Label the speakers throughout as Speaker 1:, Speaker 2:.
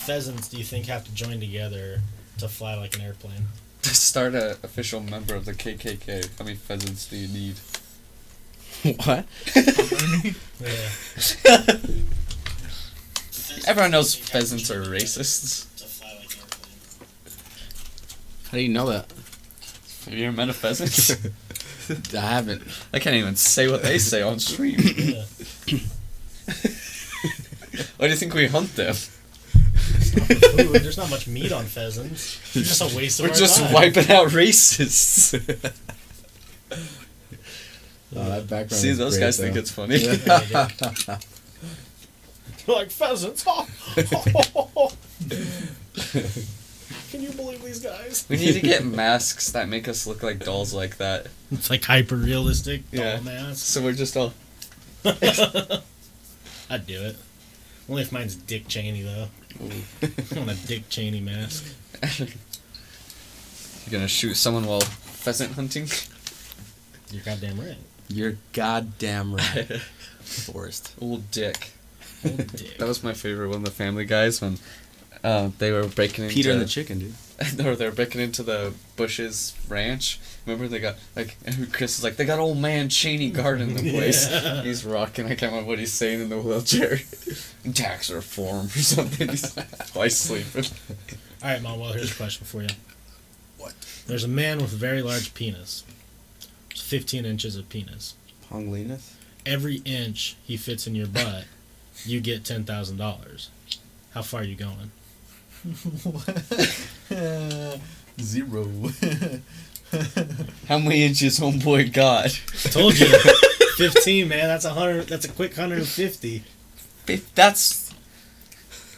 Speaker 1: pheasants do you think have to join together to fly like an airplane?
Speaker 2: To start a official member of the KKK, how many pheasants do you need?
Speaker 3: What?
Speaker 1: Yeah.
Speaker 2: Everyone knows pheasants are racists.
Speaker 1: To fly like an airplane.
Speaker 3: How do you know that?
Speaker 2: Have you ever met a pheasant?
Speaker 3: I haven't.
Speaker 2: I can't even say what they say on stream.
Speaker 1: Yeah.
Speaker 2: Why do you think we hunt them?
Speaker 1: Ooh, there's not much meat on pheasants. They're just a waste of
Speaker 2: We're
Speaker 1: our
Speaker 2: just
Speaker 1: time.
Speaker 2: wiping out racists.
Speaker 3: Oh, that background.
Speaker 2: See,
Speaker 3: is
Speaker 2: those
Speaker 3: great,
Speaker 2: guys
Speaker 3: though.
Speaker 2: think it's funny.
Speaker 1: Yeah, they do. like pheasants. Can you believe these guys?
Speaker 2: we need to get masks that make us look like dolls like that.
Speaker 1: It's like Oh, hyper realistic.
Speaker 2: Yeah.
Speaker 1: Yeah. Mask.
Speaker 2: So we're just all.
Speaker 1: I'd do it. Only if mine's Dick Cheney though. I want a Dick Cheney mask.
Speaker 2: You're gonna shoot someone while pheasant hunting?
Speaker 1: You're goddamn right.
Speaker 3: You're goddamn right, Forrest.
Speaker 2: Old dick.
Speaker 1: Old Dick.
Speaker 2: That was my favorite one, the Family Guys, when uh, they were breaking into
Speaker 3: Peter and the chicken, dude.
Speaker 2: or they're breaking into the Bush's ranch. Remember they got like and Chris is like they got old man Cheney guarding the place.
Speaker 1: Yeah.
Speaker 2: He's rocking. I can't remember what he's saying in the wheelchair. Tax reform or something. He's why sleeping.
Speaker 1: All right, Mom. Well, here's a question for you. What? There's a man with a very large penis. It's 15 inches of penis.
Speaker 3: Ponglinus.
Speaker 1: Every inch he fits in your butt, you get ten thousand dollars. How far are you going?
Speaker 4: Zero.
Speaker 2: How many inches homeboy got?
Speaker 1: Told you, fifteen, man. That's a hundred. That's a quick hundred and fifty.
Speaker 2: If That's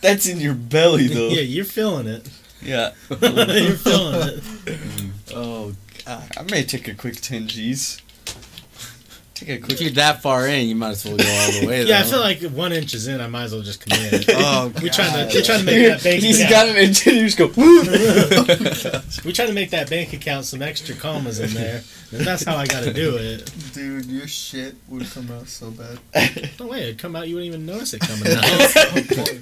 Speaker 2: that's in your belly though.
Speaker 1: Yeah, you're feeling it.
Speaker 2: yeah.
Speaker 1: you're feeling it.
Speaker 3: Oh,
Speaker 2: I may take a quick ten G's. Take a
Speaker 3: if
Speaker 2: quick.
Speaker 3: you're that far in, you might as well go all the way.
Speaker 1: Yeah, I
Speaker 3: though.
Speaker 1: feel like if one inch is in. I might as well just commit. it.
Speaker 3: Oh,
Speaker 1: We trying
Speaker 3: God.
Speaker 1: to we trying to make that bank.
Speaker 2: He's
Speaker 1: account.
Speaker 2: got an inch and you just go. Woo!
Speaker 1: We trying to make that bank account some extra commas in there. And that's how I got to do it.
Speaker 4: Dude, your shit would come out so bad.
Speaker 1: No way, it'd come out. You wouldn't even notice it coming out.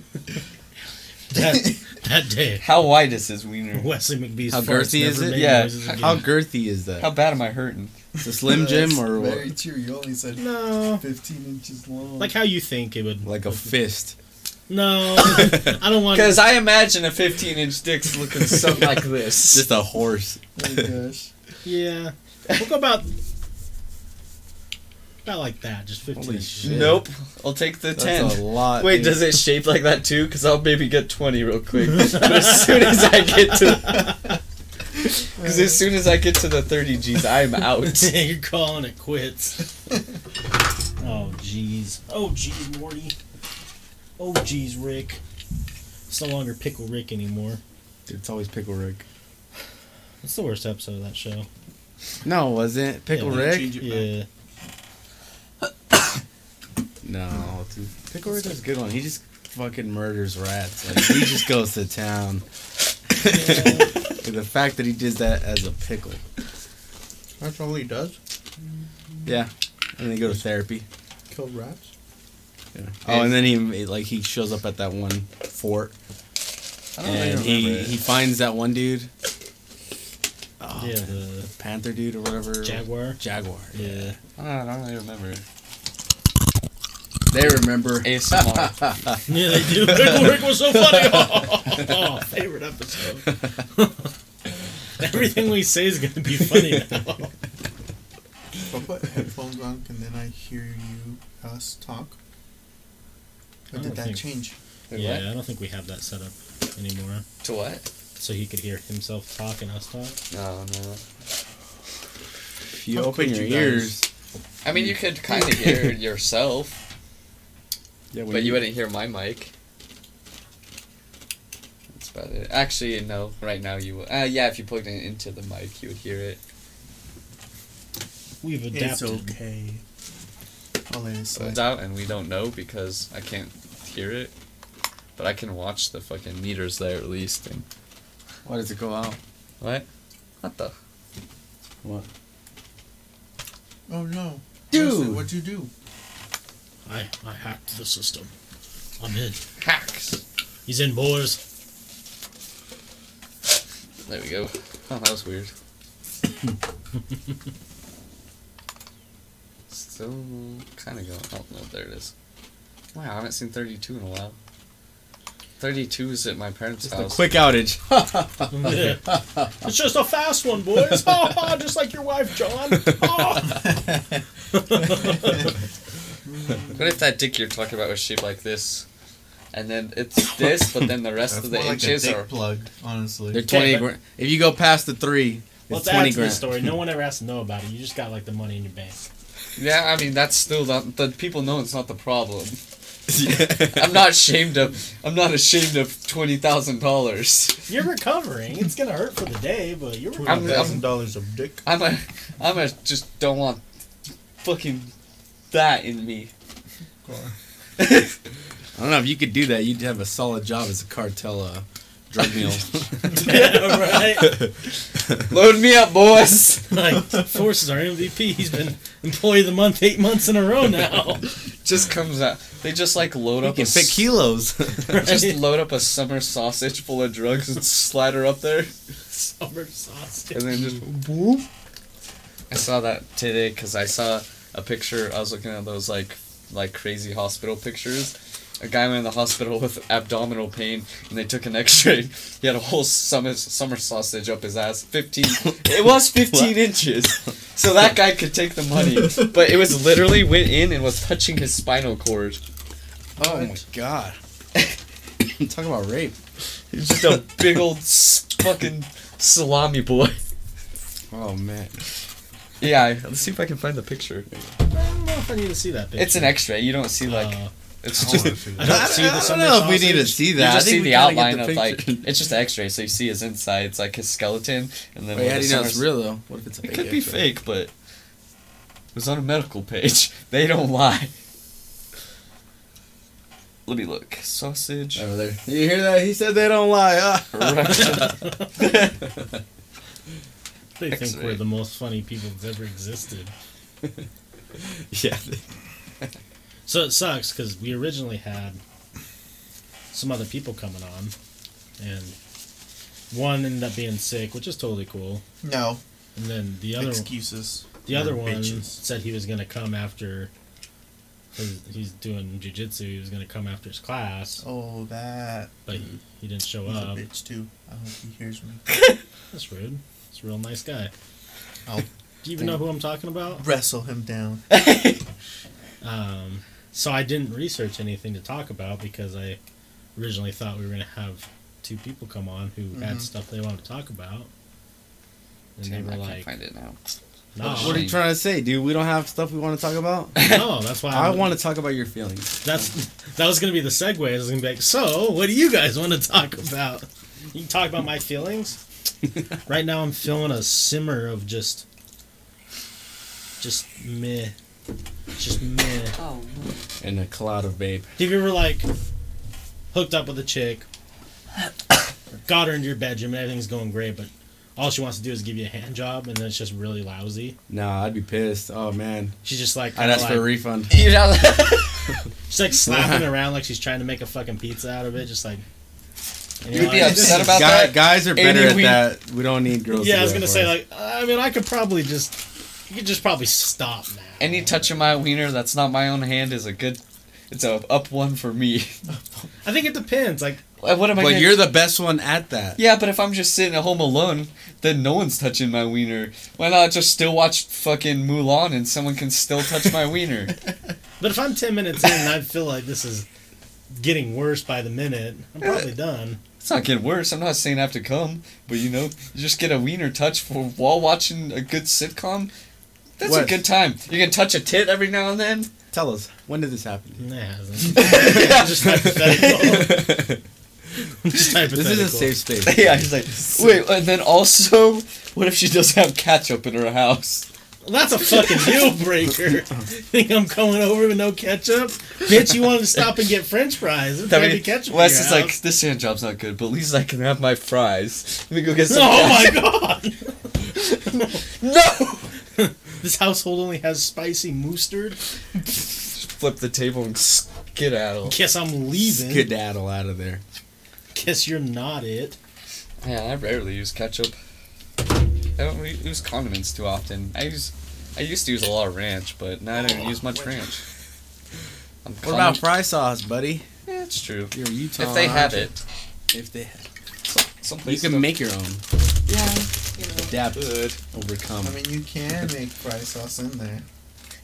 Speaker 1: that, that day,
Speaker 2: How wide is his wiener?
Speaker 1: Wesley McBee's.
Speaker 3: How
Speaker 1: farts
Speaker 3: girthy is
Speaker 1: never
Speaker 3: it?
Speaker 1: made
Speaker 2: Yeah.
Speaker 1: noises again.
Speaker 3: How girthy is that?
Speaker 2: How bad am I hurting?
Speaker 3: It's a Slim Jim
Speaker 4: That's
Speaker 3: or
Speaker 4: Very
Speaker 3: what?
Speaker 4: true. You only said
Speaker 1: No.
Speaker 4: 15 inches long.
Speaker 1: Like how you think it would.
Speaker 3: Like a fist.
Speaker 1: No, I don't want.
Speaker 2: Because I imagine a 15 inch dick's looking something like this.
Speaker 3: Just a horse.
Speaker 4: Oh my gosh.
Speaker 1: Yeah, we'll go about about like that. Just fifteen.
Speaker 3: Holy shit.
Speaker 2: nope. I'll take the
Speaker 3: That's
Speaker 2: 10.
Speaker 3: a lot.
Speaker 2: Wait,
Speaker 3: dude.
Speaker 2: does it shape like that too? Because I'll maybe get 20 real quick. but as soon as I get to. Because as soon as I get to the 30 G's, I'm out.
Speaker 1: You're calling it quits. oh jeez. Oh jeez, Morty. Oh jeez, Rick. It's no longer Pickle Rick anymore.
Speaker 3: It's always Pickle Rick.
Speaker 1: What's the worst episode of that show?
Speaker 3: No, it wasn't Pickle
Speaker 1: Yeah,
Speaker 3: Rick.
Speaker 4: change it
Speaker 1: Yeah.
Speaker 3: No, dude. Pickle Rick is a good one. He just fucking murders rats. Like he just goes to town. the fact that he did that as a pickle.
Speaker 4: That's all he does?
Speaker 3: Yeah. And they go to therapy.
Speaker 4: Kill rats?
Speaker 3: Oh, and then he like he shows up at that one fort,
Speaker 2: I don't
Speaker 3: and
Speaker 2: really
Speaker 3: he,
Speaker 2: remember.
Speaker 3: he finds that one dude,
Speaker 1: back. Yeah, the
Speaker 3: Panther dude or whatever,
Speaker 1: Jaguar.
Speaker 3: Jaguar.
Speaker 1: Yeah.
Speaker 2: I don't- I don't really remember.
Speaker 3: They remember.
Speaker 2: ASMR.
Speaker 1: Yeah, they do. Pickle Rick was so funny. Oh, favorite episode. Everything we say is going to be funny now.
Speaker 4: If I put headphones on and then I hear you us talk,
Speaker 1: I
Speaker 4: or
Speaker 1: don't
Speaker 4: did that
Speaker 1: think-
Speaker 4: change?
Speaker 1: Yeah, I don't think we have that set up anymore.
Speaker 2: To what?
Speaker 1: So he could hear himself talk and us talk.
Speaker 2: No, no.
Speaker 3: If you
Speaker 4: How
Speaker 3: open
Speaker 4: could
Speaker 3: your
Speaker 4: you guys?
Speaker 3: ears,
Speaker 2: I mean, you could kind of hear yourself,
Speaker 3: yeah, when
Speaker 2: but you wouldn't hear my mic. That's about it. Actually, no. Right now, you would. Uh, yeah, if you plugged it into the mic, you would hear it.
Speaker 1: We've
Speaker 4: It's
Speaker 1: adapted.
Speaker 4: okay. All I say.
Speaker 2: It's out, and we don't know because I can't hear it. But I can watch the fucking meters there at least. And
Speaker 3: Why does it go out?
Speaker 2: what? What the?
Speaker 3: What?
Speaker 4: Oh no.
Speaker 3: Dude.
Speaker 4: Wesley, What'd you do?
Speaker 1: I, I hacked the system. I'm in.
Speaker 2: Hacks.
Speaker 1: He's in, boys.
Speaker 2: There we go. Oh, that was weird. Still kind of going. Oh no, there it is. Wow, I haven't seen thirty-two in a while. Thirty-two is at my parents'
Speaker 3: Just a
Speaker 2: house.
Speaker 3: quick outage.
Speaker 1: it's just a fast one, boys. just like your wife, John.
Speaker 2: What if that dick you're talking about was shaped like this, and then it's this, but then the rest
Speaker 4: That's
Speaker 2: of the
Speaker 4: more like a
Speaker 2: inches
Speaker 4: dick
Speaker 2: are
Speaker 4: plug,
Speaker 3: They're
Speaker 4: honestly.
Speaker 3: twenty.
Speaker 1: but-
Speaker 3: Gra- if you go past the three, it's
Speaker 1: Let's add
Speaker 3: twenty
Speaker 1: to the
Speaker 3: grand.
Speaker 1: story. No one ever has to know about it. You just got like the money in your bank.
Speaker 2: Yeah, I mean that's still not the people know it's not the problem.
Speaker 3: Yeah.
Speaker 2: I'm not ashamed of I'm not ashamed of twenty thousand dollars.
Speaker 1: You're recovering. It's gonna hurt for the day, but you're
Speaker 2: I'm-
Speaker 1: recovering.
Speaker 2: I'm-
Speaker 4: Thousand dollars of dick.
Speaker 2: I'm a I'm a just don't want fucking that in me.
Speaker 3: I don't know if you could do that. You'd have a solid job as a cartel uh, drug mule.
Speaker 1: yeah, right.
Speaker 2: Load me up, boys.
Speaker 1: Like Forces our MVP. He's been employee of the month eight months in a row now.
Speaker 2: Just comes out. They just like load
Speaker 3: you
Speaker 2: up a
Speaker 3: can fit
Speaker 2: s-
Speaker 3: kilos.
Speaker 2: just load up a summer sausage full of drugs and slide her up there,
Speaker 1: Summer sausage.
Speaker 2: and then just.
Speaker 3: Whoop.
Speaker 2: Mm-hmm. I saw that today because I saw a picture. I was looking at those like like crazy hospital pictures. A guy went in the hospital with abdominal pain, and they took an X-ray. He had a whole summer summer sausage up his ass. Fifteen. It was fifteen inches. So that guy could take the money, but it was literally went in and was touching his spinal cord.
Speaker 3: Oh my god. Talk about rape.
Speaker 2: He's just a big old s- fucking salami boy.
Speaker 3: Oh man.
Speaker 2: Yeah, let's see if I can find the picture.
Speaker 1: I don't know if I need to see that picture.
Speaker 2: It's an X-ray. You don't see like
Speaker 1: Uh,
Speaker 2: it's
Speaker 4: I
Speaker 2: just
Speaker 4: wanna see
Speaker 1: I
Speaker 4: that.
Speaker 1: don't see the
Speaker 3: I don't
Speaker 1: summer
Speaker 3: know if we need to
Speaker 1: sausage.
Speaker 3: see
Speaker 2: You
Speaker 3: that.
Speaker 2: just
Speaker 3: I
Speaker 2: see
Speaker 3: think we
Speaker 2: the
Speaker 3: kinda
Speaker 2: outline
Speaker 3: get
Speaker 2: of
Speaker 3: the
Speaker 2: like
Speaker 3: picture.
Speaker 2: it's just an X-ray, so you see his inside. It's like his skeleton, and then
Speaker 3: Wait,
Speaker 2: where
Speaker 3: how
Speaker 2: the
Speaker 3: do you know it's
Speaker 2: summers-
Speaker 3: real though? What if it's a
Speaker 2: It
Speaker 3: fake?
Speaker 2: could be
Speaker 3: X-ray?
Speaker 2: fake, but it was on a medical page. They don't lie. Let me look. Sausage.
Speaker 3: Over there. You hear that? He said they don't lie. Ah.
Speaker 2: erection.
Speaker 1: They think
Speaker 2: X-ray.
Speaker 1: we're the most funny people that's ever existed.
Speaker 3: Yeah.
Speaker 1: So it sucks because we originally had some other people coming on, and one ended up being sick, which is totally cool.
Speaker 4: No
Speaker 1: And then the other
Speaker 4: excuses.
Speaker 1: the other
Speaker 4: You're
Speaker 1: one
Speaker 4: bitches.
Speaker 1: said he was gonna come after. 'cause He's doing jujitsu. He was gonna come after his class,
Speaker 4: Oh, that.
Speaker 1: but he, he didn't show
Speaker 4: He's
Speaker 1: up.
Speaker 4: a bitch too. I hope he hears me.
Speaker 1: That's rude. He's a real nice guy.
Speaker 4: I'll
Speaker 1: Do you even know who I'm talking about?
Speaker 4: wrestle him down.
Speaker 1: Um, so I didn't research anything to talk about because I originally thought we were going to have two people come on who had
Speaker 4: Mhm.
Speaker 1: stuff they wanted to talk about. And
Speaker 2: Mm-hmm. Damn, I
Speaker 1: they were
Speaker 2: can't
Speaker 1: like,
Speaker 2: find it now. Oh,
Speaker 1: no,
Speaker 3: What are you trying to say, dude? We don't have stuff we want to talk about.
Speaker 1: no, that's why
Speaker 3: I
Speaker 1: I'm-
Speaker 3: want to talk about your feelings.
Speaker 1: That's that was gonna be the segue. I was gonna be like, so what do you guys want to talk about? You can talk about my feelings. right now, I'm feeling a simmer of just, just meh, just meh.
Speaker 2: Oh,
Speaker 3: In a cloud of babe.
Speaker 1: Have you ever like hooked up with a chick, or got her into your bedroom, and everything's going great, but all she wants to do is give you a hand job, and then it's just really lousy.
Speaker 3: Nah, I'd be pissed. Oh man.
Speaker 1: She's just like,
Speaker 3: I'd ask
Speaker 1: like
Speaker 3: for a refund.
Speaker 2: you know,
Speaker 1: she's like slapping around like she's trying to make a fucking pizza out of it, just like. and you're
Speaker 2: You'd be
Speaker 1: like,
Speaker 2: upset about
Speaker 3: Guy-
Speaker 2: that?
Speaker 3: Guys are better
Speaker 2: Any
Speaker 3: at
Speaker 2: week-
Speaker 3: that. We don't need girls.
Speaker 1: Yeah,
Speaker 3: to
Speaker 1: I was
Speaker 3: do
Speaker 1: gonna
Speaker 3: that
Speaker 1: say
Speaker 3: for us.
Speaker 1: like, I mean, I could probably just, you could just probably stop now.
Speaker 2: any touch of my wiener that's not my own hand is a good. It's a up one for me.
Speaker 1: I think it depends. Like,
Speaker 2: what am I?
Speaker 3: But
Speaker 2: gonna-
Speaker 3: you're the best one at that.
Speaker 2: Yeah, but if I'm just sitting at home alone, then no one's touching my wiener. Why not just still watch fucking Mulan and someone can still touch my wiener?
Speaker 1: but if I'm ten minutes in and I feel like this is getting worse by the minute, I'm probably done.
Speaker 2: It's not getting worse. I'm not saying I have to come, but you know, you just get a wiener touch for while watching a good sitcom. That's a
Speaker 3: What?
Speaker 2: good time. You can touch a tit every now and then.
Speaker 3: Tell us, when did this happen?
Speaker 1: Nah, it hasn't. It's just hypothetical. Just hypothetical.
Speaker 3: This is a safe space.
Speaker 2: yeah, he's like, wait, and then also, what if she doesn't have ketchup in her house?
Speaker 1: That's a fucking deal breaker. Think I'm coming over with no ketchup? Bitch, you wanted to stop and get French fries. There's
Speaker 2: I
Speaker 1: gotta be
Speaker 2: mean,
Speaker 1: ketchup. in
Speaker 2: Wes
Speaker 1: your
Speaker 2: is like,
Speaker 1: house.
Speaker 2: this hand job's not good, but at least I can have my fries. Let me go get some.
Speaker 1: oh my god!
Speaker 2: my! No!
Speaker 1: This household only has spicy mustard.
Speaker 2: flip the table and skedaddle.
Speaker 1: Guess I'm leaving.
Speaker 3: Skedaddle out of there.
Speaker 1: Guess you're not it.
Speaker 2: Yeah, I rarely use ketchup. I don't re- use condiments too often. I use, I used to use a lot of ranch, but now I don't use much ranch. I'm
Speaker 3: What about
Speaker 2: condiment-
Speaker 3: fry sauce, buddy?
Speaker 2: Yeah, it's true.
Speaker 3: You're Utah.
Speaker 2: If they have
Speaker 3: aren't
Speaker 2: it,
Speaker 3: you? If they have
Speaker 2: some
Speaker 3: You
Speaker 2: places
Speaker 3: can
Speaker 2: don't-
Speaker 3: make your own.
Speaker 2: yeah.
Speaker 3: Adapt,
Speaker 2: Good.
Speaker 3: overcome.
Speaker 4: I mean, you can make fry sauce in there.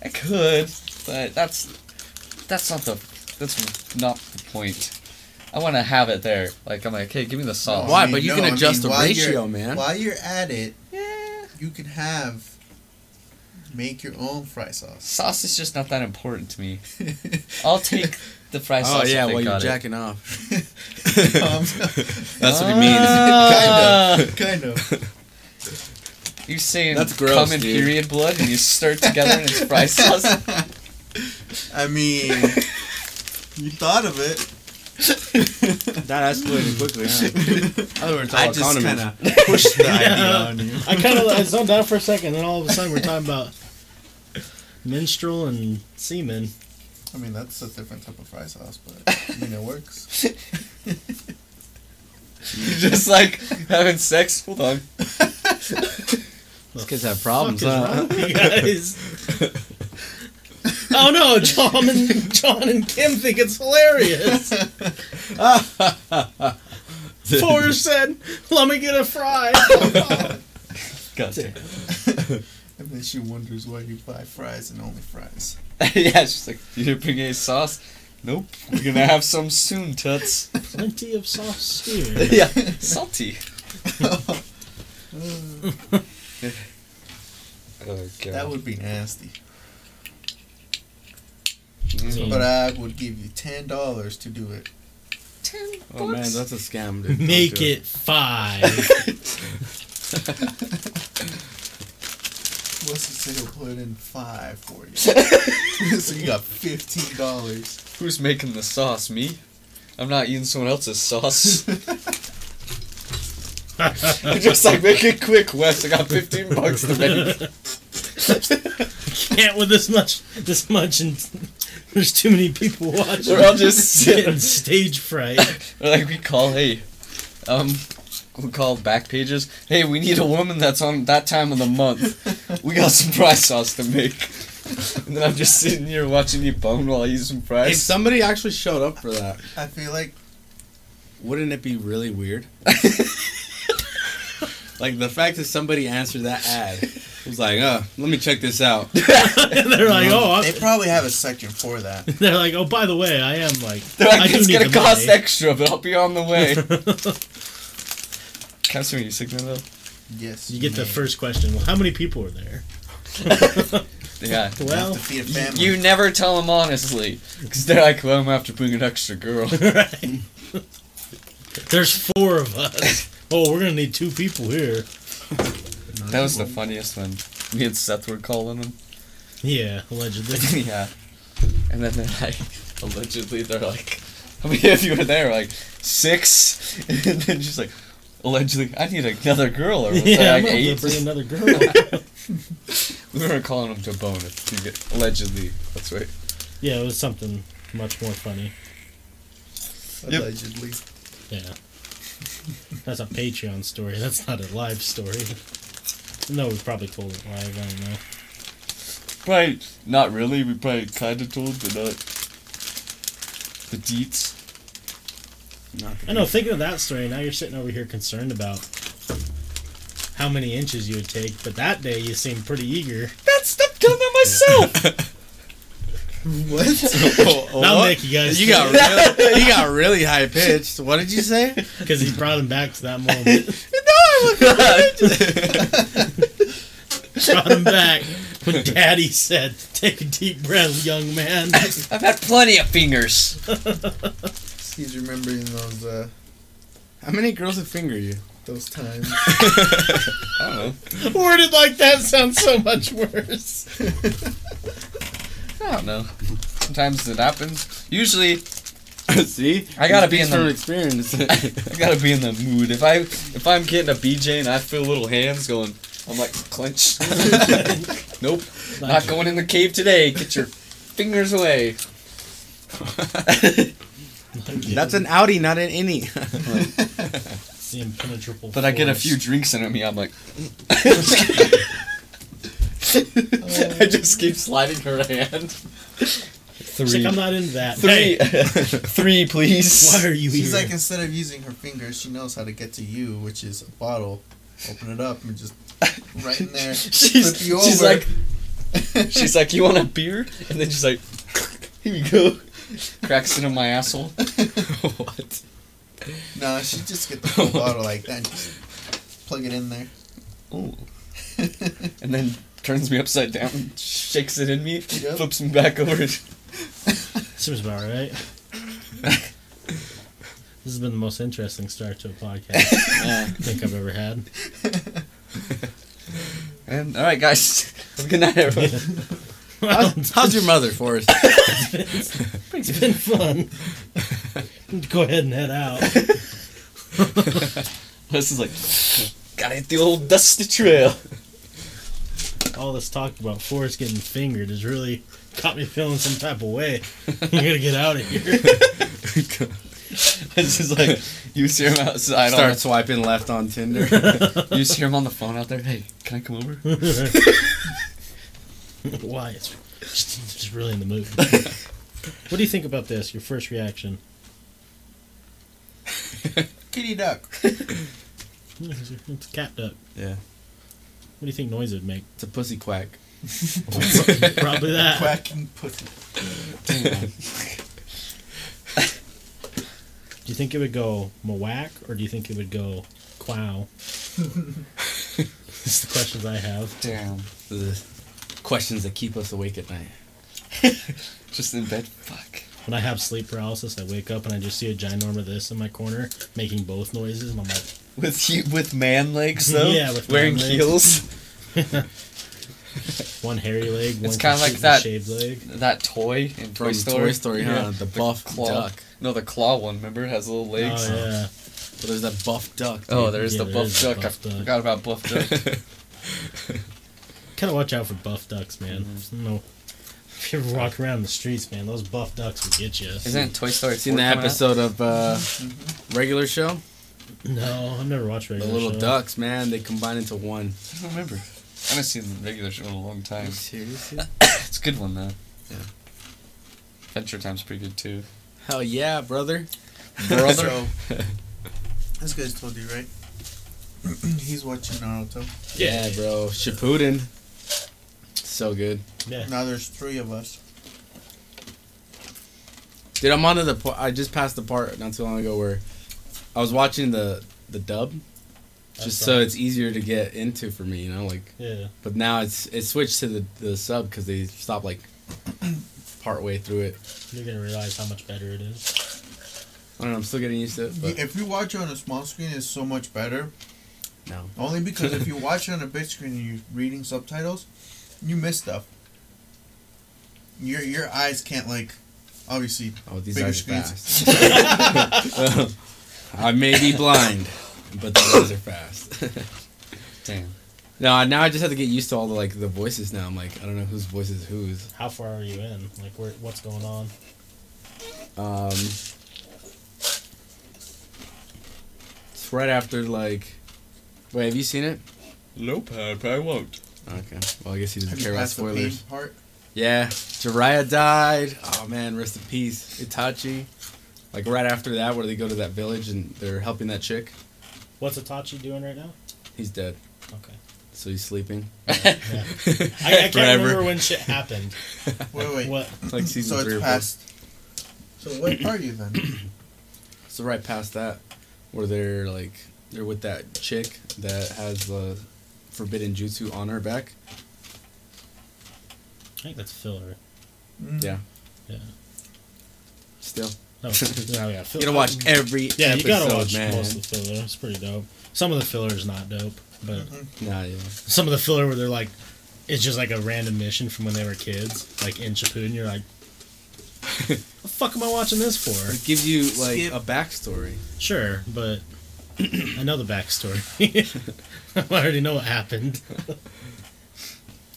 Speaker 2: I could, but that's that's not the that's not the point. I want to have it there. Like I'm like, hey, give me the sauce.
Speaker 3: Oh, Why?
Speaker 4: I mean,
Speaker 3: But you
Speaker 4: no,
Speaker 3: can
Speaker 4: I mean,
Speaker 3: adjust the
Speaker 4: while you're-
Speaker 3: ratio, man.
Speaker 4: While you're at it,
Speaker 2: Yeah.
Speaker 4: you can have make your own fry sauce.
Speaker 2: Sauce is just not that important to me. I'll take the fried
Speaker 3: Oh
Speaker 2: sauce.
Speaker 3: yeah,
Speaker 2: if they
Speaker 3: while you're
Speaker 2: got it.
Speaker 3: jacking off.
Speaker 4: Um,
Speaker 3: That's what he means.
Speaker 2: Ah,
Speaker 3: Uh.
Speaker 4: kind of.
Speaker 2: you saying
Speaker 3: That's gross,
Speaker 2: common
Speaker 3: dude.
Speaker 2: period blood and you stir it together and it's fried sauce?
Speaker 4: I mean, you thought of it.
Speaker 3: That escalated quickly. Otherwise,
Speaker 4: I just kind of pushed the
Speaker 3: Uh.
Speaker 4: idea on you.
Speaker 1: I kind of I zoned out for a second, then all of a sudden we're talking about minstrel and seaman.
Speaker 4: I mean, that's a different type of fry sauce, but I mean, it works.
Speaker 2: You're just like having sex. Hold on.
Speaker 3: These kids have problems.
Speaker 1: Fuck is
Speaker 3: huh?
Speaker 1: wrong with you guys? oh no, John and John and Kim think it's hilarious. Forrest said, "Let me get a fry."
Speaker 2: God damn.
Speaker 4: And then she wonders why you buy fries and only fries.
Speaker 2: yeah, she's like, you didn't bring any sauce? Nope. We're gonna have some soon, Tuts.
Speaker 1: Plenty of soft steer.
Speaker 2: yeah, salty. oh god.
Speaker 4: That would be nasty.
Speaker 2: Mm.
Speaker 4: But I would give you ten dollars to do it.
Speaker 3: Oh man, that's a scam. Dude. Don't
Speaker 1: Make
Speaker 3: do
Speaker 1: it five.
Speaker 4: Let's just say he'll put in five for you. so you got fifteen dollars.
Speaker 2: Who's making the sauce? Me? I'm not eating someone else's sauce. Just like make it quick, Wes. I got 15 bucks to make.
Speaker 1: Can't with this much. This much, and there's too many people watching.
Speaker 2: We're all just
Speaker 1: getting
Speaker 2: sitting.
Speaker 1: stage fright.
Speaker 2: Like we call, hey, um, we call back pages. Hey, we need a woman that's on that time of the month. We got some fry sauce to make. And then I'm just sitting here watching you bone while I eat some
Speaker 3: it. If
Speaker 2: fries.
Speaker 3: somebody actually showed up for that,
Speaker 4: I feel like
Speaker 3: wouldn't it be really weird? like the fact that somebody answered that ad was like, "Uh, let me check this out."
Speaker 1: they're like, "Oh, I'm,
Speaker 4: they probably have a section for that.
Speaker 1: they're like, oh, by the way, I am like,
Speaker 2: They're like,
Speaker 1: I do
Speaker 2: it's
Speaker 1: need
Speaker 2: gonna
Speaker 1: the
Speaker 2: cost
Speaker 1: money."
Speaker 2: extra, but I'll be on the way. Can I swing your signal though?
Speaker 4: Yes.
Speaker 1: You get the
Speaker 4: may.
Speaker 1: first question. Well, how many people are there?
Speaker 2: Yeah.
Speaker 4: You have
Speaker 1: Well,
Speaker 4: to feed a family.
Speaker 2: You never tell them honestly, because they're like, "Well, I'm gonna have to bring an extra girl."
Speaker 1: there's four of us. Oh, we're gonna need two people here.
Speaker 2: that was the funniest one. Me and Seth were calling them.
Speaker 1: Yeah, allegedly.
Speaker 2: yeah. And then they're like, allegedly, they're like, "How many of you were there?" We're Like six. And then she's like, allegedly, I need another girl, or was there
Speaker 1: yeah, I'm
Speaker 2: like
Speaker 1: gonna have to
Speaker 2: eight?
Speaker 1: bring another girl.
Speaker 2: We were calling them to bone. If you get, allegedly, that's right.
Speaker 1: yeah, it was something much more funny.
Speaker 2: Yep.
Speaker 4: Allegedly.
Speaker 1: Yeah, that's a Patreon story. That's not a live story. No, we probably told it live. I don't know.
Speaker 2: Probably not really. We probably kind of told, but not the deets.
Speaker 3: Not the
Speaker 1: I know. Thinking of that story, now you're sitting over here concerned about how many inches you would take. But that day, you seemed pretty eager.
Speaker 2: That stuff done that myself.
Speaker 4: What?
Speaker 3: Oh, oh,
Speaker 1: That'll
Speaker 3: what?
Speaker 1: make you guys.
Speaker 3: You got really, you got really high pitched. What did you say?
Speaker 1: because he brought him back to that moment. brought him back when Daddy said, "Take a deep breath, young man."
Speaker 2: I've had plenty of fingers.
Speaker 4: He's remembering those uh,
Speaker 3: How many girls would finger you?
Speaker 4: those times.
Speaker 2: I don't know.
Speaker 1: Worded like that sounds so much worse.
Speaker 2: I don't know. Sometimes it happens. Usually,
Speaker 3: See,
Speaker 2: I gotta
Speaker 3: He
Speaker 2: be
Speaker 3: speaks
Speaker 2: in the-
Speaker 3: from experience.
Speaker 2: I gotta be in the mood. If I if I'm getting a BJ and I feel little hands going, I'm like clench. nope, not going in the cave today. Get your fingers away.
Speaker 3: That's an Audi, not an innie.
Speaker 1: the impenetrable.
Speaker 2: But I get a
Speaker 1: forest.
Speaker 2: few drinks in me, I'm like. I just keep sliding her hand.
Speaker 1: She's like,
Speaker 2: Three.
Speaker 1: I'm not into that.
Speaker 2: Three.
Speaker 1: Hey,
Speaker 2: Three, please.
Speaker 1: why are you
Speaker 4: She's
Speaker 1: here?
Speaker 4: like, instead of using her fingers, she knows how to get to you, which is a bottle. Open it up and just right in there.
Speaker 2: She's,
Speaker 4: flip you
Speaker 2: she's
Speaker 4: over.
Speaker 2: like, she's like, you want a beer? And then she's like, here you go. Cracks it in my asshole. what?
Speaker 4: no, she just get the whole bottle like that. And just plug it in there.
Speaker 2: Ooh. And then turns me upside down, shakes it in me,
Speaker 4: Yep.
Speaker 2: flips me back over.
Speaker 1: Seems about right. this has been the most interesting start to a podcast
Speaker 2: Yeah.
Speaker 1: I think I've ever had.
Speaker 2: And all right, guys. Have a good night, everyone.
Speaker 1: Well,
Speaker 3: How's your mother, Forrest?
Speaker 1: it's been fun. Go ahead and head out.
Speaker 2: this is like, gotta hit the old dusty trail.
Speaker 1: All this talk about Forrest getting fingered has really got me feeling some type of way. I'm gonna get out of here.
Speaker 2: It's just like you see him outside.
Speaker 3: Start swiping left on Tinder.
Speaker 2: On the, you see him on the phone out there. Hey, can I come over?
Speaker 1: Why? It's just, just really in the mood. what do you think about this? Your first reaction?
Speaker 4: Kitty duck.
Speaker 1: It's a cat duck.
Speaker 3: yeah,
Speaker 1: What do you think noise it would make?
Speaker 3: it's a pussy quack.
Speaker 1: Probably that.
Speaker 4: Quacking pussy.
Speaker 1: Do you think it would go mawack or do you think it would go quow? It's the questions I have.
Speaker 2: Damn.
Speaker 3: The questions that keep us awake at night.
Speaker 2: Just in bed. Fuck.
Speaker 1: When I have sleep paralysis, I wake up and I just see a ginormous of this in my corner making both noises, and I'm like,
Speaker 2: With he, with man legs though.
Speaker 1: Yeah, with man
Speaker 2: wearing
Speaker 1: legs.
Speaker 2: heels.
Speaker 1: one hairy leg, one
Speaker 2: It's kinda like
Speaker 1: completely
Speaker 2: that-
Speaker 1: shaved leg.
Speaker 2: That toy in Toy
Speaker 3: From
Speaker 2: Story.
Speaker 3: Toy Story, huh? The buff
Speaker 2: claw.
Speaker 3: duck.
Speaker 2: No, the claw one. Remember, It has little legs.
Speaker 1: Oh yeah.
Speaker 3: Well, there's that buff duck. dude.
Speaker 2: Oh, there's
Speaker 1: Yeah,
Speaker 2: the
Speaker 1: there
Speaker 2: buff
Speaker 1: is the
Speaker 2: duck.
Speaker 1: buff
Speaker 2: I
Speaker 1: duck.
Speaker 2: forgot about buff duck.
Speaker 1: Gotta watch out for buff ducks, man.
Speaker 3: Mm-hmm.
Speaker 1: No. If you ever walk around the streets, man, those buff ducks will get you.
Speaker 2: Isn't Toy Story?
Speaker 3: Seen
Speaker 2: 4
Speaker 3: the
Speaker 2: coming out?
Speaker 3: episode of uh, regular show?
Speaker 1: No, I've never watched
Speaker 3: The
Speaker 1: Mm-hmm. regular.
Speaker 3: little
Speaker 1: show.
Speaker 3: ducks, man, they combine into one.
Speaker 2: I don't remember. I haven't seen the regular show in a long time.
Speaker 3: serious?
Speaker 2: It's a good one though.
Speaker 3: Yeah.
Speaker 2: Adventure Time's pretty good too.
Speaker 3: Hell yeah, brother.
Speaker 2: Brother.
Speaker 4: This guy's told you, right? He's watching Naruto.
Speaker 1: Yeah.
Speaker 3: yeah bro. Shippuden. So good.
Speaker 1: Yeah.
Speaker 4: Now there's three of us.
Speaker 3: Dude, I'm onto the part. I just passed the part not too long ago where I was watching the the dub,
Speaker 1: I
Speaker 3: just
Speaker 1: saw
Speaker 3: so
Speaker 1: it.
Speaker 3: it's easier to get into for me, you know. Like,
Speaker 1: Yeah.
Speaker 3: but now it's it switched to the the sub because they stopped like part way through it.
Speaker 1: You're gonna realize how much better it is.
Speaker 3: I don't know. I'm still getting used to it, but
Speaker 4: If you watch it on a small screen, it's so much better.
Speaker 3: no.
Speaker 4: Only because if you watch it on a big screen and you're reading subtitles, you miss stuff. Your your eyes can't like, obviously.
Speaker 3: Oh, these
Speaker 4: Bigger
Speaker 3: are
Speaker 4: screens.
Speaker 3: fast. I may be blind, but those are fast.
Speaker 2: Damn.
Speaker 3: no, I- now I just have to get used to all the like the voices. Now I'm like, I don't know whose voice is whose.
Speaker 1: How far are you in? Like, where? What's going on?
Speaker 3: Um, it's right after like. Wait, have you seen it?
Speaker 2: Nope, I probably won't.
Speaker 3: Okay. Well, I guess he doesn't
Speaker 4: Have you
Speaker 3: care about
Speaker 4: passed the pain
Speaker 3: spoilers.
Speaker 4: part?
Speaker 3: Yeah, Jiraiya died. Oh man, rest in peace, Itachi. Like right after that, where they go to that village and they're helping that chick.
Speaker 1: What's Itachi doing right now?
Speaker 3: He's dead,
Speaker 1: Okay.
Speaker 3: so he's sleeping.
Speaker 1: Yeah. I, I can't
Speaker 3: Forever.
Speaker 1: remember when shit happened.
Speaker 4: Wait, wait.
Speaker 1: What?
Speaker 3: It's like season
Speaker 4: so
Speaker 3: three
Speaker 4: it's
Speaker 3: or
Speaker 4: past. So what are you Mm. then?
Speaker 3: four. So right past that, where they're like they're with that chick that has the forbidden jutsu on her back.
Speaker 1: I think that's filler.
Speaker 4: Mm.
Speaker 3: Yeah.
Speaker 1: Yeah.
Speaker 3: Still,
Speaker 1: No, no yeah, filler.
Speaker 3: you gotta watch every
Speaker 1: Yeah,
Speaker 3: episode,
Speaker 1: you gotta watch
Speaker 3: man.
Speaker 1: most of the filler. It's pretty dope. Some of the filler is not dope, but
Speaker 3: Nah, yeah.
Speaker 1: some of the filler where they're like, it's just like a random mission from when they were kids, like in Shippuden. You're like, the fuck am I watching this for?
Speaker 3: It gives you like
Speaker 4: Skip.
Speaker 3: a backstory.
Speaker 1: Sure, but I know the backstory. I already know what happened.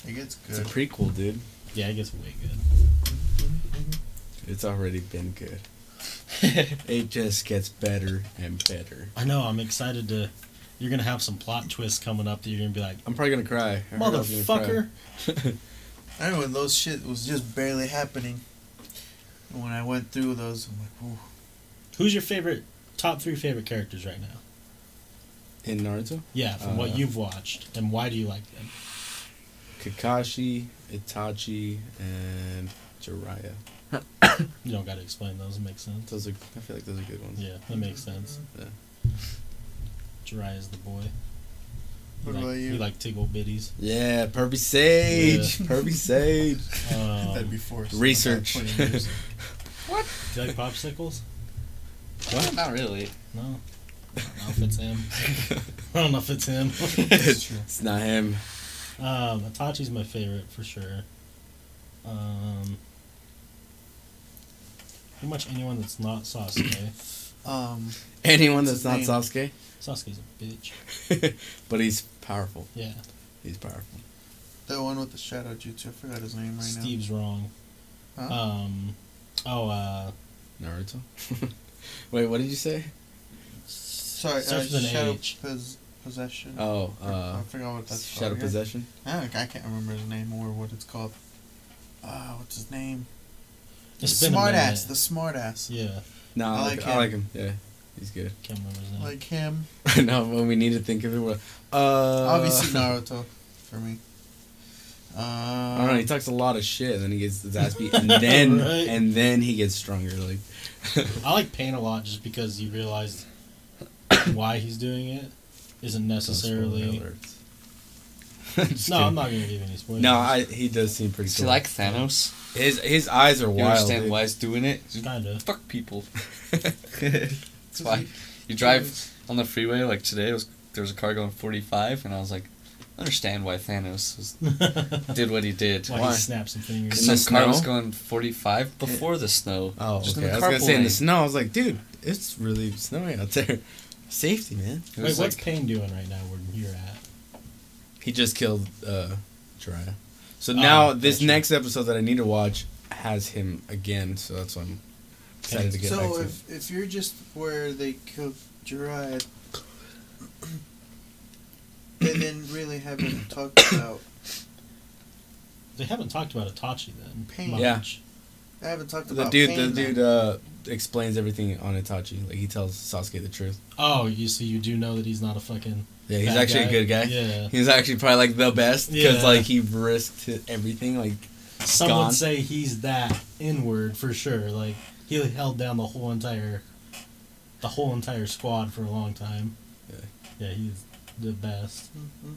Speaker 4: It gets
Speaker 3: It's a
Speaker 4: good.
Speaker 3: prequel, dude.
Speaker 1: Yeah, it gets way good.
Speaker 3: It's already been good. It just gets better and better.
Speaker 1: I know. I'm excited to. You're gonna have some plot twists coming up that you're gonna be like,
Speaker 3: I'm probably gonna cry. I heard I was gonna cry.
Speaker 1: motherfucker.
Speaker 4: I remember when those shit was just barely happening. And when I went through those, I'm like, ooh.
Speaker 1: Who's your favorite? Top three favorite characters right now.
Speaker 3: In Naruto,
Speaker 1: Yeah, from what
Speaker 3: Uh,
Speaker 1: you've watched, and why do you like them?
Speaker 3: Kakashi, Itachi, and Jiraiya.
Speaker 1: You don't got to explain those. It makes sense.
Speaker 3: Those are. I feel like those are good ones.
Speaker 1: Yeah, that makes sense.
Speaker 3: Yeah.
Speaker 1: Jiraiya's the boy. You
Speaker 4: What
Speaker 1: like,
Speaker 4: about you?
Speaker 1: like tickle bitties.
Speaker 3: Yeah, Pervy Sage.
Speaker 1: Yeah.
Speaker 3: Pervy Sage.
Speaker 1: Um,
Speaker 4: That'd
Speaker 1: do
Speaker 4: be forced.
Speaker 3: Research.
Speaker 4: About 20 years.
Speaker 1: you like popsicles?
Speaker 2: Not really.
Speaker 1: No. I don't know if it's him. I don't know if it's him.
Speaker 4: That's true.
Speaker 3: It's not him.
Speaker 1: Um, Itachi's my favorite for sure. Um, pretty much anyone that's not Sasuke.
Speaker 4: Um,
Speaker 3: Anyone
Speaker 4: What's
Speaker 3: that's not
Speaker 4: his
Speaker 3: Sasuke,
Speaker 1: Sasuke's a bitch.
Speaker 3: but he's powerful.
Speaker 1: Yeah.
Speaker 3: He's powerful.
Speaker 4: the one with the shadow jutsu. I forgot his name right
Speaker 1: Steve's wrong.
Speaker 4: now. Huh?
Speaker 1: Um, oh, uh,
Speaker 3: Naruto. Wait, what did you say?
Speaker 4: Sorry, uh,
Speaker 1: starts with an
Speaker 4: shadow
Speaker 1: H.
Speaker 4: pos- possession.
Speaker 3: Oh,
Speaker 4: I
Speaker 3: uh,
Speaker 4: forgot what that's
Speaker 3: Shadow
Speaker 4: called.
Speaker 3: Possession.
Speaker 4: I, don't- I can't remember his name or what it's called. Uh, what's his name?
Speaker 1: it's been a
Speaker 4: smart ass.
Speaker 1: minute.
Speaker 4: The smart ass.
Speaker 1: Yeah,
Speaker 3: No, I,
Speaker 4: I
Speaker 3: like
Speaker 4: like
Speaker 3: him. I
Speaker 4: him.
Speaker 3: like him. Yeah, he's good.
Speaker 1: can't remember his name.
Speaker 4: Like him.
Speaker 3: no, when we need to think of it, we're like, uh.
Speaker 4: Obviously Naruto for me. Uh,
Speaker 3: I don't know. He talks a lot of shit, and then he gets his ass beat, and then
Speaker 1: Right.
Speaker 3: and then he gets stronger. Like,
Speaker 1: I like pain a lot just because you realize why he's doing it isn't necessarily.
Speaker 3: Just
Speaker 1: No,
Speaker 3: kidding.
Speaker 1: I'm not gonna give any spoilers.
Speaker 3: No, I, he does seem pretty
Speaker 2: Is he
Speaker 3: cool.
Speaker 2: like Thanos?
Speaker 3: his his eyes are
Speaker 2: You
Speaker 3: wild.
Speaker 2: understand
Speaker 3: dude.
Speaker 2: why he's doing it?
Speaker 1: kinda.
Speaker 2: Fuck people. That's why you drive on the freeway like today. It was there was a car going forty five, and I was like, I understand why Thanos was, did what he did.
Speaker 1: why,
Speaker 3: Why?
Speaker 1: he snaps some fingers.
Speaker 2: Because
Speaker 3: In the
Speaker 2: some car was
Speaker 3: snow?
Speaker 2: going forty five before the snow.
Speaker 3: Oh,
Speaker 2: Just in
Speaker 3: okay.
Speaker 2: the
Speaker 3: I was gonna
Speaker 2: carpool
Speaker 3: say in the
Speaker 2: lane.
Speaker 3: snow. I was like, dude, it's really snowing out there. Safety, man.
Speaker 2: It
Speaker 1: Wait,
Speaker 2: was
Speaker 1: what's
Speaker 2: like,
Speaker 1: Pain doing right now where you're at?
Speaker 3: He just killed uh, Jiraiya. So
Speaker 1: Oh,
Speaker 3: now this
Speaker 1: gotcha.
Speaker 3: next episode that I need to watch has him again. So that's why I'm excited to get back
Speaker 4: so
Speaker 3: to.
Speaker 4: if, if you're just where they killed Jiraiya, they didn't really have it talked about.
Speaker 1: They haven't talked about Itachi then.
Speaker 4: Pain.
Speaker 1: Much.
Speaker 3: Yeah.
Speaker 4: I haven't talked
Speaker 3: The
Speaker 4: about
Speaker 3: dude,
Speaker 4: pain,
Speaker 3: the
Speaker 4: man.
Speaker 3: dude uh, explains everything on Itachi. Like he tells Sasuke the truth.
Speaker 1: Oh, you see, you do know that he's not a fucking.
Speaker 3: Yeah, he's
Speaker 1: bad
Speaker 3: actually a good guy.
Speaker 1: Yeah.
Speaker 3: He's actually probably like the best because
Speaker 1: Yeah.
Speaker 3: like he risked hi- everything. Like
Speaker 1: Some
Speaker 3: Gone.
Speaker 1: would say he's that inward for sure. Like he held down the whole entire, the whole entire squad for a long time.
Speaker 3: Yeah.
Speaker 1: Yeah, he's the best.
Speaker 4: Mhm.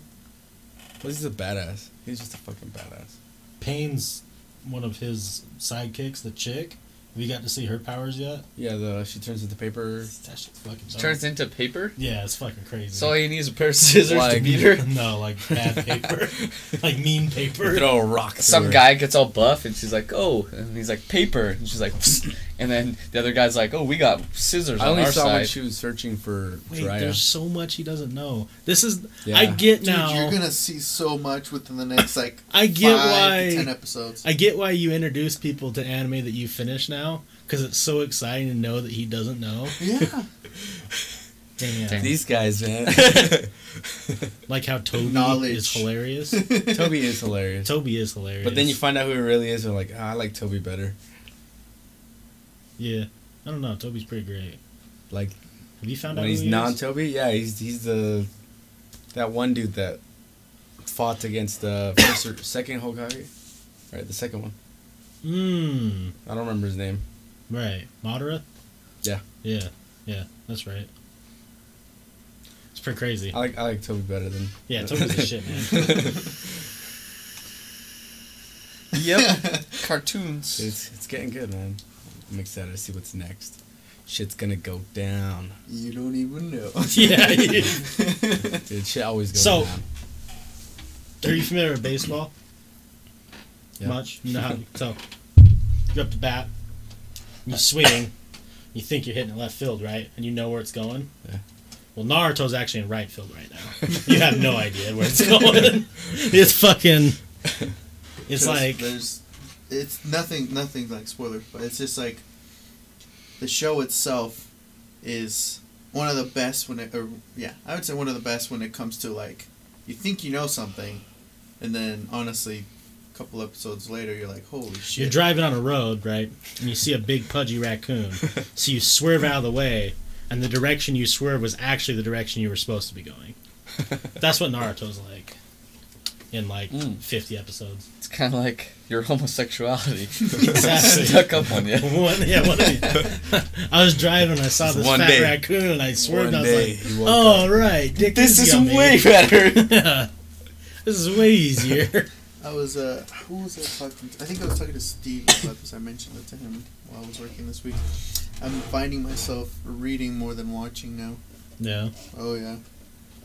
Speaker 3: was he's a badass. He's just a fucking badass.
Speaker 1: Payne's one of his sidekicks, the chick. Have you got to see her powers yet?
Speaker 3: Yeah, the she turns into paper.
Speaker 1: That shit's fucking.
Speaker 2: it
Speaker 1: dope.
Speaker 2: turns into paper.
Speaker 1: yeah, it's fucking crazy.
Speaker 2: So all you need is a pair of scissors to
Speaker 3: Like-
Speaker 2: beat her.
Speaker 1: no, like bad paper, like mean paper.
Speaker 3: Throw a rock. through
Speaker 2: Some
Speaker 3: her.
Speaker 2: guy gets all buff, and she's like, "Oh," and he's like, "Paper," and she's like, "Psst." and then the other guy's like, "Oh, we got scissors
Speaker 3: I
Speaker 2: on
Speaker 3: only
Speaker 2: our
Speaker 3: saw when
Speaker 2: side."
Speaker 3: she was searching for
Speaker 1: Wait, there's
Speaker 3: Jiraiya.
Speaker 1: so much he doesn't know. This is I
Speaker 3: Yeah.
Speaker 1: get
Speaker 4: Dude,
Speaker 1: now.
Speaker 4: you're gonna see so much within the next like
Speaker 1: I get
Speaker 4: five
Speaker 1: why.
Speaker 4: to ten episodes.
Speaker 1: I get why you introduce people to anime that you finish now, because it's so exciting to know that he doesn't know.
Speaker 4: yeah,
Speaker 1: Damn.
Speaker 2: Damn.
Speaker 3: These guys, man.
Speaker 1: Like how Toby
Speaker 4: Knowledge.
Speaker 1: is hilarious.
Speaker 3: Toby is hilarious.
Speaker 1: Toby is hilarious.
Speaker 3: But then you find out who he really is, and like, "Ah, I like Toby better.
Speaker 1: yeah, I don't know. Toby's pretty great.
Speaker 3: Like
Speaker 1: Have you found
Speaker 3: when
Speaker 1: out
Speaker 3: he's
Speaker 1: who he
Speaker 3: non
Speaker 1: is?
Speaker 3: Toby, yeah, he's he's the that one dude that fought against the first or second Hokage, right? The second one.
Speaker 1: Mmm.
Speaker 3: I don't remember his name.
Speaker 1: Right. Madara.
Speaker 3: Yeah.
Speaker 1: Yeah. Yeah. That's right. It's pretty crazy.
Speaker 3: I like I like Toby better than
Speaker 1: Yeah, Toby's a shit man.
Speaker 2: yep, cartoons.
Speaker 3: It's it's getting good, man. I'm excited to see what's next. Shit's gonna go down.
Speaker 4: you don't even know.
Speaker 1: yeah. yeah.
Speaker 3: Dude, shit always goes
Speaker 1: So-
Speaker 3: down.
Speaker 1: Are you familiar with baseball?
Speaker 3: Yeah.
Speaker 1: Much? You know how so you're up to bat, you swing, you think you're hitting it left field, right? And you know where it's going?
Speaker 3: Yeah.
Speaker 1: Well Naruto's actually in right field right now. you have no idea where it's going. it's fucking it's
Speaker 4: Just-
Speaker 1: like
Speaker 4: there's, it's nothing, nothing like spoiler, but it's just like the show itself is one of the best when it, or, yeah, I would say one of the best when it comes to like, you think you know something, and then honestly, a couple episodes later, you're like, holy shit.
Speaker 1: You're driving on a road, right? And you see a big pudgy raccoon. so you swerve out of the way, and the direction you swerve was actually the direction you were supposed to be going. That's what Naruto's like in like
Speaker 2: Mm.
Speaker 1: 50 episodes.
Speaker 2: It's kind of like your homosexuality.
Speaker 1: Exactly.
Speaker 2: Stuck up on you.
Speaker 1: One, yeah, one of the- I was driving and I saw
Speaker 3: It's
Speaker 1: this
Speaker 3: one
Speaker 1: fat
Speaker 3: day.
Speaker 1: raccoon and I swerved.
Speaker 3: One
Speaker 1: I was
Speaker 3: day
Speaker 1: like,
Speaker 3: you woke
Speaker 1: oh, right. Dick
Speaker 2: This is
Speaker 1: yummy."
Speaker 2: way better.
Speaker 1: this is way easier.
Speaker 4: I was uh, who was I talking? To? I think I was talking to Steve about this. I mentioned it to him while I was working this week. I'm finding myself reading more than watching now.
Speaker 1: no,
Speaker 4: Oh yeah,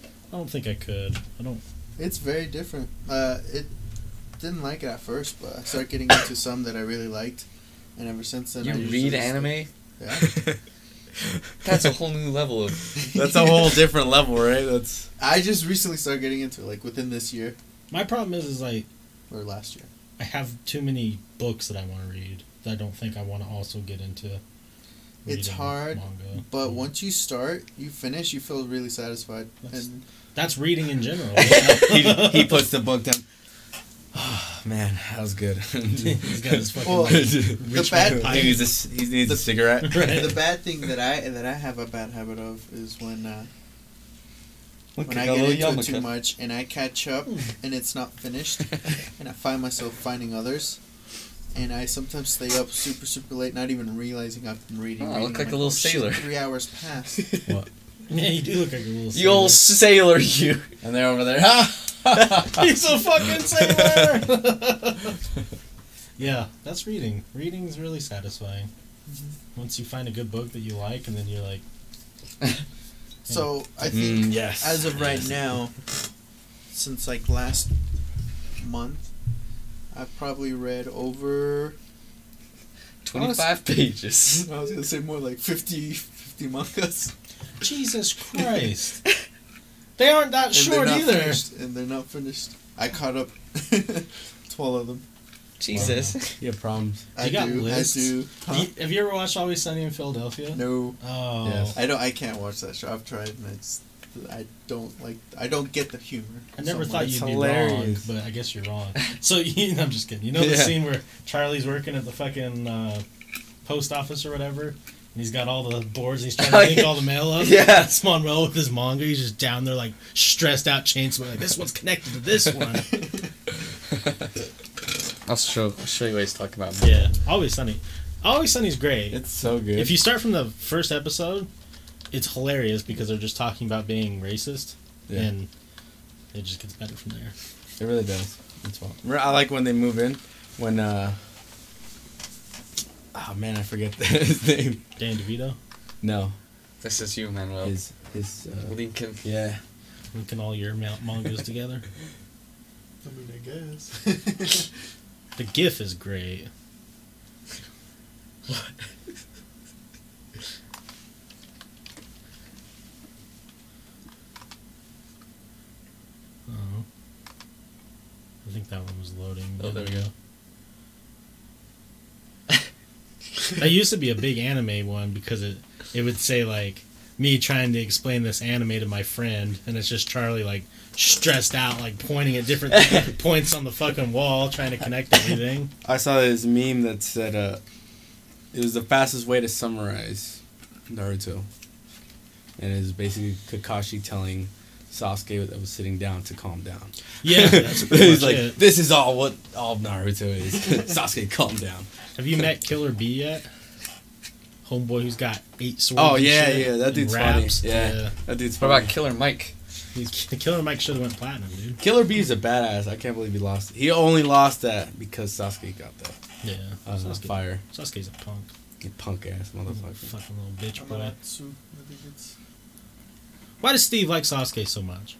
Speaker 1: I don't think I could. I don't.
Speaker 4: it's very different. Uh, it didn't like it at first, but I started getting into some that I really liked, and ever since then,
Speaker 2: You
Speaker 4: I usually
Speaker 2: read
Speaker 4: just-
Speaker 2: anime?
Speaker 4: Yeah.
Speaker 2: That's a whole new level of.
Speaker 3: That's a whole different level, right? That's
Speaker 4: I just recently started getting into it, like within this year
Speaker 1: My problem is, is like
Speaker 4: or last year.
Speaker 1: I have too many books that I want to read that I don't think I want to also get into.
Speaker 4: It's
Speaker 1: reading
Speaker 4: hard,
Speaker 1: manga.
Speaker 4: But
Speaker 2: Mm.
Speaker 4: once you start, you finish, you feel really satisfied.
Speaker 1: That's-
Speaker 4: and
Speaker 1: that's reading in general.
Speaker 3: he, he puts the book down. Oh, man, that was good.
Speaker 1: He's got his fucking.
Speaker 4: Well,
Speaker 1: like,
Speaker 4: the bad
Speaker 3: he needs a, c- he needs a cigarette.
Speaker 1: Right.
Speaker 4: the bad thing that I that I have a bad habit of is when uh,
Speaker 2: Look
Speaker 4: when
Speaker 2: at
Speaker 4: I
Speaker 2: that
Speaker 4: get
Speaker 2: little
Speaker 4: into it too
Speaker 2: yarmulke.
Speaker 4: much and I catch up and it's not finished and I find myself finding others and I sometimes stay up super super late not even realizing I've been reading.
Speaker 2: Ah, I
Speaker 4: reading.
Speaker 2: look
Speaker 4: I'm
Speaker 2: like a little
Speaker 4: shit,
Speaker 2: sailor."
Speaker 4: three hours passed.
Speaker 1: yeah, you do look like a little.
Speaker 2: You old
Speaker 1: sailor.
Speaker 2: sailor, you.
Speaker 3: And they're over there. Ah!
Speaker 1: He's a fucking sailor. yeah, that's reading. Reading's really satisfying.
Speaker 4: Mm-hmm.
Speaker 1: Once you find a good book that you like, and then you're like,
Speaker 4: So I think
Speaker 3: Mm,
Speaker 2: Hmm.
Speaker 3: yes.
Speaker 4: as of right now, since like last month, I've probably read over.
Speaker 2: 25 pages.
Speaker 4: I was gonna say more like 50, 50 mangas.
Speaker 1: Jesus Christ. they aren't that
Speaker 4: And they're
Speaker 1: short
Speaker 4: not
Speaker 1: either.
Speaker 4: Finished, and they're not finished. I caught up twelve of them.
Speaker 2: Jesus.
Speaker 3: You have problems.
Speaker 4: I
Speaker 1: You got
Speaker 4: do.
Speaker 1: lists?
Speaker 4: I do.
Speaker 1: Do you- have you ever watched Always Sunny in Philadelphia?
Speaker 4: No,
Speaker 1: Oh.
Speaker 3: Yes.
Speaker 4: I don't. I can't watch that show. I've tried, and it's. I don't like. I don't get the humor.
Speaker 1: I never
Speaker 4: so
Speaker 1: thought
Speaker 4: much.
Speaker 1: you'd
Speaker 3: It's
Speaker 1: be
Speaker 3: hilarious.
Speaker 1: wrong, but I guess you're wrong. So, you, I'm just kidding. You know the
Speaker 3: Yeah.
Speaker 1: scene where Charlie's working at the fucking uh, post office or whatever? And he's got all the boards and he's trying to
Speaker 2: Oh,
Speaker 1: link
Speaker 2: yeah.
Speaker 1: all the mail up?
Speaker 2: Yeah.
Speaker 1: That's Monroe with his manga. He's just down there, like, stressed out, chainsaw. Like, this one's connected to this one.
Speaker 2: I'll show, I'll show you what he's talking about.
Speaker 1: yeah. Always Sunny. Always Sunny's great.
Speaker 3: It's so good.
Speaker 1: If you start from the first episode, it's hilarious because they're just talking about being racist,
Speaker 3: Yeah.
Speaker 1: and it just gets better from there.
Speaker 3: It really does. It's fun. Re- I like when they move in. When uh Oh man, I forget his name.
Speaker 1: Dan DeVito,
Speaker 3: No,
Speaker 2: This is you, Manuel.
Speaker 3: his his uh,
Speaker 2: Lincoln.
Speaker 3: yeah.
Speaker 1: linking all your ma- mangas together.
Speaker 4: I mean, I guess.
Speaker 1: The GIF is great. Oh. I think that one was loading.
Speaker 2: Oh, there we go.
Speaker 1: That used to be a big anime one because it it would say like me trying to explain this anime to my friend, and it's just Charlie like stressed out, like pointing at different points on the fucking wall, trying to connect everything.
Speaker 3: I saw this meme that said uh it was the fastest way to summarize Naruto. And it was basically Kakashi telling Sasuke that was sitting down to calm down.
Speaker 1: Yeah, that's pretty much
Speaker 3: He's like,
Speaker 1: it.
Speaker 3: this is all what all Naruto is. Sasuke, calm down.
Speaker 1: Have you met Killer B yet? Homeboy who's got eight swords.
Speaker 3: Oh
Speaker 1: and
Speaker 3: yeah,
Speaker 1: shit
Speaker 3: yeah, that
Speaker 1: and
Speaker 3: dude's
Speaker 1: raps.
Speaker 3: funny. Yeah, that dude's
Speaker 2: What
Speaker 3: funny.
Speaker 2: about Killer Mike?
Speaker 1: He's- Killer Mike should have went platinum, dude.
Speaker 3: Killer B is a badass. I can't believe he lost. He only lost that because Sasuke got that.
Speaker 1: Yeah,
Speaker 3: I was on
Speaker 1: Sasuke-
Speaker 3: fire.
Speaker 1: Sasuke's a punk,
Speaker 3: You punk ass motherfucker.
Speaker 1: fucking little bitch boy.
Speaker 4: Amaterasu, I think it's-
Speaker 1: Why does Steve like Sasuke so much?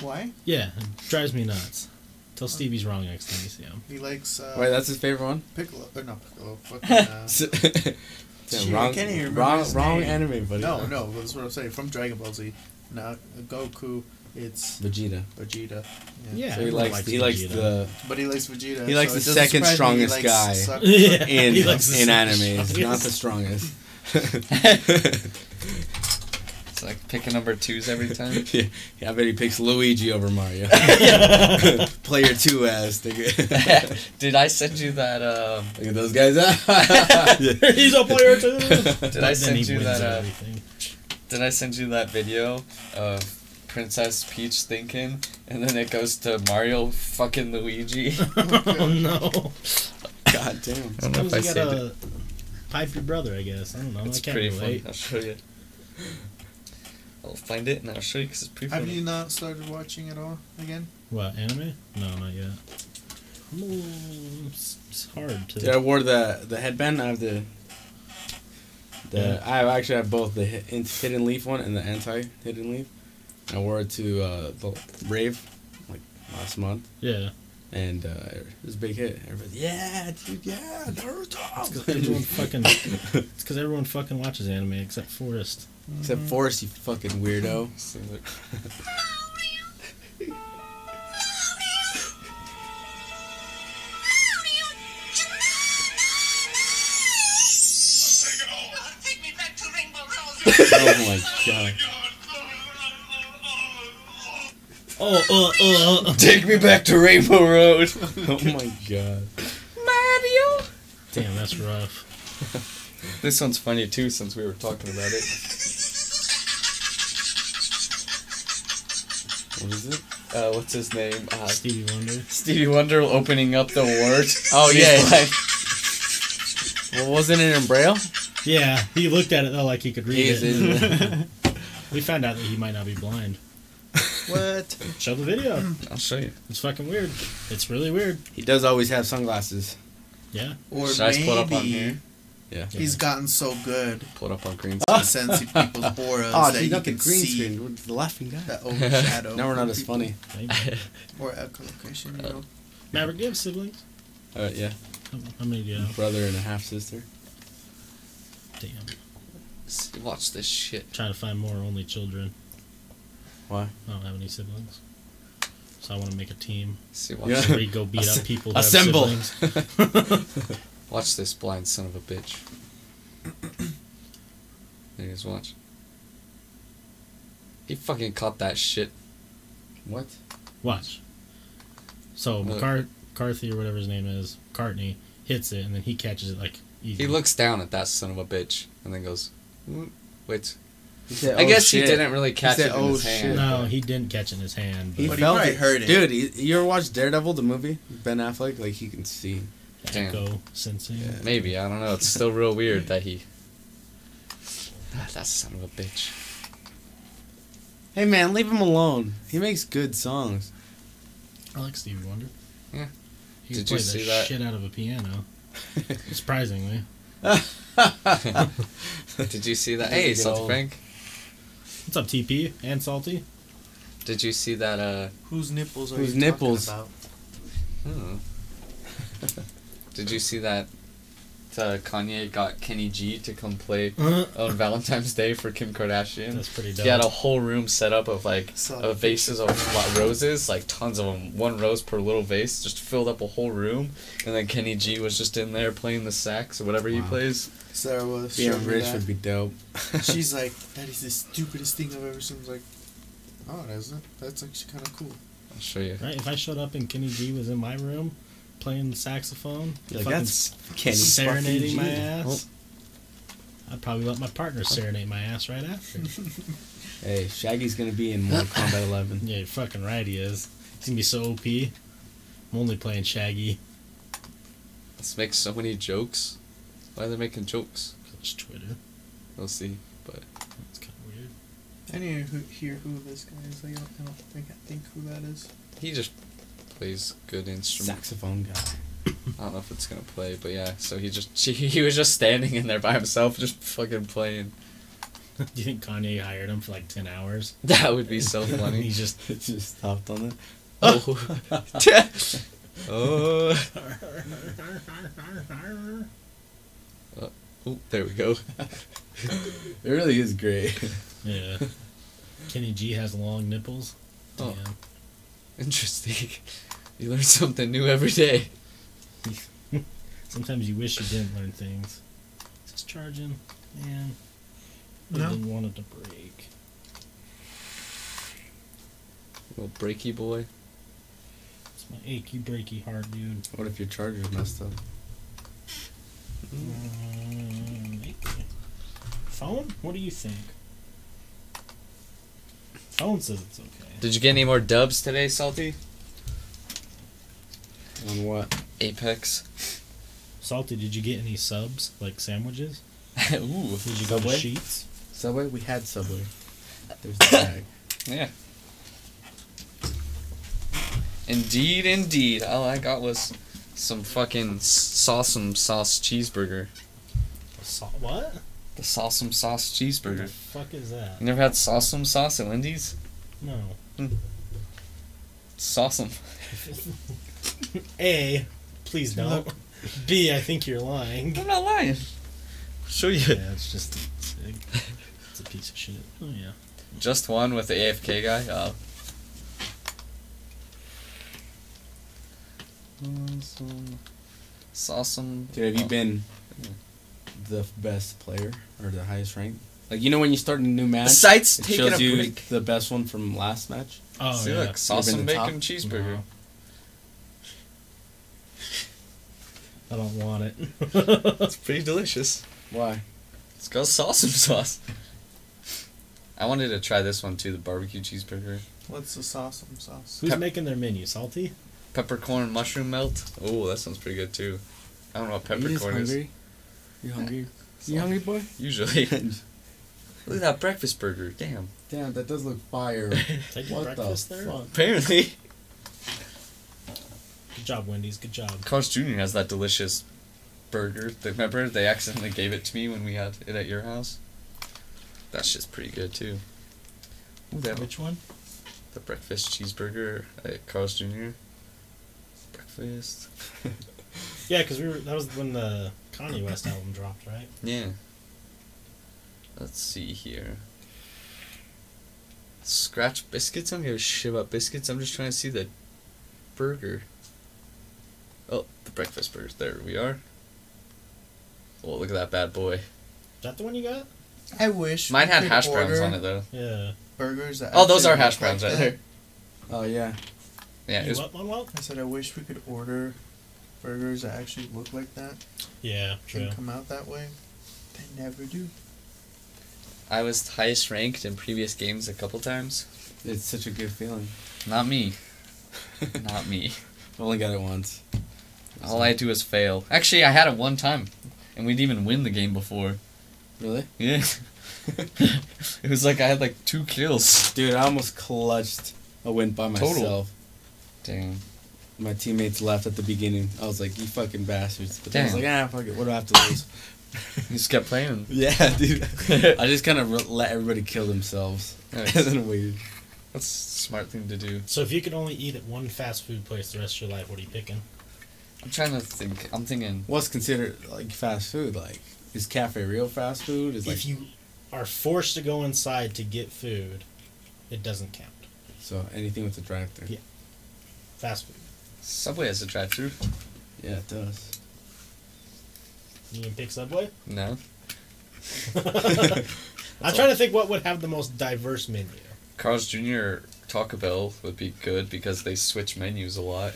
Speaker 4: Why?
Speaker 1: Yeah, it drives me nuts. Tell Steve he's wrong next time you see him.
Speaker 4: He likes uh,
Speaker 3: Wait, that's his favorite one.
Speaker 4: Piccolo. Or not Piccolo. Fucking. Uh,
Speaker 3: Damn,
Speaker 4: Shit, I
Speaker 3: wrong,
Speaker 4: can't even remember
Speaker 3: wrong,
Speaker 4: his
Speaker 3: wrong
Speaker 4: name.
Speaker 3: anime, buddy.
Speaker 4: no, no. That's what I'm saying. From Dragon Ball Z. Now Goku. It's
Speaker 3: Vegeta.
Speaker 4: Vegeta.
Speaker 1: Yeah,
Speaker 3: So he
Speaker 1: everyone
Speaker 3: likes, he likes
Speaker 1: Vegeta.
Speaker 3: the
Speaker 4: But he likes Vegeta.
Speaker 3: He likes
Speaker 4: so it
Speaker 3: the
Speaker 4: doesn't
Speaker 3: second
Speaker 4: surprise me he
Speaker 3: strongest
Speaker 4: likes
Speaker 3: guy.
Speaker 4: Sakura.
Speaker 1: Yeah.
Speaker 3: in
Speaker 1: He likes the
Speaker 3: in
Speaker 1: second
Speaker 3: anime. He's not
Speaker 1: strongest.
Speaker 3: the strongest.
Speaker 2: It's like picking number twos every time.
Speaker 3: yeah, yeah, I bet he picks Luigi over Mario. Player two ass, nigga.
Speaker 2: did I send you that? Uh,
Speaker 3: Look at those guys. yeah.
Speaker 1: He's a player too.
Speaker 2: Did I send you that? Uh, did I send you that video of Princess Peach thinking, and then it goes to Mario fucking Luigi?
Speaker 1: oh no!
Speaker 3: God damn.
Speaker 2: I don't
Speaker 1: Sometimes you gotta pipe your brother, I guess. I don't know.
Speaker 2: It's
Speaker 1: Oh, I can't
Speaker 2: pretty
Speaker 1: relate.
Speaker 2: fun. I'll show you. I'll find it and I'll show you because it's pretty
Speaker 4: Have
Speaker 2: funny.
Speaker 4: you not started watching at all again?
Speaker 1: What anime? No, not yet. I'm a little- It's it's hard to.
Speaker 3: Dude, I wore the the headband. I have the. The I have- actually have both the hi- in- hidden leaf one and the anti hidden leaf. I wore it to uh, the rave, like last month,
Speaker 1: Yeah.
Speaker 3: and uh, it was a big hit. Everybody's yeah, dude, yeah,
Speaker 1: Everyone
Speaker 3: Naruto.
Speaker 1: fucking. It's because everyone fucking watches anime except Forrest.
Speaker 3: Except Forrest, you fucking weirdo. Oh
Speaker 2: So look-
Speaker 5: Take me back to Rainbow
Speaker 3: oh my god.
Speaker 5: Road.
Speaker 1: Oh, uh, uh, uh.
Speaker 2: Take me back to Rainbow Road.
Speaker 3: Oh my god.
Speaker 2: Mario.
Speaker 1: Damn, that's rough.
Speaker 2: This one's funny too, since we were talking about it.
Speaker 3: What is it?
Speaker 2: Uh, what's his name? Uh,
Speaker 1: Stevie Wonder.
Speaker 2: Stevie Wonder opening up the word.
Speaker 3: Oh,
Speaker 2: He's
Speaker 3: yeah.
Speaker 2: like-
Speaker 3: Well, wasn't it in Braille?
Speaker 1: Yeah, he looked at it though like he could read
Speaker 3: Yes,
Speaker 1: it.
Speaker 3: isn't it?
Speaker 1: We found out that he might not be blind.
Speaker 4: What?
Speaker 1: Show the video.
Speaker 2: I'll show you.
Speaker 1: It's fucking weird. It's really weird.
Speaker 3: he does always have sunglasses.
Speaker 1: Yeah.
Speaker 4: Or
Speaker 2: Should I
Speaker 4: maybe
Speaker 2: just pull it up on here?
Speaker 3: Yeah.
Speaker 4: he's gotten so good
Speaker 2: Pull it up on green.
Speaker 4: at sensing people's auras
Speaker 3: Oh, Ah,
Speaker 4: that you can see
Speaker 3: We're the laughing guy.
Speaker 4: that overshadow.
Speaker 3: Now we're not as
Speaker 4: people.
Speaker 3: funny.
Speaker 1: Maybe.
Speaker 4: Or echolocation, you know.
Speaker 1: Maverick, do you have siblings?
Speaker 3: Uh, yeah.
Speaker 1: How, how many do you have?
Speaker 3: Brother and a half sister.
Speaker 1: Damn.
Speaker 2: S- Watch this shit.
Speaker 1: Trying to find more only children.
Speaker 3: Why?
Speaker 1: I don't have any siblings. So I want to make a team.
Speaker 2: See, watch,
Speaker 3: Yeah.
Speaker 2: this.
Speaker 1: Where you go beat up people. That
Speaker 3: Assemble.
Speaker 1: Have siblings.
Speaker 2: watch this blind son of a bitch. There he is, watch. He fucking caught that shit.
Speaker 3: What?
Speaker 1: Watch. So
Speaker 2: Look.
Speaker 1: McCart- McCarthy or whatever his name is, Cartney hits it and then he catches it like easy.
Speaker 2: He looks down at that son of a bitch and then goes, "Mm, wait.
Speaker 3: He said,
Speaker 2: I
Speaker 3: "Oh,
Speaker 2: guess
Speaker 3: shit."
Speaker 2: he didn't really catch
Speaker 3: said,
Speaker 2: it in
Speaker 3: "Oh,
Speaker 2: his hand.
Speaker 1: No, he didn't catch it in his hand.
Speaker 3: He
Speaker 1: But
Speaker 3: felt
Speaker 4: probably
Speaker 3: it.
Speaker 4: heard it.
Speaker 3: Dude, he, you ever watched Daredevil, the movie? Ben Affleck, like he can see.
Speaker 2: Damn.
Speaker 1: echo sensing.
Speaker 3: Yeah.
Speaker 2: Maybe, I don't know. It's still real weird that he. Ah, that son of a bitch.
Speaker 3: Hey man, leave him alone. He makes good songs.
Speaker 1: I like Stevie Wonder.
Speaker 2: Yeah.
Speaker 1: He
Speaker 2: Did
Speaker 1: could play
Speaker 2: you see
Speaker 1: the
Speaker 2: that?
Speaker 1: shit out of a piano. Surprisingly.
Speaker 2: Did you see that?
Speaker 3: Doesn't
Speaker 2: hey,
Speaker 3: get
Speaker 2: Salty
Speaker 3: old.
Speaker 2: Frank.
Speaker 1: What's up, TP and Salty?
Speaker 2: Did you see that? Uh,
Speaker 4: Whose nipples are
Speaker 3: Whose
Speaker 4: you talking
Speaker 3: nipples?
Speaker 4: about?
Speaker 2: hmm. Did you see that? Uh, Kanye got Kenny G to come play on Valentine's Day for Kim Kardashian.
Speaker 1: That's pretty dope.
Speaker 2: He had a whole room set up of like
Speaker 4: Saw
Speaker 2: of
Speaker 4: that
Speaker 2: vases of lo- roses, like tons of them, one rose per little vase, just filled up a whole room. And then Kenny G was just in there playing the sax or whatever he
Speaker 3: Wow.
Speaker 2: plays.
Speaker 4: Sarah was showing
Speaker 3: Being
Speaker 4: me
Speaker 3: rich
Speaker 4: that.
Speaker 3: would be dope.
Speaker 4: She's like, that is the stupidest thing I've ever seen. I was like, oh, that's that's actually kind of cool.
Speaker 2: I'll show you.
Speaker 1: Right? If I showed up and Kenny G was in my room playing the saxophone,
Speaker 3: You're Like
Speaker 1: fucking
Speaker 3: that's Kenny
Speaker 1: serenading
Speaker 3: fucking
Speaker 1: my
Speaker 3: G."
Speaker 1: ass, I'd probably let my partner serenade my ass right after.
Speaker 3: Oh, Hey, Shaggy's gonna be in Mortal Kombat 11.
Speaker 1: yeah, you're fucking right, he is. He's gonna be so OP. I'm only playing Shaggy.
Speaker 2: This makes so many jokes. Why are they making jokes?
Speaker 1: It's Twitter.
Speaker 2: We'll see. But
Speaker 1: It's kind of weird.
Speaker 4: I need to who, hear who this guy is. I don't, I don't think I think who that is.
Speaker 2: he just plays good instruments.
Speaker 3: Saxophone guy.
Speaker 2: I don't know if it's gonna play, but yeah. So he just he was just standing in there by himself, just fucking playing.
Speaker 1: Do you think Kanye hired him for like 10 hours?
Speaker 2: That would be so
Speaker 1: And
Speaker 2: funny.
Speaker 1: he's just.
Speaker 3: Just hopped on it.
Speaker 2: oh. oh. Oh, there we go.
Speaker 3: It really is great.
Speaker 1: yeah. Kenny G has long nipples. Damn.
Speaker 2: Oh. Interesting. You learn something new every day.
Speaker 1: Sometimes you wish you didn't learn things. Just charging. man, I
Speaker 4: No?
Speaker 1: didn't want it to break.
Speaker 2: Little breaky boy.
Speaker 1: It's my achy breaky heart, dude.
Speaker 3: What if your charger's messed up?
Speaker 1: Um, achy. phone? What do you think? Phone says it's okay.
Speaker 2: Did you get any more dubs today, Salty?
Speaker 3: On what?
Speaker 2: Apex.
Speaker 1: Salty, did you get any subs like sandwiches?
Speaker 2: Ooh.
Speaker 1: Did you go to
Speaker 3: Subway?
Speaker 1: Sheets?
Speaker 3: Subway? We had Subway. There's the bag.
Speaker 2: Yeah. Indeed, indeed. All I got was some fucking s- sawsum sauce cheeseburger.
Speaker 1: Sa- what?
Speaker 2: The sawsum sauce
Speaker 1: What the
Speaker 2: cheeseburger.
Speaker 1: fuck is that?
Speaker 2: You never had sawsum sauce at Wendy's?
Speaker 1: No.
Speaker 2: Sawsum.
Speaker 1: A, please don't. B, I think you're lying.
Speaker 2: I'm not lying. Show you.
Speaker 1: Yeah, it's just it's a, it's a piece of shit. Oh yeah.
Speaker 2: Just one with the AFK guy. Uh, Sawsum- Sawsum.
Speaker 3: Dude, have you been the best player or the highest ranked? Like you know when you start a new
Speaker 2: The
Speaker 3: match,
Speaker 2: site's
Speaker 3: it
Speaker 2: taking
Speaker 3: shows
Speaker 2: a
Speaker 3: you
Speaker 2: break.
Speaker 3: the best one from last match.
Speaker 1: Oh
Speaker 2: See,
Speaker 1: yeah. Uh-huh.
Speaker 2: look, sawsum
Speaker 3: been the top?
Speaker 2: bacon cheeseburger.
Speaker 1: No. I don't want it.
Speaker 2: It's pretty delicious.
Speaker 3: Why?
Speaker 2: It's got sawsum sauce. I wanted to try this one too, the barbecue cheeseburger.
Speaker 4: What's the sauce? Some sauce.
Speaker 1: Who's
Speaker 2: Pep-
Speaker 1: making their menu? Salty?
Speaker 2: Peppercorn mushroom melt. Oh, that sounds pretty good too. I don't know what
Speaker 3: you
Speaker 2: peppercorn is.
Speaker 3: You hungry? You hungry, boy?
Speaker 2: Usually. Look at that breakfast burger. Damn.
Speaker 3: Damn, that does look fire.
Speaker 1: Take your
Speaker 3: what
Speaker 1: breakfast
Speaker 3: the
Speaker 1: there.
Speaker 3: fuck?
Speaker 2: Apparently.
Speaker 1: Good job, Wendy's. Good job.
Speaker 2: Carl's Jr. has that delicious burger. They- Remember, they accidentally gave it to me when we had it at your house? That shit's pretty good too. Ooh, that
Speaker 1: Which one?
Speaker 2: The breakfast cheeseburger at Carl's Jr. Breakfast.
Speaker 1: Yeah, because we were. That was when the Kanye West album dropped, right?
Speaker 2: Yeah. Let's see here. Scratch biscuits? I don't give a shit about biscuits. I'm just trying to see the burger. Oh, the breakfast burger. There we are. Oh, look at that bad boy.
Speaker 1: Is that the one you got?
Speaker 4: I wish
Speaker 2: Mine had hash browns on it though.
Speaker 1: Yeah.
Speaker 4: Burgers. That
Speaker 2: Oh, those
Speaker 4: actually
Speaker 2: are hash
Speaker 4: look
Speaker 2: browns
Speaker 4: like
Speaker 2: right
Speaker 4: that.
Speaker 2: there.
Speaker 3: Oh yeah.
Speaker 2: Yeah, it
Speaker 1: You
Speaker 2: was,
Speaker 1: want one, Walt?
Speaker 4: I said I wish we could order burgers that actually look like that
Speaker 1: Yeah, true.
Speaker 4: and come out that way. They never do.
Speaker 2: I was highest ranked in previous games a couple times.
Speaker 3: It's such a good feeling.
Speaker 2: Not me. Not me.
Speaker 3: I only got it once.
Speaker 2: All I do is fail. Actually, I had it one time, and we'd even win the game before.
Speaker 3: Really?
Speaker 2: Yeah. it was like I had like two kills.
Speaker 3: Dude, I almost clutched a win by
Speaker 2: Total.
Speaker 3: myself.
Speaker 2: Damn.
Speaker 3: My teammates left at the beginning. I was like, "You fucking bastards!" But then I was
Speaker 2: Damn.
Speaker 3: like, "Ah, fuck it. What do I have to lose?"
Speaker 2: You just kept playing.
Speaker 3: yeah, dude. I just kind of re- let everybody kill themselves and
Speaker 2: Nice.
Speaker 3: then waited.
Speaker 2: That's a smart thing to do.
Speaker 1: So if you could only eat at one fast food place the rest of your life, what are you picking?
Speaker 2: I'm trying to think. I'm thinking.
Speaker 3: What's considered like fast food? Like, is cafe real fast food? Is like
Speaker 1: if you are forced to go inside to get food, it doesn't count.
Speaker 3: so anything with a drive-through?
Speaker 1: Yeah. Fast food.
Speaker 2: Subway has a drive-through.
Speaker 3: Yeah, it does.
Speaker 1: You can pick Subway.
Speaker 2: No.
Speaker 1: I'm trying to think what would have the most diverse menu.
Speaker 2: Carl's Jr. Taco Bell would be good because they switch menus a lot.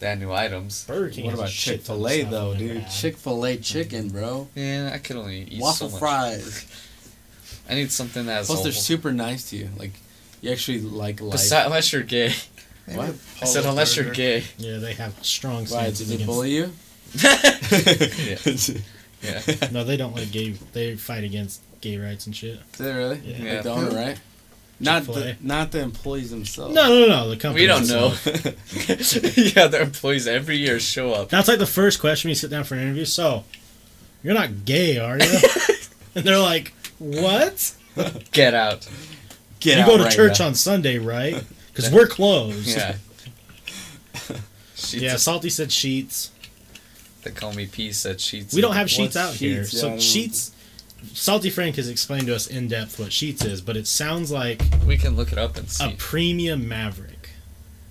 Speaker 2: They had new items.
Speaker 1: Burger King.
Speaker 3: What
Speaker 1: has a
Speaker 3: about
Speaker 1: shit
Speaker 3: Chick
Speaker 1: ton of
Speaker 3: Fil A
Speaker 1: stuff
Speaker 3: though,
Speaker 1: I've never
Speaker 3: dude?
Speaker 1: had.
Speaker 3: Chick Fil A chicken, bro.
Speaker 2: Yeah, I could only eat
Speaker 3: Waffle
Speaker 2: so much.
Speaker 3: fries.
Speaker 2: I need something that has.
Speaker 3: Plus, they're
Speaker 2: waffle-
Speaker 3: super nice to you. Like, you actually like life.
Speaker 2: Besi- unless you're gay.
Speaker 4: Maybe
Speaker 3: What?
Speaker 4: a
Speaker 2: I said
Speaker 4: Paula's
Speaker 2: unless you're
Speaker 4: burger.
Speaker 2: gay.
Speaker 1: Yeah, they have strong
Speaker 3: Why?
Speaker 1: stances
Speaker 3: Did they
Speaker 1: against-
Speaker 3: bully you?
Speaker 2: yeah. yeah.
Speaker 1: No, they don't like gay. They fight against gay rights and shit.
Speaker 3: Did they really?
Speaker 1: Yeah.
Speaker 3: Like the owner, right? Not the,
Speaker 1: Chick-fil-A.
Speaker 3: not the employees themselves.
Speaker 1: No, no, no. The company.
Speaker 2: We don't know.
Speaker 1: itself.
Speaker 2: yeah, their employees every year show up.
Speaker 1: That's like the first question when you sit down for an interview. So, you're not gay, are you? and they're like, "What?
Speaker 2: Get out.
Speaker 3: Get
Speaker 1: you
Speaker 3: out
Speaker 1: go to
Speaker 3: right
Speaker 1: church
Speaker 3: now.
Speaker 1: on Sunday, right? Because we're closed."
Speaker 2: Yeah. Sheets.
Speaker 1: Yeah, Salty said sheets.
Speaker 2: They call me P said sheets.
Speaker 1: We don't have sheets out
Speaker 3: What's
Speaker 1: here.
Speaker 3: sheets? Yeah, I
Speaker 1: so
Speaker 3: don't-
Speaker 1: sheets Salty Frank has explained to us in depth what sheets is, but it sounds like
Speaker 2: We can look it up and see.
Speaker 1: a premium Maverick,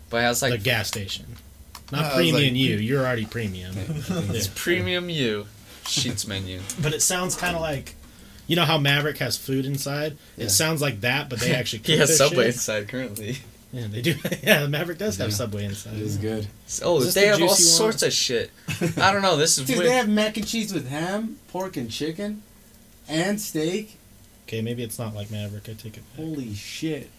Speaker 2: but it has
Speaker 1: Oh. the
Speaker 2: like
Speaker 1: gas station.
Speaker 4: Yeah, I
Speaker 1: Not
Speaker 3: Uh,
Speaker 4: was
Speaker 1: premium
Speaker 4: like-
Speaker 1: you. You're already premium.
Speaker 2: it's
Speaker 1: Yeah.
Speaker 2: premium you. Sheets menu.
Speaker 1: But it sounds kind of like, you know how Maverick has food inside.
Speaker 2: Yeah.
Speaker 1: It sounds like that, but they actually cook
Speaker 2: He has
Speaker 1: their
Speaker 2: Subway
Speaker 1: Shit.
Speaker 2: inside currently.
Speaker 1: Yeah, they do. yeah, Maverick does have
Speaker 3: Yeah.
Speaker 1: Subway inside.
Speaker 3: It is good.
Speaker 2: Oh,
Speaker 1: Is this
Speaker 2: they
Speaker 1: the
Speaker 2: have all
Speaker 1: juicy one?
Speaker 2: sorts of shit. I don't know. This is
Speaker 3: Dude,
Speaker 2: weird.
Speaker 3: they have mac and cheese with ham, pork, and chicken, and steak.
Speaker 1: Okay, maybe it's not like Maverick. I take it. Back.
Speaker 3: Holy shit!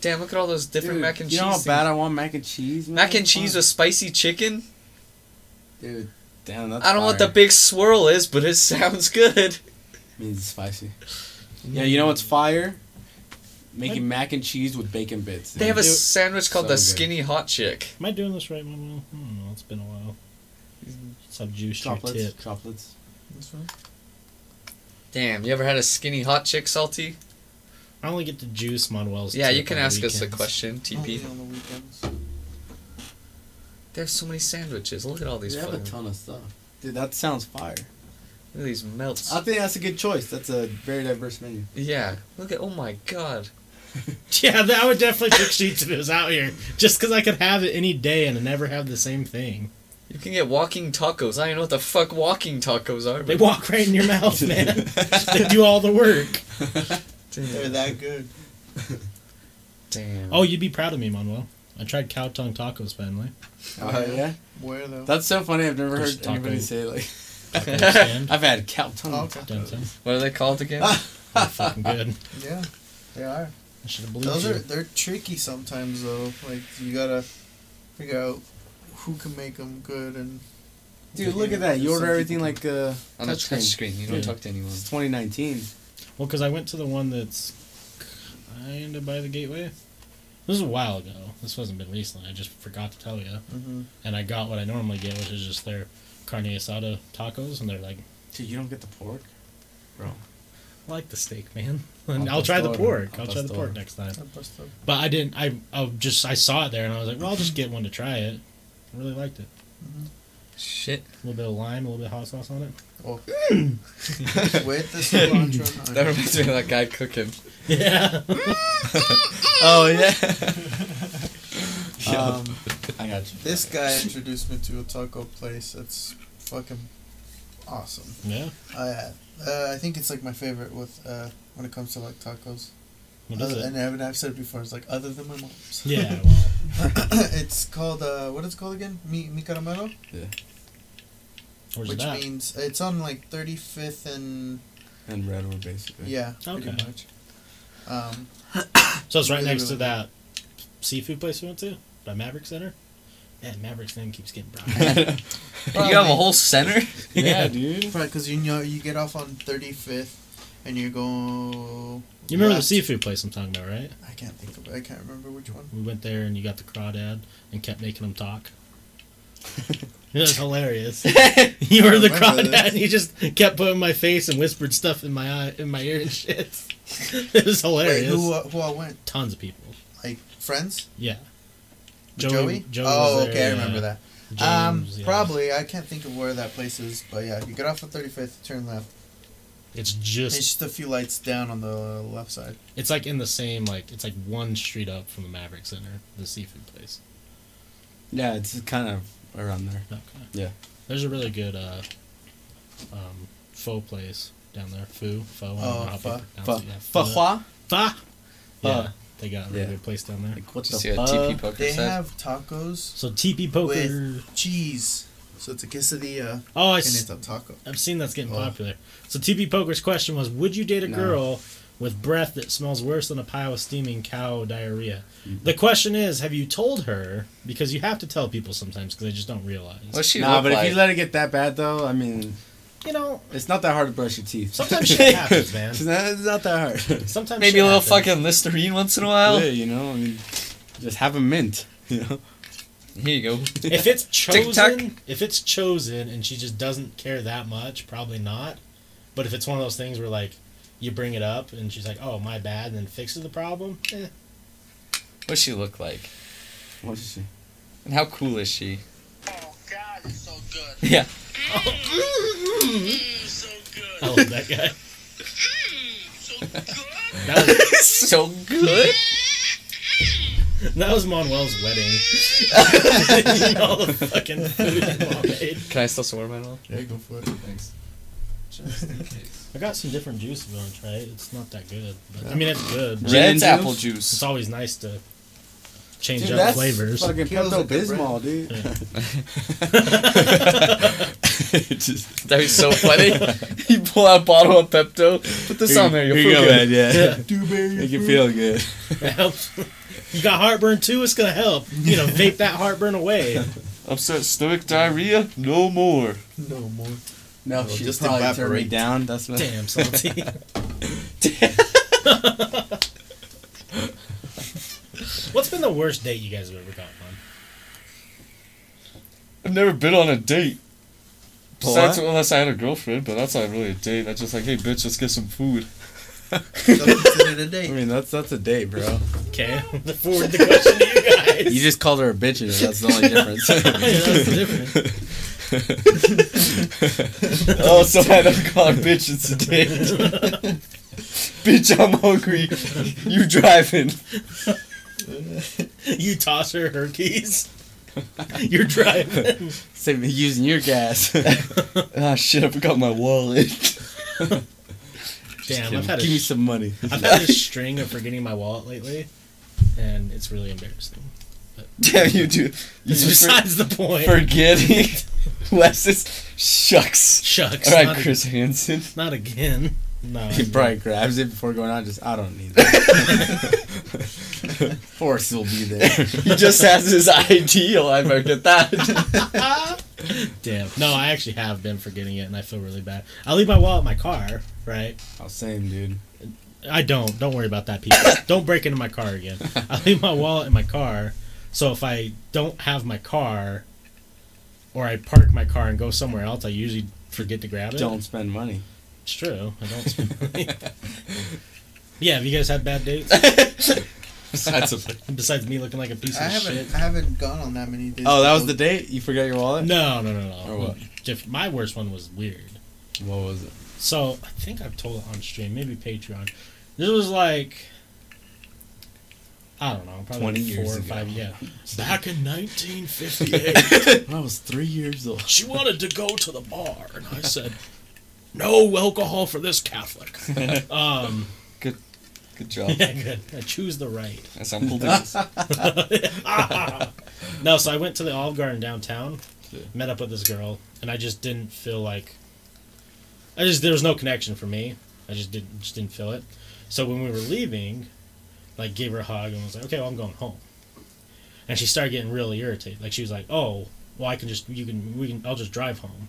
Speaker 2: Damn, look at all those different
Speaker 3: Dude,
Speaker 2: mac and
Speaker 3: you
Speaker 2: cheese.
Speaker 3: know how
Speaker 2: things.
Speaker 3: bad I want mac and cheese. Man?
Speaker 2: mac and cheese
Speaker 3: Fuck.
Speaker 2: with spicy chicken.
Speaker 3: Dude, damn. That's
Speaker 2: I don't know what the
Speaker 3: fire.
Speaker 2: big swirl is, but it sounds good.
Speaker 3: Means it's spicy. Yeah, you know what's fire? Making
Speaker 1: What?
Speaker 3: mac and cheese with bacon bits.
Speaker 2: They have a
Speaker 1: Dude,
Speaker 2: sandwich called
Speaker 3: so
Speaker 2: the
Speaker 3: good.
Speaker 2: Skinny Hot Chick.
Speaker 1: Am I doing this right, Momo? I don't know. It's been a while. Let's have juice to your
Speaker 3: chocolates.
Speaker 1: tip.
Speaker 3: Chocolates.
Speaker 4: That's fine.
Speaker 2: Damn, you ever had a Skinny Hot Chick salty?
Speaker 1: I only get to juice Manuel's.
Speaker 2: Yeah,
Speaker 1: tip
Speaker 2: you can
Speaker 1: on the
Speaker 2: ask us a
Speaker 1: weekends.
Speaker 2: question,
Speaker 3: Oh,
Speaker 4: Only
Speaker 2: TP.
Speaker 4: on the weekends.
Speaker 2: There's so many sandwiches. Look at all these.
Speaker 3: they have a
Speaker 2: fucking-
Speaker 3: ton of stuff. Dude, that sounds fire.
Speaker 2: Look at these melts.
Speaker 3: I think that's a good choice. That's a very diverse menu.
Speaker 2: yeah. Look at. Oh my god.
Speaker 1: Yeah, that I would definitely pick sheets if it was out here, just because I could have it any day and never have the same thing.
Speaker 2: You can get walking tacos. I don't even know what the fuck walking tacos are.
Speaker 1: They
Speaker 2: But
Speaker 1: walk right in your mouth, man. they do all the work.
Speaker 4: They're
Speaker 2: damn.
Speaker 4: that good.
Speaker 2: damn.
Speaker 1: Oh, you'd be proud of me, Manuel. I tried cow tongue tacos finally.
Speaker 3: Oh yeah.
Speaker 4: Where though?
Speaker 3: That's so funny. I've never
Speaker 1: There's
Speaker 3: heard anybody
Speaker 1: taco.
Speaker 3: say like.
Speaker 1: Taco stand.
Speaker 3: I've had cow tongue.
Speaker 4: Oh, okay.
Speaker 1: Done some.
Speaker 2: What are they called again?
Speaker 3: Ah,
Speaker 1: They're fucking good.
Speaker 4: yeah, they are.
Speaker 1: I should have believed
Speaker 4: Those
Speaker 1: you.
Speaker 4: are they're tricky sometimes though. Like you gotta figure out who can make them good and
Speaker 3: Dude, look at that. You
Speaker 4: Some
Speaker 3: order
Speaker 4: people
Speaker 3: everything
Speaker 4: do.
Speaker 3: like uh,
Speaker 2: On a
Speaker 3: touchscreen.
Speaker 2: touch screen. You don't
Speaker 1: Yeah.
Speaker 2: talk to anyone.
Speaker 3: It's 2019.
Speaker 1: Well, because I went to the one that's kind of by the gateway. This is a while ago. This wasn't been recently. I just forgot to tell you.
Speaker 4: Mm-hmm.
Speaker 1: And I got what I normally get, which is just their carne asada tacos, and they're like,
Speaker 3: Dude, you don't get the pork.
Speaker 1: I like the steak, man. And
Speaker 3: Al
Speaker 1: I'll try the
Speaker 3: pastor.
Speaker 1: pork.
Speaker 3: Al
Speaker 1: I'll try the
Speaker 3: pastor.
Speaker 1: pork next time. But I didn't. I, I just I saw it there, and I was like, well, I'll just get one to try it. I really liked it.
Speaker 2: Shit.
Speaker 1: A little bit of lime, a little bit of hot sauce on it.
Speaker 4: With the cilantro. and
Speaker 2: That
Speaker 4: onion.
Speaker 2: reminds me of that guy cooking.
Speaker 1: Yeah.
Speaker 2: Oh yeah.
Speaker 3: Um, I got you.
Speaker 4: This guy introduced me to a taco place that's fucking awesome.
Speaker 1: yeah.
Speaker 4: I uh, uh, I think it's like my favorite with uh, when it comes to like tacos.
Speaker 1: What
Speaker 4: Other-
Speaker 1: is it?
Speaker 4: and I've, and I've said it before, it's like other than my mom's.
Speaker 1: Yeah. Well,
Speaker 4: it's called uh, what is it called again? Mi, mi caramelo,
Speaker 1: where's
Speaker 4: which
Speaker 1: that?
Speaker 4: means it's on like 35th and
Speaker 3: And red were basically.
Speaker 4: yeah,
Speaker 1: Okay.
Speaker 4: pretty much. Um,
Speaker 1: So it's right
Speaker 4: Really,
Speaker 1: next to
Speaker 4: really
Speaker 1: that seafood place we went to by Maverick Center. Man, Maverick's name keeps getting brought. up.
Speaker 3: yeah,
Speaker 2: you have a whole center.
Speaker 3: dude.
Speaker 4: probably because you know you get off on 35th and you go.
Speaker 1: You remember the
Speaker 4: left.
Speaker 1: seafood place I'm talking about, right?
Speaker 4: I can't think of. it. I can't remember which one.
Speaker 1: We went there and you got the crawdad and kept making them talk. It was hilarious. you were the
Speaker 4: remember
Speaker 1: crawdad
Speaker 4: this.
Speaker 1: and you just kept putting my face and whispered stuff in my eye, in my ear and shit. It was
Speaker 4: Wait,
Speaker 1: hilarious.
Speaker 4: who uh, who all went?
Speaker 1: Tons of people.
Speaker 4: Like friends?
Speaker 1: Yeah.
Speaker 4: Joey?
Speaker 1: Joey
Speaker 4: oh,
Speaker 1: was there,
Speaker 4: okay, I
Speaker 1: yeah.
Speaker 4: remember that.
Speaker 1: James,
Speaker 4: um,
Speaker 1: yeah.
Speaker 4: probably. I can't think of where that place is, but yeah, you get off the 35th, turn left.
Speaker 1: It's
Speaker 4: It's
Speaker 1: just
Speaker 4: just a few lights down on the left side.
Speaker 1: it's like in the same like it's like one street up from the Maverick Center, the seafood place.
Speaker 3: Yeah, it's kind of around there.
Speaker 1: Okay.
Speaker 3: Yeah.
Speaker 1: There's a really good uh, um, pho place down there. Foo, pho. I don't
Speaker 4: Oh,
Speaker 1: know how
Speaker 4: pho.
Speaker 1: people
Speaker 3: Fa-
Speaker 1: pronounce it. Yeah,
Speaker 3: Fahua?
Speaker 1: Fa. Yeah,
Speaker 3: Pho.
Speaker 1: they got a really
Speaker 3: Yeah.
Speaker 1: good place down there.
Speaker 3: Like, what
Speaker 2: Did
Speaker 3: the
Speaker 2: you see what
Speaker 3: fuck?
Speaker 2: TP Poker
Speaker 4: They
Speaker 2: said?
Speaker 4: have tacos,
Speaker 1: So TP Poker.
Speaker 4: With- cheese. So it's a quesadilla and
Speaker 1: oh, I
Speaker 4: it's
Speaker 1: s-
Speaker 4: a taco.
Speaker 1: I've seen that's getting
Speaker 4: Oh.
Speaker 1: popular. So TP Poker's question was, would you date a
Speaker 3: No.
Speaker 1: girl with breath that smells worse than a pile of steaming cow diarrhea? The question is, have you told her? Because you have to tell people sometimes because they just don't realize.
Speaker 2: What's she
Speaker 3: Nah,
Speaker 2: look
Speaker 3: but
Speaker 2: like?
Speaker 3: if you let it get that bad though, I mean,
Speaker 1: you know,
Speaker 3: it's not that hard to brush your teeth.
Speaker 1: sometimes shit happens, man.
Speaker 3: it's, not, it's not that hard.
Speaker 1: Sometimes
Speaker 2: Maybe
Speaker 1: shit
Speaker 2: a little
Speaker 1: happens.
Speaker 2: fucking Listerine once in a while.
Speaker 3: yeah, you know, I mean, just have a mint. You know,
Speaker 2: Here you go.
Speaker 1: if it's
Speaker 2: Tic-tac.
Speaker 1: chosen, if it's chosen, and she just doesn't care that much, probably not. But if it's one of those things where like you bring it up and she's like, "Oh, my bad," and then fixes the problem, eh.
Speaker 2: What's she look like?
Speaker 3: what is she?
Speaker 2: And how cool is she?
Speaker 5: Oh, God, it's so good.
Speaker 2: Yeah.
Speaker 5: Mmm, so
Speaker 1: I
Speaker 5: good.
Speaker 1: love that guy.
Speaker 5: Mmm, so good.
Speaker 1: That was,
Speaker 2: so good.
Speaker 1: that was Manuel's wedding. you know, all the fucking food Manuel made.
Speaker 2: Can I still swear, Manuel?
Speaker 4: Yeah, go for it. Thanks.
Speaker 2: Just in case.
Speaker 1: I got some different juice if you want to try it. It's not that good. But, I mean, it's good. but
Speaker 3: Gin
Speaker 2: Red's
Speaker 3: and
Speaker 2: apple
Speaker 1: It's
Speaker 2: juice.
Speaker 1: always nice to change
Speaker 3: Dude,
Speaker 1: up
Speaker 3: that's
Speaker 1: flavors.
Speaker 3: fucking
Speaker 4: Kills
Speaker 3: Pepto
Speaker 4: it, the
Speaker 3: Bismol, dude. Just-
Speaker 2: That'd be so funny. you pull out a bottle of Pepto, put this on there, you'll
Speaker 3: Here you
Speaker 2: feel
Speaker 3: go,
Speaker 2: good.
Speaker 3: man, Yeah,
Speaker 4: Dewberry
Speaker 3: make
Speaker 4: fruit.
Speaker 3: you feel good.
Speaker 1: It helps. You got heartburn too. It's gonna help. You know, vape that heartburn away.
Speaker 2: Upset stomach diarrhea, no more.
Speaker 4: No more.
Speaker 3: No,
Speaker 4: It'll
Speaker 3: she just
Speaker 4: just
Speaker 3: probably turned me
Speaker 4: evaporate.
Speaker 3: down. That's what.
Speaker 1: Damn, salty. What's been the worst date you guys have ever gone on?
Speaker 2: I've never been on a date.
Speaker 3: What?
Speaker 2: Besides, unless I had a girlfriend, but that's not really a date. That's just like, hey, bitch, let's get some food.
Speaker 4: Something in a
Speaker 3: I
Speaker 4: day.
Speaker 3: mean, that's that's a date, bro.
Speaker 1: Okay, forward the question to you guys.
Speaker 3: You just called her a bitch, and that's the only difference.
Speaker 1: yeah, that's the difference.
Speaker 2: oh, so I don't call her bitch, it's a date. bitch, I'm hungry. You driving.
Speaker 1: You toss her her keys. You're driving.
Speaker 3: Save me using your gas.
Speaker 2: Ah, shit, I forgot my wallet.
Speaker 1: Damn, I've had, a,
Speaker 3: Give me some money.
Speaker 1: have had a string of forgetting my wallet lately, and it's really embarrassing.
Speaker 2: Damn, you do. You
Speaker 1: It's
Speaker 2: for,
Speaker 1: besides the point.
Speaker 2: forgetting. Lexus. Shucks.
Speaker 1: Shucks.
Speaker 2: Alright,
Speaker 1: not,
Speaker 2: Chris Hansen.
Speaker 1: not again. No.
Speaker 3: He probably grabs it before going on. Just I don't need that. Force will be there.
Speaker 2: He just has his ID. I'll ever get that.
Speaker 1: Damn. No, I actually have been forgetting it, and I feel really bad. I leave my wallet in my car, right?
Speaker 3: Oh, same dude.
Speaker 1: I don't. Don't worry about that, people. don't break into my car again. I leave my wallet in my car, so if I don't have my car, or I park my car and go somewhere else, I usually forget to grab it.
Speaker 3: Don't spend money.
Speaker 1: It's true. I don't spend money. yeah, have you guys had bad dates?
Speaker 2: That's
Speaker 3: Oh,
Speaker 2: a
Speaker 1: Besides me looking like a piece
Speaker 4: I
Speaker 1: of shit.
Speaker 4: haven't, I haven't gone on that many days.
Speaker 3: Oh, that was the date you forgot your wallet.
Speaker 1: No, no, no, no.
Speaker 3: Or what?
Speaker 1: Jeff- My worst one was weird.
Speaker 3: What was it?
Speaker 1: So I think I've told it on stream, maybe Patreon. This was like I don't know, probably
Speaker 3: 20
Speaker 1: like four
Speaker 3: years
Speaker 1: or
Speaker 3: ago.
Speaker 1: five. Yeah, back in 1958,
Speaker 3: When I was three years old.
Speaker 1: she wanted to go to the bar, and I said, "No alcohol for this Catholic." Um,
Speaker 2: good job.
Speaker 1: yeah, good. I choose the right.
Speaker 2: That's Uncle Dennis.
Speaker 1: No, so I went to the Olive Garden downtown,
Speaker 3: Yeah.
Speaker 1: met up with this girl, and I just didn't feel like I just there was no connection for me. I just didn't just didn't feel it. So when we were leaving, like gave her a hug and was like, "Okay, well, I'm going home." And she started getting really irritated. Like she was like, "Oh, well, I can just you can we can I'll just drive home."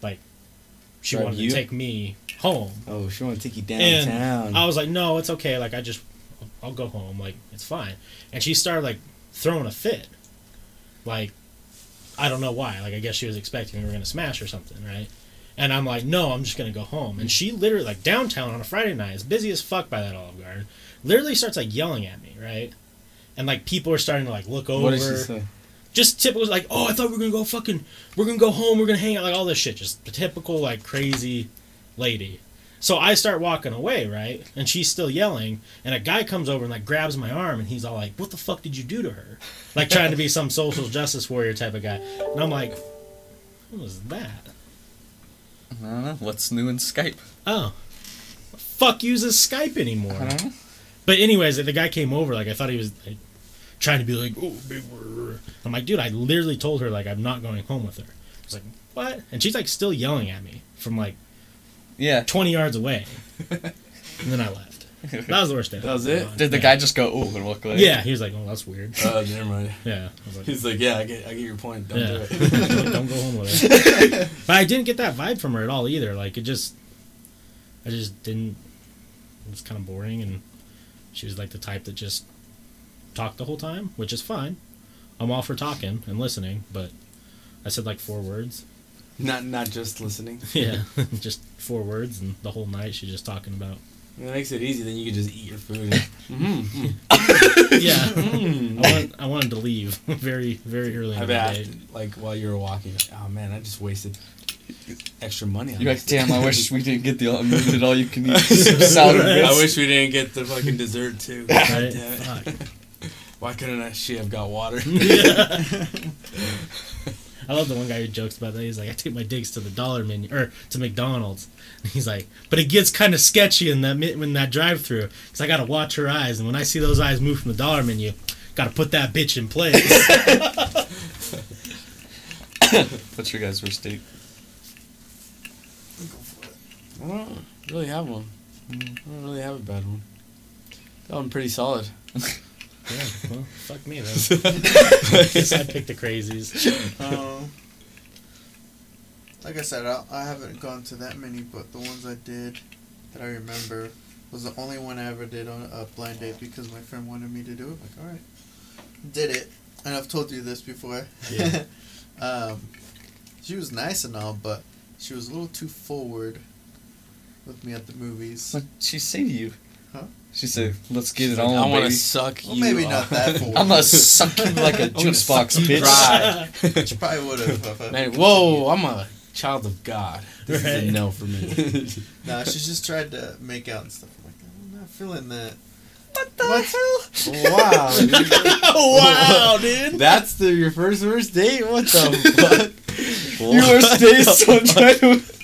Speaker 1: Like she
Speaker 3: Drive
Speaker 1: wanted
Speaker 3: you?
Speaker 1: to take me home.
Speaker 3: Oh, she want to take you
Speaker 1: And
Speaker 3: downtown.
Speaker 1: I was like, no, it's okay. Like, I just, I'll go home. Like, it's fine. And she started, like, throwing a fit. Like, I don't know why. Like, I guess she was expecting we were going to smash or something, right? And I'm like, no, I'm just going to go home. And she literally, like, downtown on a Friday night, is busy as fuck by that Olive Garden, literally starts, like, yelling at me, right? And, like, people are starting to, like, look over
Speaker 3: what did she say?
Speaker 1: just typical like oh i thought we were gonna go fucking we're gonna go home we're gonna hang out like all this shit just the typical like crazy lady so i start walking away right and she's still yelling and a guy comes over and like grabs my arm and he's all like what the fuck did you do to her like trying to be some social justice warrior type of guy and i'm like what was that
Speaker 2: I don't know. What's new in Skype?
Speaker 1: oh fuck uses skype anymore
Speaker 2: I don't know.
Speaker 1: But anyways, the guy came over. Like I thought he was like, trying to be like, oh, big word." I'm like, dude, I literally told her like I'm not going home with her. I was like, what? And she's like still yelling at me from like
Speaker 2: Yeah.
Speaker 1: 20 yards away. and then I left. That was the worst day.
Speaker 3: That was it?
Speaker 2: Did the guy just go, oh, and walk away?
Speaker 1: Yeah, he was like, oh, that's weird.
Speaker 3: Oh, never mind.
Speaker 1: Yeah, I was like,
Speaker 3: He's like, yeah, I get, I get your point. Don't
Speaker 1: yeah,
Speaker 3: do it.
Speaker 1: don't go home with her. but I didn't get that vibe from her at all either. Like it just, I just didn't. It was kind of boring, and she was like the type that just talked the whole time, which is fine. I'm all for talking and listening, but I said like four words.
Speaker 3: Not, not just listening.
Speaker 1: Yeah, just four words, and the whole night she's just talking about.
Speaker 3: It makes it easy. Then you can just eat your food. mm-hmm.
Speaker 1: Yeah, I, want, I wanted to leave very, very early in
Speaker 3: I
Speaker 1: the
Speaker 3: bet
Speaker 1: day.
Speaker 3: after, like while you were walking, you're like, oh man, I just wasted extra money. On
Speaker 2: You're like,
Speaker 3: this."
Speaker 2: damn, I wish we didn't get the unlimited all you can eat salad
Speaker 3: I
Speaker 2: I
Speaker 3: wish we didn't get the fucking dessert too. God
Speaker 1: Right?
Speaker 3: damn it.
Speaker 1: Fuck.
Speaker 3: Why couldn't I? She have got water.
Speaker 1: I I love the one guy who jokes about that. He's like, I take my digs to the dollar menu or to McDonald's. And he's like, but it gets kind of sketchy in that mi- in that drive-through because I gotta watch her eyes, and when I see those eyes move from the dollar menu, gotta put that bitch in place.
Speaker 2: What's your guys' worst date?
Speaker 3: I don't really have one. I don't really have a bad one. That one pretty solid.
Speaker 1: yeah, well, fuck me then. Guess I picked the crazies.
Speaker 4: Um, like I said, I, I haven't gone to that many, but the ones I did that I remember was the only one I ever did on a blind date because my friend wanted me to do it. Like, all right, did it, and I've told you this before.
Speaker 1: Yeah.
Speaker 4: um, she was nice and all, but she was a little too forward with me at the movies.
Speaker 2: What she say to you?
Speaker 4: Huh?
Speaker 2: She said, "Let's get it
Speaker 3: Like,
Speaker 2: on,
Speaker 3: I want to
Speaker 2: baby."
Speaker 3: suck
Speaker 4: Well,
Speaker 3: you.
Speaker 4: maybe not that forward.
Speaker 2: I'm gonna suck you like a
Speaker 3: I'm gonna
Speaker 2: juice box,
Speaker 3: suck you
Speaker 2: bitch.
Speaker 3: dry.
Speaker 4: She probably would have.
Speaker 3: Man, whoa! I'm a child of God. This is
Speaker 1: Right.
Speaker 3: a no for me.
Speaker 4: Nah, she just tried to make out and stuff. I'm like, I'm not feeling that.
Speaker 2: What the
Speaker 4: What?
Speaker 2: hell?
Speaker 3: wow, dude.
Speaker 1: wow, dude.
Speaker 3: that's the your first worst date. What the fuck?
Speaker 2: Your worst date, so I'm trying to.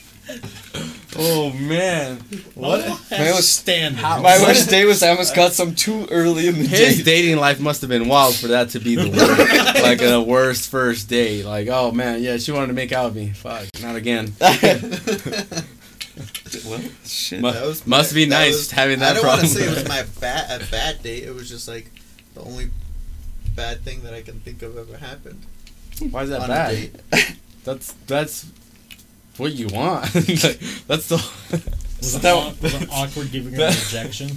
Speaker 3: Oh man, what?
Speaker 1: Oh,
Speaker 2: My
Speaker 1: that's
Speaker 2: worst-
Speaker 1: standard.
Speaker 3: How-
Speaker 2: My
Speaker 3: What?
Speaker 2: worst date was I almost got some too early in the
Speaker 3: His
Speaker 2: day.
Speaker 3: dating life must have been wild for that to be the worst. like a worst first date. Like, oh man, yeah, she wanted to make out with me. Fuck, not again.
Speaker 2: well, shit.
Speaker 3: Mu-
Speaker 4: That was
Speaker 3: must be nice having that
Speaker 4: I don't
Speaker 3: problem.
Speaker 4: want to say it was my bad a bad date. It was just like the only bad thing that I can think of ever happened
Speaker 3: Why is that
Speaker 4: on a
Speaker 3: bad?
Speaker 4: date.
Speaker 3: That's that's what you want. that's the.
Speaker 1: Was it,
Speaker 2: That
Speaker 1: aw- was it awkward giving her an
Speaker 3: That-
Speaker 1: injection?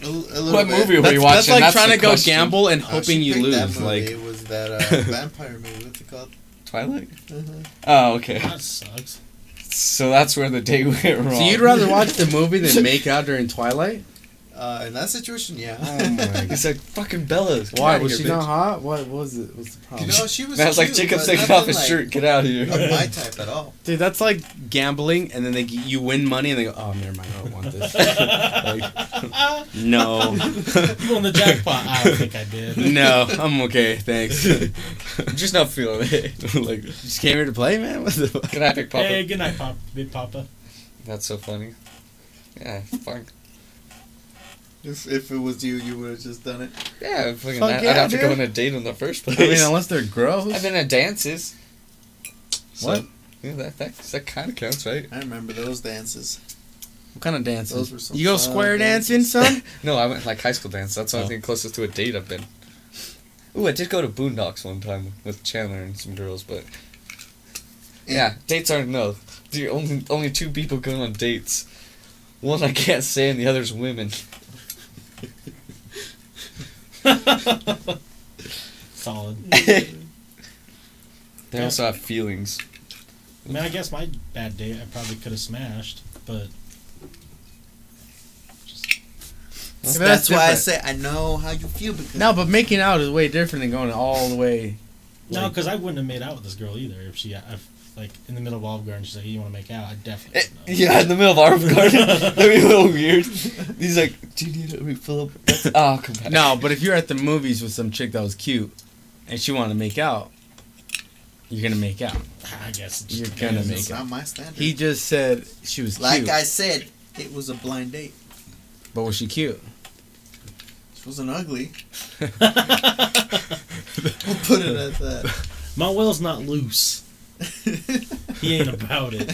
Speaker 4: A, l- a little
Speaker 2: What
Speaker 4: bit.
Speaker 2: movie were you watching?
Speaker 3: That's like trying
Speaker 2: the
Speaker 3: to go
Speaker 2: question.
Speaker 3: gamble and
Speaker 4: Oh,
Speaker 3: hoping
Speaker 4: she
Speaker 3: you
Speaker 4: picked
Speaker 3: lose.
Speaker 4: That
Speaker 3: Like,
Speaker 4: movie was that uh, vampire movie? What's it called?
Speaker 2: Twilight.
Speaker 4: Mhm.
Speaker 2: Oh, okay.
Speaker 1: That sucks.
Speaker 2: So that's where the date went wrong.
Speaker 3: so you'd rather watch the movie than make out during Twilight?
Speaker 4: Uh, in that situation, yeah.
Speaker 3: Oh my god.
Speaker 2: It's like fucking Bella's. Get
Speaker 3: Why
Speaker 2: outta here,
Speaker 3: was she
Speaker 2: bitch.
Speaker 3: not hot? What was it? What's the problem?
Speaker 4: no, she was.
Speaker 2: That's like
Speaker 4: cute,
Speaker 2: Jacob's
Speaker 4: but
Speaker 2: taking off
Speaker 4: nothing,
Speaker 2: his
Speaker 4: like,
Speaker 2: shirt. Get out of here.
Speaker 4: Of my type at all.
Speaker 3: Dude, that's like gambling, and then they g- you win money, and they go, "Oh, never mind, I don't want this." Like, no,
Speaker 1: You won the jackpot. I don't think I did.
Speaker 3: no, I'm okay, thanks.
Speaker 2: I'm just not feeling it.
Speaker 3: like, you just came here to play, man. What the fuck?
Speaker 2: Can I pick Papa?
Speaker 1: Hey, good night, Pop. Big Papa.
Speaker 2: That's so funny. Yeah, fuck.
Speaker 4: If, if it was you, you would have just done it.
Speaker 2: Yeah, fucking.
Speaker 3: Fuck
Speaker 2: I'd,
Speaker 3: yeah,
Speaker 2: I'd have to go
Speaker 3: dude.
Speaker 2: on a date in the first place.
Speaker 3: I mean, unless they're gross.
Speaker 2: I've been at dances.
Speaker 3: What?
Speaker 2: Yeah, that that, that kind of counts, right?
Speaker 4: I remember those dances.
Speaker 3: what kind of dances?
Speaker 4: Those were some
Speaker 3: you go
Speaker 4: fun
Speaker 3: square dancing,
Speaker 4: dances.
Speaker 3: son?
Speaker 2: No, I went like high school dance. That's the
Speaker 3: Oh.
Speaker 2: only thing closest to a date I've been. Ooh, I did go to Boondocks one time with Chandler and some girls, but yeah, dates aren't no. The only only two people going on dates. One I can't say, and the other's women.
Speaker 1: Solid.
Speaker 2: They also have feelings.
Speaker 1: I mean, I guess my bad date, I probably could have smashed, but
Speaker 3: That's
Speaker 4: That's why I
Speaker 3: different.
Speaker 4: say I know how you feel because
Speaker 3: No, but making out is way different than going all the way.
Speaker 1: no, because I wouldn't have made out with this girl either if she, if, like, in the middle of Olive Garden, she's like, "You want to make out?" I definitely.
Speaker 2: Eh,
Speaker 1: wouldn't have.
Speaker 2: yeah, in the middle of Olive Garden, that'd be a little weird. He's like, "Do you need a refill?" Oh, come back.
Speaker 3: No, but if you're at the movies with some chick that was cute, and she wanted to make out, you're gonna make out.
Speaker 1: I guess it just
Speaker 3: You're gonna
Speaker 1: depends.
Speaker 3: make
Speaker 4: it's
Speaker 3: it.
Speaker 4: not my standard.
Speaker 3: He just said she was
Speaker 4: like
Speaker 3: cute,
Speaker 4: I said, it was a blind date.
Speaker 3: but was she cute?
Speaker 4: She wasn't ugly. we'll put it at that.
Speaker 1: My will's not loose. He ain't about it.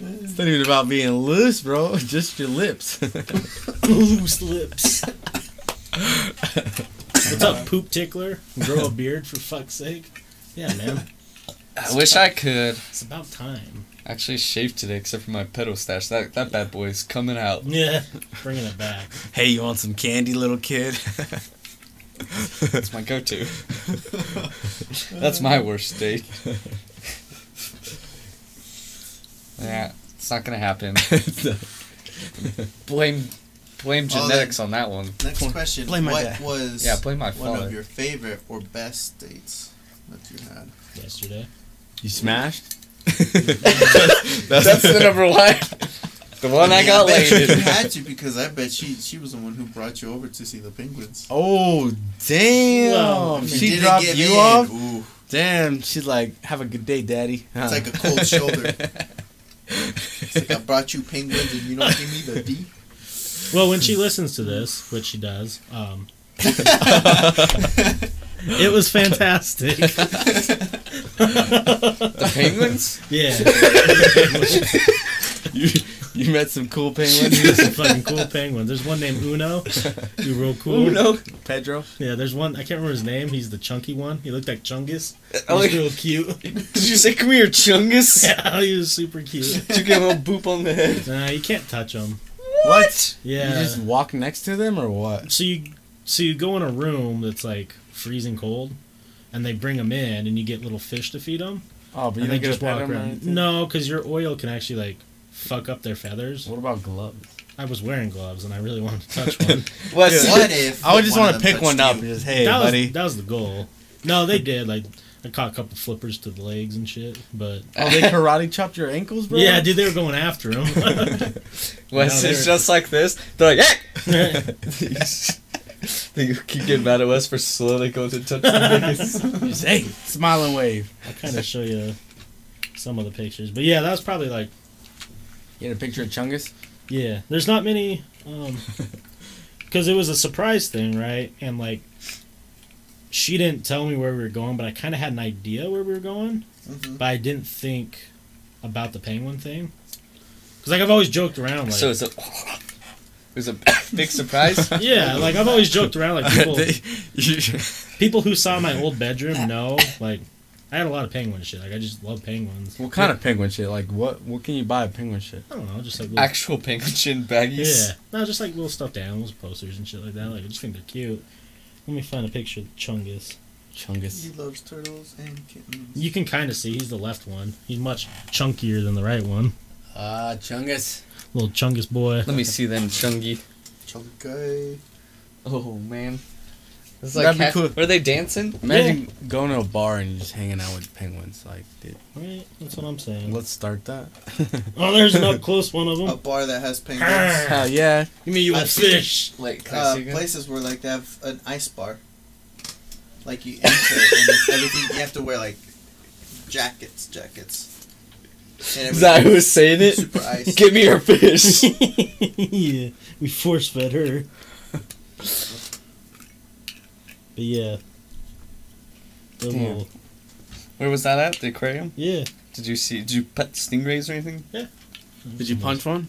Speaker 3: It's not even about being loose, bro. Just your lips.
Speaker 1: loose lips. What's up, poop tickler? Grow a beard for fuck's sake. Yeah, man.
Speaker 2: I wish I could
Speaker 1: It's about time.
Speaker 2: actually shave today, except for my pedo stash. That that bad boy's coming out.
Speaker 1: Yeah, bringing it back.
Speaker 3: hey, you want some candy, little kid?
Speaker 2: That's my go-to. That's my worst date. yeah, it's not gonna happen. Blame, blame
Speaker 4: Oh,
Speaker 2: genetics on that one.
Speaker 4: Next question.
Speaker 3: Blame my
Speaker 4: what
Speaker 3: dad.
Speaker 4: was
Speaker 2: Yeah, blame my
Speaker 4: one
Speaker 2: father.
Speaker 4: of your favorite or best dates that you had?
Speaker 1: Yesterday.
Speaker 3: You smashed?
Speaker 2: That's the number one. The one I got
Speaker 4: bet You
Speaker 2: laid.
Speaker 4: had to because I bet she she was the one who brought you over to see the penguins.
Speaker 3: Oh damn!
Speaker 1: Well, I mean,
Speaker 3: she
Speaker 4: didn't
Speaker 3: dropped
Speaker 4: give
Speaker 3: you
Speaker 4: in.
Speaker 3: off.
Speaker 4: Ooh.
Speaker 3: Damn, she's like, have a good day, daddy. Huh.
Speaker 4: It's like a cold shoulder. It's like I brought you penguins and you don't give me the D.
Speaker 1: Well, when she listens to this, which she does, um, it was fantastic.
Speaker 2: The penguins?
Speaker 1: Yeah,
Speaker 3: you, you met some cool penguins.
Speaker 1: there's some fucking cool penguins. There's one named Uno, who real cool.
Speaker 3: Uno, Pedro.
Speaker 1: Yeah, there's one. I can't remember his name. He's the chunky one. He looked like Chungus. He
Speaker 2: I
Speaker 1: was
Speaker 2: like-
Speaker 1: real cute.
Speaker 2: Oh, Did you say, come here, Chungus?
Speaker 1: Yeah, he was super cute.
Speaker 2: Did you give him a boop on the head?
Speaker 1: Nah, you can't touch him.
Speaker 3: What? You
Speaker 1: Yeah.
Speaker 3: just walk next to them or what?
Speaker 1: so you so you go in a room that's like freezing cold, and they bring them in, and you get little fish to feed them,
Speaker 3: Oh, but you
Speaker 1: and
Speaker 3: don't
Speaker 1: they
Speaker 3: get
Speaker 1: just
Speaker 3: to pet
Speaker 1: walk
Speaker 3: 'em or
Speaker 1: around.
Speaker 3: anything?
Speaker 1: No, because your oil can actually like fuck up their feathers.
Speaker 3: What about gloves?
Speaker 1: I was wearing gloves, and I really wanted to touch one.
Speaker 3: What?
Speaker 4: What if?
Speaker 3: I would just
Speaker 4: one
Speaker 3: want
Speaker 4: of
Speaker 3: to
Speaker 4: them
Speaker 3: pick one
Speaker 4: touched
Speaker 3: up and
Speaker 4: you?
Speaker 3: just, hey,
Speaker 1: that
Speaker 3: buddy.
Speaker 1: was that was the goal. No, they did. Like I caught a couple flippers to the legs and shit, but
Speaker 3: Oh, they karate chopped your ankles, bro?
Speaker 1: yeah, dude, they were going after him.
Speaker 2: Wes
Speaker 1: No,
Speaker 2: is
Speaker 1: they're-
Speaker 2: just like this. They're like, yeah! they keep getting mad at Wes for slowly going to touch the biggest.
Speaker 3: Just, hey, smile and wave.
Speaker 1: I'll kind of show you some of the pictures, but yeah, that was probably like
Speaker 3: You had a picture of Chungus?
Speaker 1: Yeah, there's not many, um, because it was a surprise thing, right? And like, she didn't tell me where we were going, but I kind of had an idea where we were going,
Speaker 2: Mm-hmm.
Speaker 4: Mhm.
Speaker 1: but I didn't think about the penguin thing. Cause like I've always joked around, like
Speaker 2: So it's a. It was a big surprise.
Speaker 1: yeah, like I've always joked around, like people
Speaker 3: They- you-
Speaker 1: people who saw my old bedroom know, like I had a lot of penguin shit. Like I just love penguins.
Speaker 3: what kind of penguin shit? Like, what What can you buy of penguin shit?
Speaker 1: I don't know, just like little,
Speaker 2: Actual penguin chin baggies.
Speaker 1: yeah, no, just like little stuffed animals, posters and shit like that. Like I just think they're cute. Let me find a picture of Chungus.
Speaker 3: Chungus.
Speaker 4: He loves turtles and kittens.
Speaker 1: You can kind of see he's the left one. He's much chunkier than the right one.
Speaker 3: Ah, Chungus.
Speaker 1: Little chungus boy.
Speaker 2: Let me see them, Chungi.
Speaker 4: Chunky.
Speaker 2: Oh, man. It's
Speaker 3: That'd
Speaker 2: like
Speaker 3: be
Speaker 2: half,
Speaker 3: cool.
Speaker 2: Are they dancing?
Speaker 3: Imagine going to a bar and just hanging out with penguins. Like, dude,
Speaker 1: Right, that's what I'm saying.
Speaker 3: let's start that.
Speaker 1: Oh, there's an up close one of
Speaker 4: A
Speaker 1: them.
Speaker 4: bar that has penguins.
Speaker 3: Hell yeah.
Speaker 1: Give me you
Speaker 4: Oh, I
Speaker 1: a fish.
Speaker 2: Wait, can I
Speaker 4: Uh,
Speaker 2: see again?
Speaker 4: places where like they have an ice bar. Like you enter and it's everything you have to wear like jackets, jackets. And
Speaker 2: Is that who was saying
Speaker 4: Super
Speaker 2: it?
Speaker 4: ice.
Speaker 2: Give me your fish.
Speaker 1: yeah, we force fed her. But yeah. The
Speaker 2: Damn.
Speaker 1: little-
Speaker 2: Where was that at? The aquarium?
Speaker 1: yeah.
Speaker 2: Did you see? Did you pet stingrays or anything?
Speaker 3: Did you punch one?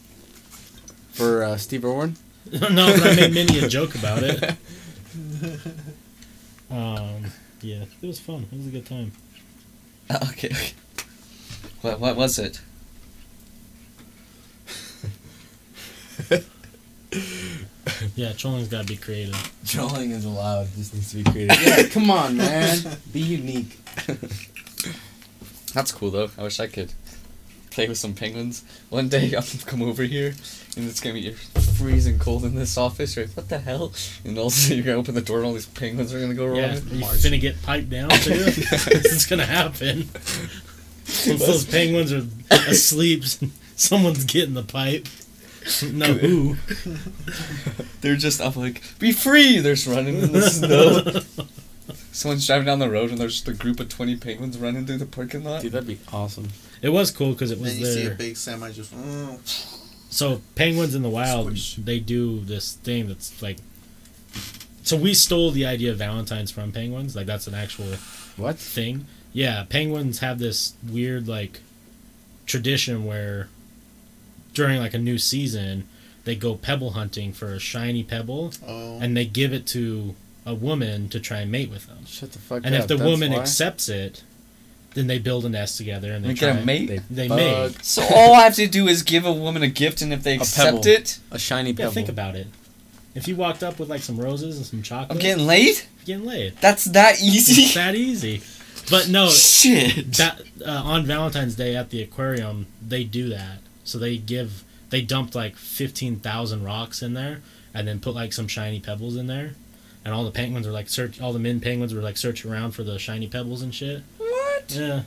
Speaker 3: For uh, Steve Irwin?
Speaker 1: no, but I made Minnie a joke about it. Um, yeah, it was fun. It was a good time.
Speaker 2: Ah, okay. okay. What, what was it?
Speaker 1: Yeah, trolling's got to be creative.
Speaker 3: Drawing is allowed. This needs to be creative. Yeah, come on, man. Be unique.
Speaker 2: That's cool though. I wish I could play with some penguins. One day I'll come over here and it's gonna be freezing cold in this office. You're like, what the hell? And also you're gonna open the door and all these penguins are gonna go
Speaker 1: Yeah,
Speaker 2: around.
Speaker 1: you're gonna get piped down too. it's gonna happen. Once those penguins are asleep, someone's getting the pipe. No, who?
Speaker 2: They're just I'm like, be free! They're just running in the snow. Someone's driving down the road and there's just a group of twenty penguins running through the parking lot.
Speaker 3: Dude, that'd be awesome.
Speaker 1: It was cool because it
Speaker 4: Then
Speaker 1: was
Speaker 4: you see a
Speaker 1: there.
Speaker 4: big semi just. Mm.
Speaker 1: So penguins in the wild,
Speaker 4: Squish.
Speaker 1: they do this thing that's like. So we stole the idea of Valentine's from penguins. Like that's an actual
Speaker 3: What?
Speaker 1: thing. Yeah, penguins have this weird like tradition where during like a new season they go pebble hunting for a shiny pebble
Speaker 4: Oh.
Speaker 1: and they give it to a woman to try and mate with them.
Speaker 3: Shut the fuck
Speaker 1: And
Speaker 3: up.
Speaker 1: if the
Speaker 3: that's
Speaker 1: woman
Speaker 3: why.
Speaker 1: accepts it, then they build a nest together and they
Speaker 2: We
Speaker 1: try
Speaker 2: get a
Speaker 1: and-
Speaker 2: mate.
Speaker 3: They,
Speaker 1: They
Speaker 3: fuck
Speaker 1: made.
Speaker 2: So all I have to do is give a woman a gift, and if they accept
Speaker 3: pebble.
Speaker 2: it,
Speaker 3: a shiny
Speaker 1: Yeah,
Speaker 3: pebble.
Speaker 1: think about it. If you walked up with like some roses and some chocolate,
Speaker 2: I'm getting laid.
Speaker 1: you're getting laid.
Speaker 2: That's that
Speaker 1: It's
Speaker 2: easy.
Speaker 1: that easy. But no,
Speaker 2: Shit.
Speaker 1: that uh, on Valentine's Day at the aquarium, they do that. So they give they dumped like fifteen thousand rocks in there, and then put like some shiny pebbles in there, and all the penguins were like search. All the men penguins were like searching around for the shiny pebbles and shit.
Speaker 2: what?
Speaker 1: Yeah.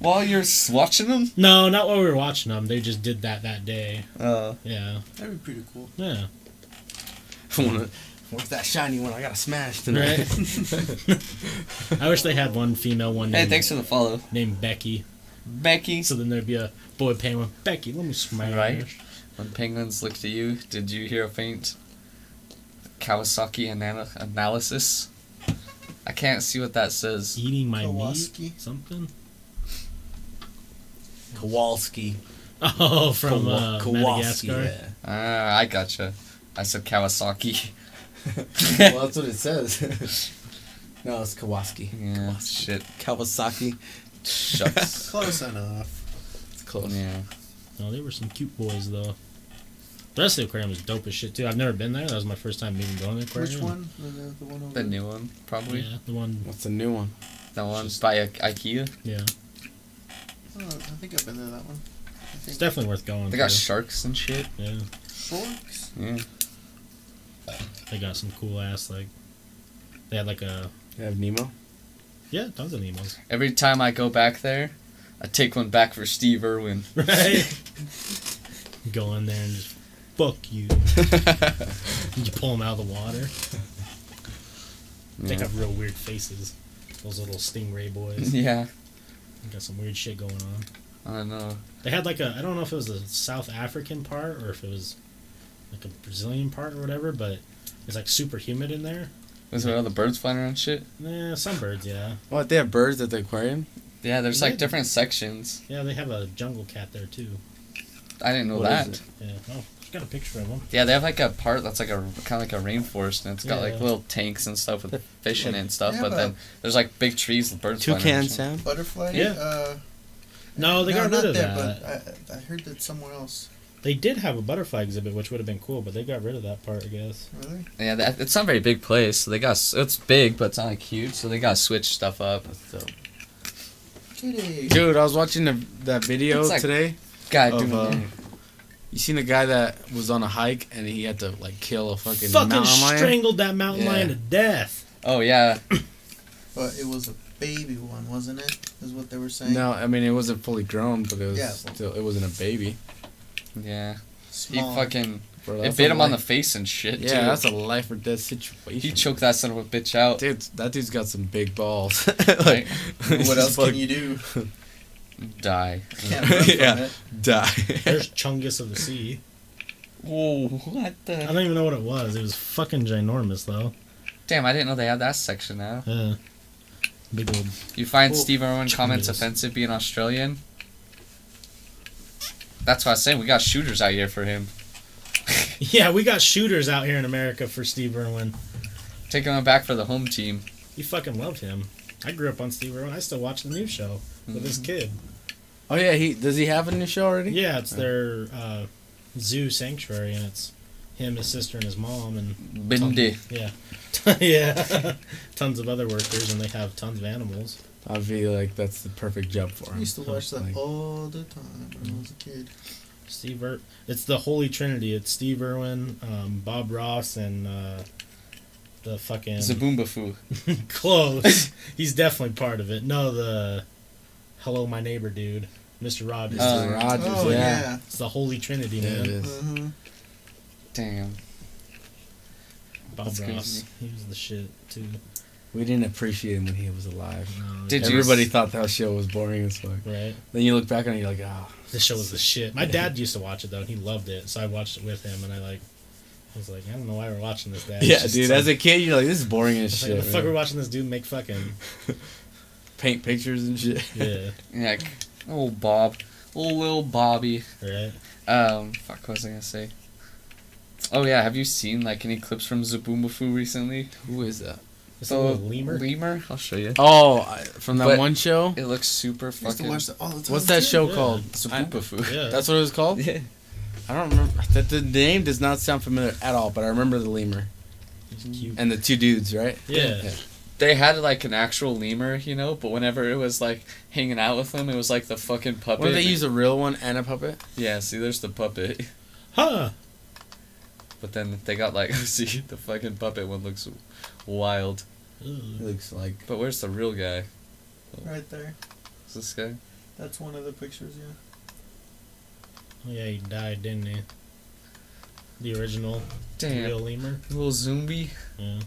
Speaker 2: While you're swatching them.
Speaker 1: No, not while we were watching them. They just did that that day.
Speaker 2: Uh,
Speaker 1: Yeah.
Speaker 4: That'd be pretty cool.
Speaker 1: Yeah.
Speaker 3: Wanna- Where's that shiny one? I gotta smash tonight.
Speaker 1: Right? I wish they had one female one
Speaker 2: Hey,
Speaker 1: named,
Speaker 2: thanks for the follow,
Speaker 1: named Becky.
Speaker 2: Becky.
Speaker 1: So then there'd be a boy penguin. Becky, let me smash.
Speaker 2: Right. When penguins look to you, did you hear a faint Kawasaki ana- analysis? I can't see what that says.
Speaker 1: Eating my
Speaker 4: Kowalski?
Speaker 1: meat. Something.
Speaker 3: Kowalski.
Speaker 1: Oh, from uh,
Speaker 3: Kowa-
Speaker 1: Madagascar.
Speaker 2: Ah, I gotcha. I said Kawasaki.
Speaker 3: yeah. well, that's what it says. no, it's Kowalski.
Speaker 2: yeah, shit.
Speaker 3: Kawasaki.
Speaker 2: Shucks.
Speaker 4: Close enough.
Speaker 3: It's close.
Speaker 2: yeah.
Speaker 1: No, Oh, they were some cute boys though. The rest of the aquarium was dope as shit too. I've never been there. That was my first time even going to the aquarium.
Speaker 4: Which one? The, the- the one over
Speaker 2: The new one, probably.
Speaker 1: Yeah, the one.
Speaker 3: What's the new one?
Speaker 2: The one by I- IKEA.
Speaker 1: Yeah,
Speaker 4: Oh, I think I've been there. That one. I
Speaker 1: it's
Speaker 4: think.
Speaker 1: definitely worth going.
Speaker 2: They got
Speaker 1: to.
Speaker 2: sharks and shit.
Speaker 1: yeah,
Speaker 4: Forks.
Speaker 2: Yeah.
Speaker 1: they got some cool ass like. They had like a
Speaker 3: They have Nemo.
Speaker 1: yeah, tons of Nemo's.
Speaker 2: Every time I go back there, I take one back for Steve Irwin.
Speaker 1: Right. Go in there and just fuck you. And you pull them out of the water. They
Speaker 2: Yeah.
Speaker 1: have real weird faces. Those little stingray boys.
Speaker 2: yeah.
Speaker 1: They got some weird shit going on.
Speaker 2: I don't know.
Speaker 1: They had like a I don't know if it was the South African part or if it was like a Brazilian part or whatever, but it's like super humid in there.
Speaker 2: Was there all the birds flying around and shit?
Speaker 1: Nah, some birds, yeah.
Speaker 3: What? They have birds at the aquarium.
Speaker 2: Yeah, there's like
Speaker 1: Yeah.
Speaker 2: different sections.
Speaker 1: Yeah, they have a jungle cat there too.
Speaker 2: I didn't know
Speaker 3: What is
Speaker 2: that.
Speaker 3: it?
Speaker 1: Yeah. Oh, I've got a picture of them.
Speaker 2: Yeah, they have like a part that's like a kind of like a rainforest, and it's got
Speaker 1: Yeah.
Speaker 2: like little tanks and stuff with fish in it and stuff.
Speaker 4: Yeah,
Speaker 2: but
Speaker 4: but-
Speaker 2: then there's like big trees with birds. flying around
Speaker 3: Toucan
Speaker 2: and shit.
Speaker 3: Sam.
Speaker 4: Butterfly.
Speaker 1: Yeah.
Speaker 4: Uh,
Speaker 1: No, they
Speaker 4: no,
Speaker 1: got
Speaker 4: not
Speaker 1: rid of
Speaker 4: there,
Speaker 1: that.
Speaker 4: But I, I heard that somewhere else.
Speaker 1: They did have a butterfly exhibit, which would have been cool, but they got rid of that part, I guess.
Speaker 4: Really?
Speaker 2: Yeah, that, it's not a very big place. So they got s- it's big, but it's not like huge. So they got to switch stuff up.
Speaker 4: Kitty.
Speaker 3: Dude, I was watching the, that video
Speaker 2: It's like-
Speaker 3: today.
Speaker 2: God,
Speaker 3: Of,
Speaker 2: do
Speaker 3: um, you seen a guy that was on a hike and he had to like kill a fucking,
Speaker 1: Fucking
Speaker 3: mountain lion?
Speaker 1: strangled that mountain
Speaker 3: Yeah.
Speaker 1: lion to death.
Speaker 2: Oh yeah,
Speaker 4: But it was a baby one, wasn't it? Is what they were saying.
Speaker 3: No, I mean it wasn't fully grown, but it was
Speaker 4: Yeah.
Speaker 3: still it wasn't a baby.
Speaker 2: yeah. He
Speaker 4: Small.
Speaker 2: fucking
Speaker 3: Bro,
Speaker 2: it
Speaker 3: that's
Speaker 2: bit
Speaker 3: a
Speaker 2: him on the
Speaker 3: life-
Speaker 2: face and shit.
Speaker 3: Yeah,
Speaker 2: too.
Speaker 3: that's a life or death situation.
Speaker 2: He choked that son of a bitch out.
Speaker 3: Dude, that dude's got some big balls.
Speaker 2: Right?
Speaker 3: like,
Speaker 4: what else can you do?
Speaker 2: Die.
Speaker 4: Can't run from
Speaker 3: Yeah.
Speaker 4: it.
Speaker 3: die?
Speaker 1: There's Chungus of the sea.
Speaker 2: Whoa, what
Speaker 1: I
Speaker 2: the?
Speaker 1: don't even know what it was. It was fucking ginormous though.
Speaker 2: Damn, I didn't know they had that section now.
Speaker 1: Yeah. Big old
Speaker 2: You find
Speaker 1: Well,
Speaker 2: Steve Irwin comments
Speaker 1: Chinese.
Speaker 2: offensive being Australian? That's what I was saying. We got shooters out here for him.
Speaker 1: Yeah, we got shooters out here in America for Steve Irwin.
Speaker 2: Taking him back for the home team.
Speaker 1: You fucking loved him. I grew up on Steve Irwin. I still watch the news show with this kid.
Speaker 3: Mm-hmm. oh yeah, he does he have a new show already? Oh.
Speaker 1: Yeah, it's their uh, zoo sanctuary, and it's him, his sister, and his mom, and
Speaker 2: Bindi.
Speaker 1: yeah, yeah, tons of other workers, and they have tons of animals.
Speaker 3: I feel like that's the perfect job for
Speaker 4: I
Speaker 3: him.
Speaker 4: used to watch that
Speaker 3: Like,
Speaker 4: all the time when I was a kid.
Speaker 1: Steve Ir- it's the holy trinity. It's Steve Irwin, um, Bob Ross, and uh, the fucking
Speaker 2: Zaboombafoo.
Speaker 1: close. He's definitely part of it. No, the hello, my neighbor, dude, Mister Rogers.
Speaker 2: Uh,
Speaker 3: Mr. Rogers,
Speaker 4: oh
Speaker 3: yeah.
Speaker 4: yeah.
Speaker 1: It's the Holy Trinity,
Speaker 3: Yeah,
Speaker 1: man.
Speaker 3: it is.
Speaker 4: hmm
Speaker 2: Damn.
Speaker 1: Bob
Speaker 2: That's
Speaker 1: Ross.
Speaker 2: crazy.
Speaker 1: He was the shit too.
Speaker 3: We didn't appreciate him when he was alive.
Speaker 1: No,
Speaker 2: Did you
Speaker 3: Everybody
Speaker 2: s-
Speaker 3: thought that show was boring as fuck.
Speaker 1: right?
Speaker 3: Then you look back on it, you're like, ah,
Speaker 1: This show was the shit. My dad used to watch it though, and he loved it. So I watched it with him, and I like, I was like, I don't know why we're watching this. Dad. It's
Speaker 3: Yeah,
Speaker 1: just
Speaker 3: dude.
Speaker 1: like-
Speaker 3: As a kid, you're like, this is boring as
Speaker 1: it's like,
Speaker 3: shit.
Speaker 1: the fuck
Speaker 3: man."
Speaker 1: we're watching this dude make fucking
Speaker 3: Paint pictures and shit.
Speaker 1: yeah,
Speaker 2: Yeah. c- Oh, Bob. Oh, little Bobby.
Speaker 1: right?
Speaker 2: Um, fuck, what was I gonna say? Oh, yeah, have you seen, like, any clips from Zaboombafoo recently?
Speaker 3: Who is that?
Speaker 1: It's a little lemur.
Speaker 2: Lemur? I'll show you.
Speaker 3: Oh, I- from that
Speaker 2: But-
Speaker 3: one show.
Speaker 2: It looks super
Speaker 4: I used to
Speaker 2: fucking...
Speaker 4: watch that all the time.
Speaker 3: What's that
Speaker 4: too.
Speaker 3: show
Speaker 1: yeah.
Speaker 3: called? I-
Speaker 2: Zaboombafoo.
Speaker 1: yeah,
Speaker 3: that's what it was called.
Speaker 2: Yeah.
Speaker 3: I don't remember. That the name does not sound familiar at all, but I remember the lemur
Speaker 1: It's cute.
Speaker 3: and the two dudes, right?
Speaker 1: Yeah.
Speaker 3: Mm-hmm. Yeah.
Speaker 2: they had like an actual lemur, you know, but whenever it was like hanging out with them, it was like the fucking puppet.
Speaker 3: What did they use a real one and a puppet?
Speaker 2: Yeah, see, there's the puppet,
Speaker 1: Huh?
Speaker 2: but then they got like, see, the fucking puppet one looks wild,
Speaker 1: Ugh.
Speaker 3: looks like
Speaker 2: but where's the real guy?
Speaker 4: Right there.
Speaker 2: Is this guy?
Speaker 4: That's one of the pictures. Yeah.
Speaker 1: Oh yeah, he died, didn't he? the original real
Speaker 2: Damn.
Speaker 1: lemur.
Speaker 2: Little zombie.
Speaker 1: Yeah.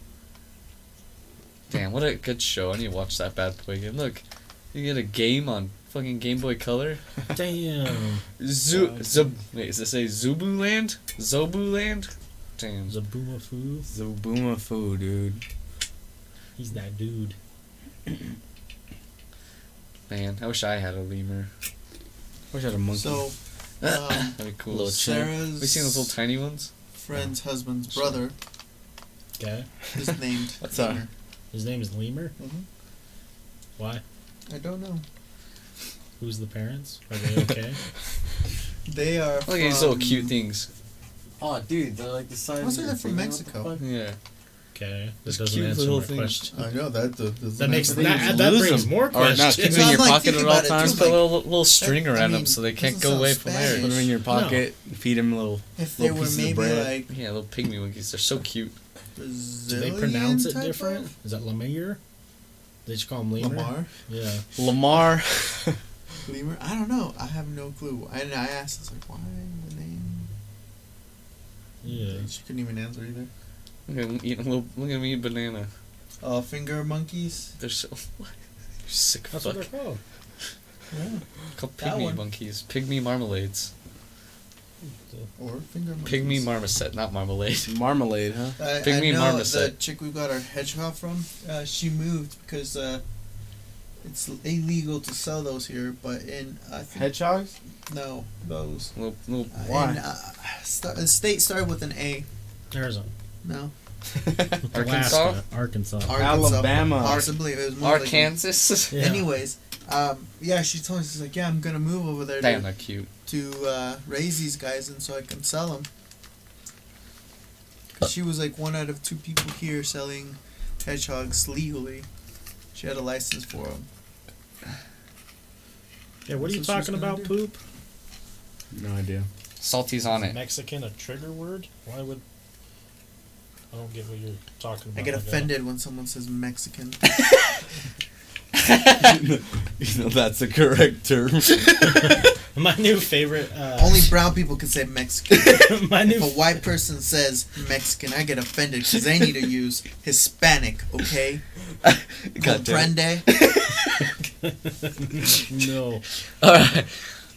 Speaker 2: Damn, what a good show. I need to watch that bad boy again. Look, you get a game on fucking Game Boy Color.
Speaker 1: Damn.
Speaker 2: Zoo.
Speaker 3: God.
Speaker 2: Zub. Wait, does it say Zubu Land? Zobu Land? Damn.
Speaker 1: Zaboomafu.
Speaker 3: Zaboomafu, dude.
Speaker 1: He's that dude.
Speaker 2: Man, I wish I had a lemur.
Speaker 3: Wish I had a monkey.
Speaker 4: So, um,
Speaker 2: That'd be cool.
Speaker 4: Little
Speaker 2: Have
Speaker 4: Sarah's
Speaker 2: you seen those little tiny ones?
Speaker 4: friend's husband's brother
Speaker 1: Okay.
Speaker 4: is named.
Speaker 3: What's that?
Speaker 4: Lemur.
Speaker 1: His name is Lemur.
Speaker 4: Mhm.
Speaker 1: Why?
Speaker 4: I don't know.
Speaker 1: Who's the parents? Are they okay?
Speaker 4: They are.
Speaker 2: Look at Oh, these little
Speaker 4: from-
Speaker 2: cute things.
Speaker 3: Oh, dude, they're like the size.
Speaker 4: Must be
Speaker 3: of
Speaker 4: they're
Speaker 3: your
Speaker 4: from
Speaker 3: finger, what the
Speaker 4: Mexico.
Speaker 3: fuck?
Speaker 2: Yeah.
Speaker 1: okay. That
Speaker 2: Just
Speaker 1: doesn't
Speaker 2: cute
Speaker 1: answer
Speaker 2: little
Speaker 1: my
Speaker 2: things.
Speaker 1: question.
Speaker 4: I know that. The, the,
Speaker 1: That makes
Speaker 4: the-
Speaker 1: that,
Speaker 3: thing is
Speaker 1: that
Speaker 3: lose
Speaker 1: brings
Speaker 3: them.
Speaker 1: more
Speaker 3: Or not,
Speaker 1: questions.
Speaker 3: keep
Speaker 4: So
Speaker 3: them in
Speaker 4: I'm
Speaker 3: your
Speaker 4: like
Speaker 3: pocket at
Speaker 4: thinking
Speaker 3: all
Speaker 4: about it,
Speaker 3: times.
Speaker 4: too,
Speaker 2: Just put a
Speaker 4: like,
Speaker 2: little, little string
Speaker 4: I
Speaker 2: around
Speaker 4: mean,
Speaker 2: them so they can't
Speaker 4: doesn't
Speaker 2: go
Speaker 4: sound
Speaker 2: away from there.
Speaker 4: Spanish.
Speaker 3: Put them in your pocket. Feed them little.
Speaker 4: If they
Speaker 3: little
Speaker 4: were
Speaker 3: pieces of
Speaker 4: maybe
Speaker 3: bread.
Speaker 4: like
Speaker 2: Yeah, little pygmy monkeys. They're so cute.
Speaker 1: Do
Speaker 4: Brazilian.
Speaker 1: they pronounce it
Speaker 4: type
Speaker 1: different?
Speaker 4: of-
Speaker 1: Is that Lemur? They just call him Lemur.
Speaker 4: Lamar.
Speaker 1: Yeah.
Speaker 3: Lamar.
Speaker 4: Lemur? I don't know. I have no clue. And I asked, it's like, why the name?
Speaker 1: Yeah.
Speaker 4: She couldn't even answer either.
Speaker 2: Look at him eating a little. Look at me eat banana.
Speaker 4: Uh, finger monkeys.
Speaker 2: They're so. What? You sick
Speaker 1: That's
Speaker 2: fuck.
Speaker 1: what they're called.
Speaker 4: Yeah.
Speaker 2: Called
Speaker 4: That
Speaker 2: pygmy
Speaker 4: one.
Speaker 2: monkeys. Pygmy marmalades.
Speaker 4: Or finger monkeys.
Speaker 2: Pygmy marmoset, not marmalade.
Speaker 3: Marmalade, huh?
Speaker 4: I,
Speaker 2: pygmy
Speaker 4: I know The
Speaker 2: marmoset.
Speaker 4: chick we got our hedgehog from, uh, she moved because uh, it's illegal to sell those here. But in I think
Speaker 3: Hedgehogs?
Speaker 4: no those.
Speaker 2: Little, little.
Speaker 4: Uh,
Speaker 3: Why?
Speaker 4: In, uh, sta- the state started with an A.
Speaker 1: Arizona.
Speaker 4: No.
Speaker 2: Arkansas?
Speaker 1: Alaska, Arkansas.
Speaker 4: Arkansas,
Speaker 3: Alabama.
Speaker 4: Possibly it was more like-
Speaker 2: Arkansas?
Speaker 1: Yeah.
Speaker 4: Anyways, um, yeah, she told me she's like, yeah, I'm gonna move over there.
Speaker 2: Damn,
Speaker 4: to,
Speaker 2: they're cute.
Speaker 4: to uh, raise these guys and so I can sell them. She was like one out of two people here selling hedgehogs legally. She had a license for them.
Speaker 1: Yeah, what are you
Speaker 4: That's what she's
Speaker 1: talking
Speaker 4: gonna
Speaker 1: about,
Speaker 4: do.
Speaker 1: poop?
Speaker 3: No idea.
Speaker 2: Salty's on it.
Speaker 1: Mexican a trigger word? Why would. I don't get what you're talking about.
Speaker 4: I
Speaker 2: Oh
Speaker 4: get
Speaker 1: my guy.
Speaker 4: offended when someone says Mexican.
Speaker 3: you know, that's the correct term.
Speaker 1: My new favorite. Uh,
Speaker 4: Only brown people can say Mexican.
Speaker 1: my new
Speaker 4: if a white person says Mexican, I get offended because they need to use Hispanic, okay?
Speaker 2: God damn it.
Speaker 4: Comprende?
Speaker 1: no.
Speaker 2: Alright.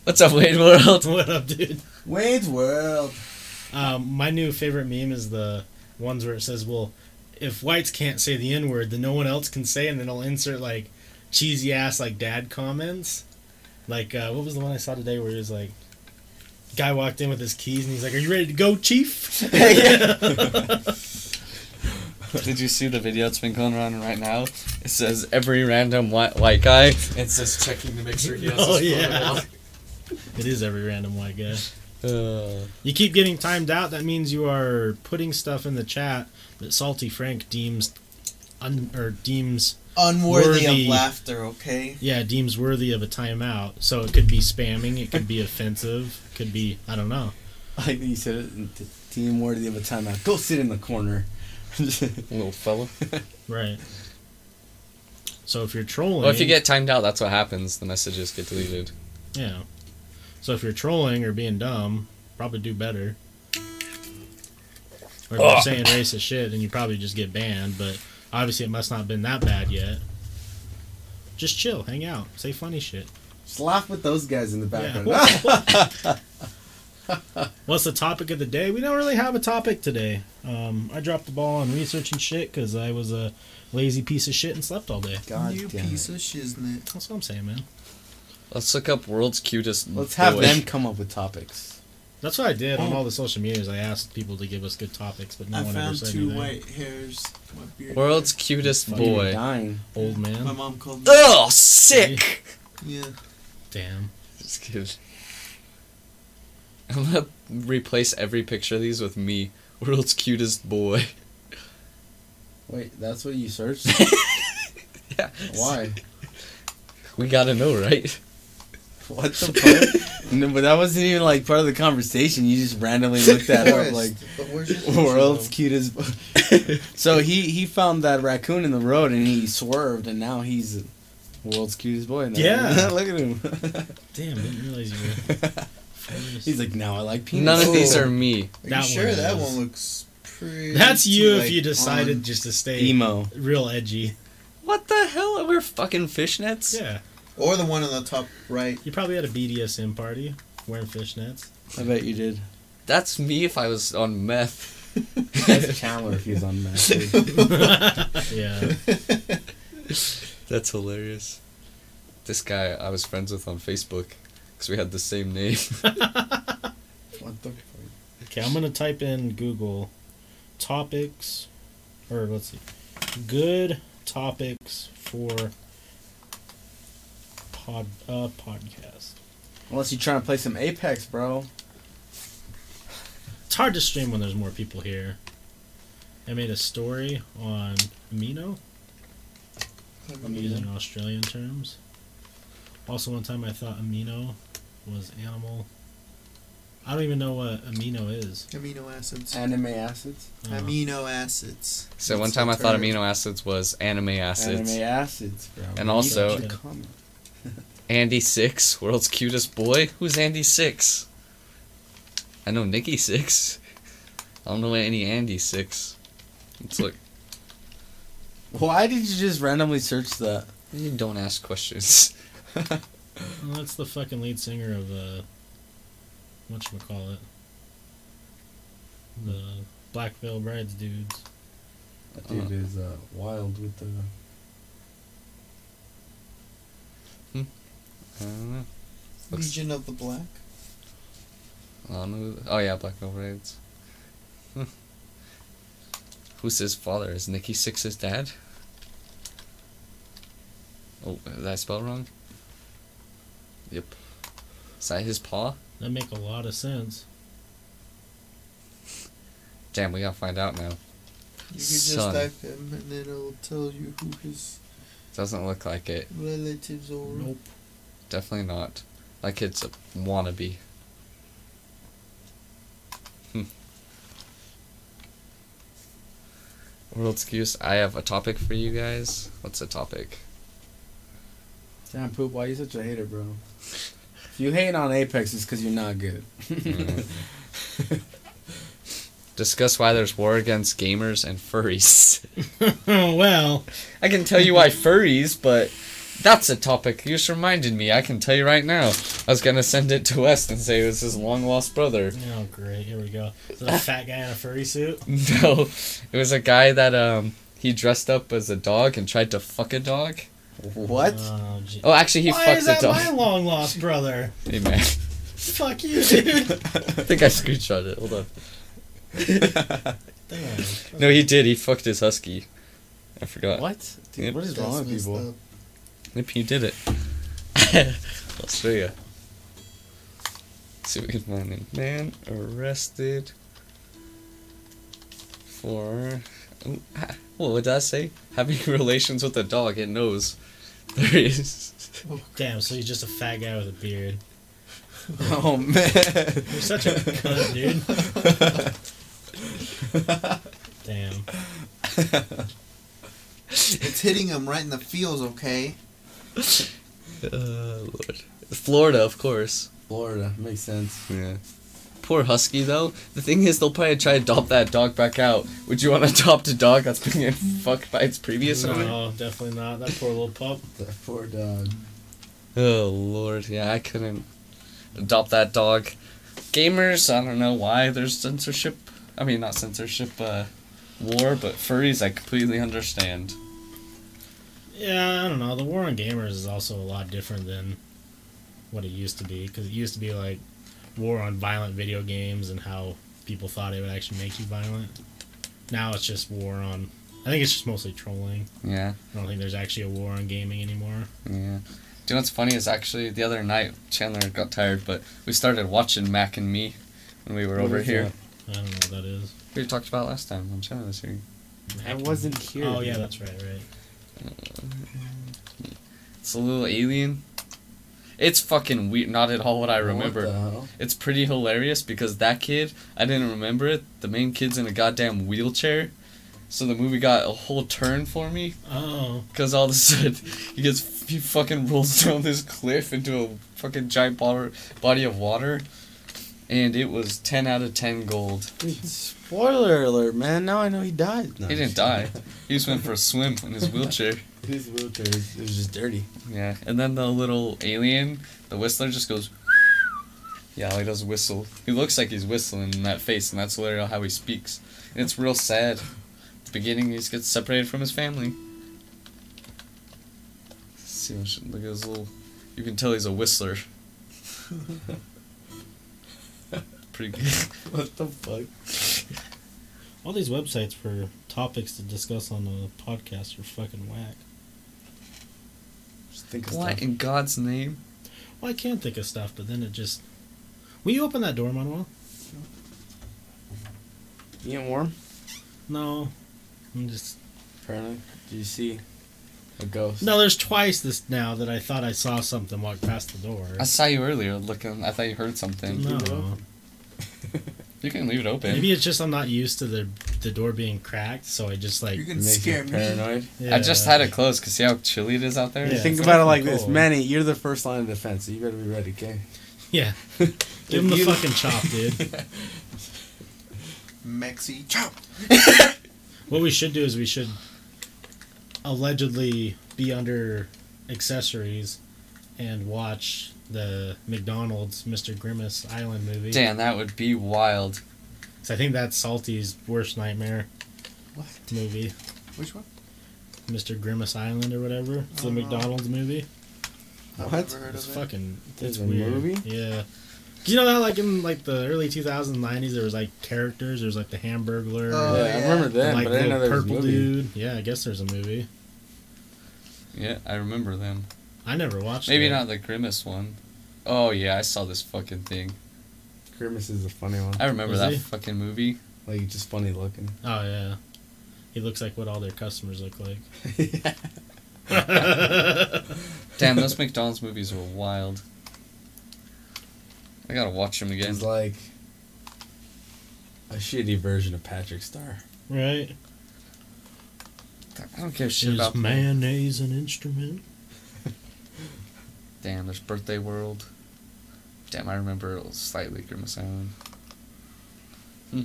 Speaker 2: What's up, Wade World?
Speaker 1: What up, dude?
Speaker 3: Wade's World.
Speaker 1: Um, my new favorite meme is the ones where it says, "Well, if whites can't say the N word, then no one else can say," it," and then it'll insert like cheesy ass like dad comments. Like uh, what was the one I saw today where he was like, guy walked in with his keys and he's like, "Are you ready to go, chief?"
Speaker 2: Did you see the video that's been going around right now? It says every random white, white guy. It says checking to make sure he has
Speaker 1: Oh,
Speaker 2: his phone
Speaker 1: yeah.
Speaker 2: on.
Speaker 1: it is every random white guy.
Speaker 2: Uh,
Speaker 1: You keep getting timed out. That means you are putting stuff in the chat that Salty Frank deems un or deems
Speaker 4: Unworthy
Speaker 1: Worthy.
Speaker 4: of laughter, okay?
Speaker 1: yeah deems worthy of a timeout. So it could be spamming. It could be offensive. It could be I don't know.
Speaker 3: I think you said it. in t- Team word the other time. Go sit in the corner.
Speaker 2: little fella.
Speaker 1: Right. So if you're trolling,
Speaker 2: Well, if you get timed out, that's what happens. The messages get deleted.
Speaker 1: yeah. So if you're trolling or being dumb, probably do better. Or if you're saying racist shit, then you probably just get banned. But obviously, it must not have been that bad yet. Just chill, hang out, say funny shit.
Speaker 3: Just laugh with those guys in the background.
Speaker 1: What's the topic of the day? We don't really have a topic today. Um, I dropped the ball on research and shit because I was a lazy piece of shit and slept all day.
Speaker 3: God
Speaker 4: you
Speaker 3: damn
Speaker 4: piece
Speaker 3: it.
Speaker 4: of shiznit.
Speaker 1: That's what I'm saying, man.
Speaker 2: Let's look up world's cutest.
Speaker 3: Let's have
Speaker 2: boy.
Speaker 3: them come up with topics.
Speaker 1: That's what I did on all the social medias. I asked people to give us good topics, but no
Speaker 4: I
Speaker 1: one ever
Speaker 4: found
Speaker 1: said
Speaker 4: two
Speaker 1: anything.
Speaker 4: white hairs. My beard.
Speaker 2: World's cutest
Speaker 3: Fucking
Speaker 2: boy.
Speaker 3: dying.
Speaker 1: Old man.
Speaker 4: My mom called me.
Speaker 2: Oh, sick.
Speaker 4: Yeah.
Speaker 1: Damn.
Speaker 2: Just kidding. I'm gonna replace every picture of these with me. World's cutest boy.
Speaker 3: Wait, that's what you searched?
Speaker 2: Yeah.
Speaker 3: Why?
Speaker 2: We gotta know, right?
Speaker 3: What the fuck? no, but that wasn't even like part of the conversation. You just randomly looked that up,
Speaker 4: Forest.
Speaker 3: like
Speaker 4: But where's your picture,
Speaker 3: world's
Speaker 4: though?
Speaker 3: cutest. so he he found that raccoon in the road and he swerved, and now he's world's cutest boy. now.
Speaker 1: Yeah.
Speaker 3: look at him.
Speaker 1: Damn, didn't realize you were
Speaker 3: He's like, now I like penis.
Speaker 2: None of these
Speaker 3: Oh.
Speaker 4: Ooh.
Speaker 2: are me.
Speaker 4: Are
Speaker 1: That
Speaker 4: you sure
Speaker 1: one
Speaker 4: that
Speaker 1: is.
Speaker 4: one looks pretty?
Speaker 1: That's you
Speaker 4: like,
Speaker 1: if you decided
Speaker 4: on-
Speaker 1: just to stay
Speaker 3: emo.
Speaker 1: real edgy.
Speaker 2: What the hell? We're fucking fishnets?
Speaker 1: Yeah,
Speaker 4: Or the one on the top right.
Speaker 1: you probably had a BDSM party wearing fishnets.
Speaker 3: I bet you did.
Speaker 2: That's me if I was on meth.
Speaker 3: That's Chandler if he's on meth. dude.
Speaker 1: Yeah,
Speaker 2: That's hilarious. This guy I was friends with on Facebook because we had the same name.
Speaker 4: What the?
Speaker 1: Okay, I'm gonna type in Google topics, or let's see, good topics for pod uh, podcast.
Speaker 3: Unless you're trying to play some Apex, bro.
Speaker 1: It's hard to stream when there's more people here. I made a story on Amino. I'm using Australian terms. Also, one time I thought amino was animal. I don't even know what amino is.
Speaker 4: Amino acids.
Speaker 3: Anime acids.
Speaker 1: Uh,
Speaker 4: Amino acids.
Speaker 2: So one
Speaker 4: That's
Speaker 2: time
Speaker 4: the
Speaker 2: I thought
Speaker 4: term.
Speaker 2: amino acids was anime acids.
Speaker 3: Anime acids, bro.
Speaker 2: And also-
Speaker 3: You comment.
Speaker 2: Andy Six, world's cutest boy. Who's Andy Six? I know Nikki Six. I don't know any Andy Six. It's like
Speaker 3: Why did you just randomly search that?
Speaker 2: you don't ask questions.
Speaker 1: well, that's the fucking lead singer of uh, whatchamacallit. The Black Veil Brides dudes.
Speaker 3: That
Speaker 2: dude
Speaker 3: is uh, wild with the.
Speaker 2: I don't know. Looks-
Speaker 4: Legion of the Black.
Speaker 2: I don't know. who- Oh yeah, Black Veil Brides. Hmm. Who's his father? Is Nikki Six's dad? Oh, did I spell wrong? Yep. Is that his paw?
Speaker 1: That make a lot of sense.
Speaker 2: Damn, we gotta find out now.
Speaker 4: You can
Speaker 2: Son.
Speaker 4: just type him, and then it'll tell you who his
Speaker 2: Doesn't look like it.
Speaker 4: relatives are.
Speaker 1: Nope.
Speaker 2: Definitely not. Like it's a wannabe. Hmm. World's excuse. I have a topic for you guys. What's the topic?
Speaker 3: Damn, poop. Why you such a hater, bro? If you hate on Apex, it's because you're not good.
Speaker 2: Discuss why there's war against gamers and furries.
Speaker 1: Oh well,
Speaker 2: I can tell you why furries, but that's a topic you just reminded me. I can tell you right now. I was gonna send it to West and say it was his long lost brother.
Speaker 1: oh great, here we go. Is that a fat guy in a furry suit?
Speaker 2: No, it was a guy that um he dressed up as a dog and tried to fuck a dog.
Speaker 3: what?
Speaker 1: Oh, gee.
Speaker 2: Oh, actually, he
Speaker 1: Why
Speaker 2: fucked
Speaker 1: is
Speaker 2: the
Speaker 1: that
Speaker 2: dog.
Speaker 1: my long lost brother?
Speaker 2: Hey man,
Speaker 1: Fuck you, dude.
Speaker 2: I think I screenshot it. Hold on.
Speaker 1: Damn.
Speaker 2: No, he did. He fucked his husky. I forgot.
Speaker 3: What? Dude,
Speaker 2: Yep.
Speaker 3: what is wrong with
Speaker 4: That's
Speaker 3: people?
Speaker 4: messed up.
Speaker 2: Yep, he did it. I'll show you. See if we can find him. Man arrested for. oh, ah, What would I say? Having relations with a dog. It knows. There he is.
Speaker 1: Damn, so he's just a fat guy with a beard.
Speaker 3: Oh man.
Speaker 1: You're such a cunt, dude. Damn.
Speaker 4: It's hitting him right in the feels. Okay.
Speaker 2: Uh, Lord. Florida, of course.
Speaker 3: Florida makes sense.
Speaker 2: Yeah. Poor husky though. The thing is, they'll probably try to adopt that dog back out. Would you want to adopt a dog that's been getting fucked by its previous owner?
Speaker 1: No, definitely not. That poor little pup.
Speaker 3: The poor dog.
Speaker 2: Oh lord, yeah, I couldn't adopt that dog. Gamers, I don't know why there's censorship. I mean, not censorship, uh, war, but furries, I completely understand.
Speaker 1: Yeah, I don't know. The war on gamers is also a lot different than what it used to be because it used to be like war on violent video games and how people thought it would actually make you violent. Now it's just war on. I think it's just mostly trolling.
Speaker 2: Yeah.
Speaker 1: I don't think there's actually a war on gaming anymore.
Speaker 2: Yeah. Do you know what's funny is actually the other night Chandler got tired, but we started watching Mac and Me when we were
Speaker 3: What
Speaker 2: over
Speaker 3: is
Speaker 2: here.
Speaker 3: that?
Speaker 1: I don't know what that is.
Speaker 2: We talked about last time when Chandler was here.
Speaker 3: I wasn't here.
Speaker 1: Oh yeah,
Speaker 3: dude.
Speaker 1: that's right, right.
Speaker 2: It's a little alien. It's fucking weird. Not at all what I remember.
Speaker 3: What the hell?
Speaker 2: It's pretty hilarious because that kid, I didn't remember it. The main kid's in a goddamn wheelchair. So the movie got a whole turn for me
Speaker 1: Oh,
Speaker 2: because all of a sudden he gets he fucking rolls down this cliff into a fucking giant bo- body of water, and it was 10 out of 10 gold.
Speaker 3: Spoiler alert, man. Now I know he died. No,
Speaker 2: He didn't die. He just went for a swim in his wheelchair.
Speaker 3: His wheelchair was, it was just dirty.
Speaker 2: Yeah, and then the little alien, the whistler, just goes. Yeah, he does whistle. He looks like he's whistling in that face, and that's literally how he speaks. And it's real sad. At the beginning, he just gets separated from his family. See, what shit- look at his little. You can tell he's a whistler. Pretty good.
Speaker 3: What the fuck?
Speaker 1: All these websites for topics to discuss on a podcast are fucking whack.
Speaker 3: Just think of
Speaker 2: What
Speaker 3: stuff.
Speaker 2: in God's name?
Speaker 1: Well, I can think of stuff, but then it just. Will you open that door, Manuel?
Speaker 3: You getting warm?
Speaker 1: No. I'm just.
Speaker 3: Apparently. Did you see a ghost?
Speaker 1: No, there's twice this now that I thought I saw something walk past the door.
Speaker 2: I saw you earlier looking. I thought you heard something.
Speaker 1: No.
Speaker 2: You can leave it open.
Speaker 1: Maybe it's just I'm not used to the the door being cracked, so I just like.
Speaker 4: You're
Speaker 3: It
Speaker 4: gonna
Speaker 3: makes
Speaker 4: scare
Speaker 3: you
Speaker 4: me.
Speaker 3: paranoid.
Speaker 2: I just
Speaker 1: Yeah.
Speaker 2: had it closed because see how chilly it is out there?
Speaker 1: Yeah.
Speaker 3: Think
Speaker 1: it's
Speaker 3: about
Speaker 1: fucking
Speaker 3: it like this,
Speaker 1: cold.
Speaker 3: Manny. You're the first line of defense, so you better be ready, okay?
Speaker 1: Yeah. Give him the fucking chop, dude.
Speaker 4: Mexi chop.
Speaker 1: What we should do is we should allegedly be under accessories and watch the McDonald's Mr. Grimace Island movie.
Speaker 2: Damn, that would be wild.
Speaker 1: 'Cause I think that's Salty's worst nightmare
Speaker 4: What?
Speaker 1: movie,
Speaker 4: Which one?
Speaker 1: Mr. Grimace Island or whatever. It's the
Speaker 4: Oh, no.
Speaker 1: McDonald's movie.
Speaker 4: I've
Speaker 3: What?
Speaker 4: never heard
Speaker 1: It's
Speaker 4: of it.
Speaker 1: fucking.
Speaker 3: There's
Speaker 1: it's
Speaker 3: a
Speaker 1: weird.
Speaker 3: movie?
Speaker 1: Yeah. Do you know that like in like the early 2090s there was like characters. There was like the Hamburglar.
Speaker 4: Oh,
Speaker 3: yeah, I
Speaker 4: yeah.
Speaker 3: remember
Speaker 1: and,
Speaker 3: that,
Speaker 1: like
Speaker 3: but I didn't know
Speaker 1: little
Speaker 3: there was a
Speaker 1: purple
Speaker 3: movie.
Speaker 1: dude. Yeah, I guess there's a movie.
Speaker 2: Yeah, I remember them.
Speaker 1: I never watched.
Speaker 2: Maybe
Speaker 1: it.
Speaker 2: not the grimace one. Oh yeah, I saw this fucking thing.
Speaker 3: Grimace is a funny one.
Speaker 2: I remember
Speaker 1: Is
Speaker 2: that
Speaker 1: he?
Speaker 2: fucking movie.
Speaker 3: Like, just funny looking.
Speaker 1: Oh yeah. He looks like what all their customers look like.
Speaker 3: yeah.
Speaker 2: Damn, those McDonald's movies were wild. I gotta watch them again.
Speaker 3: He's like a shitty version of Patrick Star.
Speaker 1: Right?
Speaker 2: I don't give a shit
Speaker 1: Is
Speaker 2: about
Speaker 1: mayonnaise an instrument?
Speaker 2: Damn, there's Birthday World. Damn, I remember slightly Grimace Island. Hmm.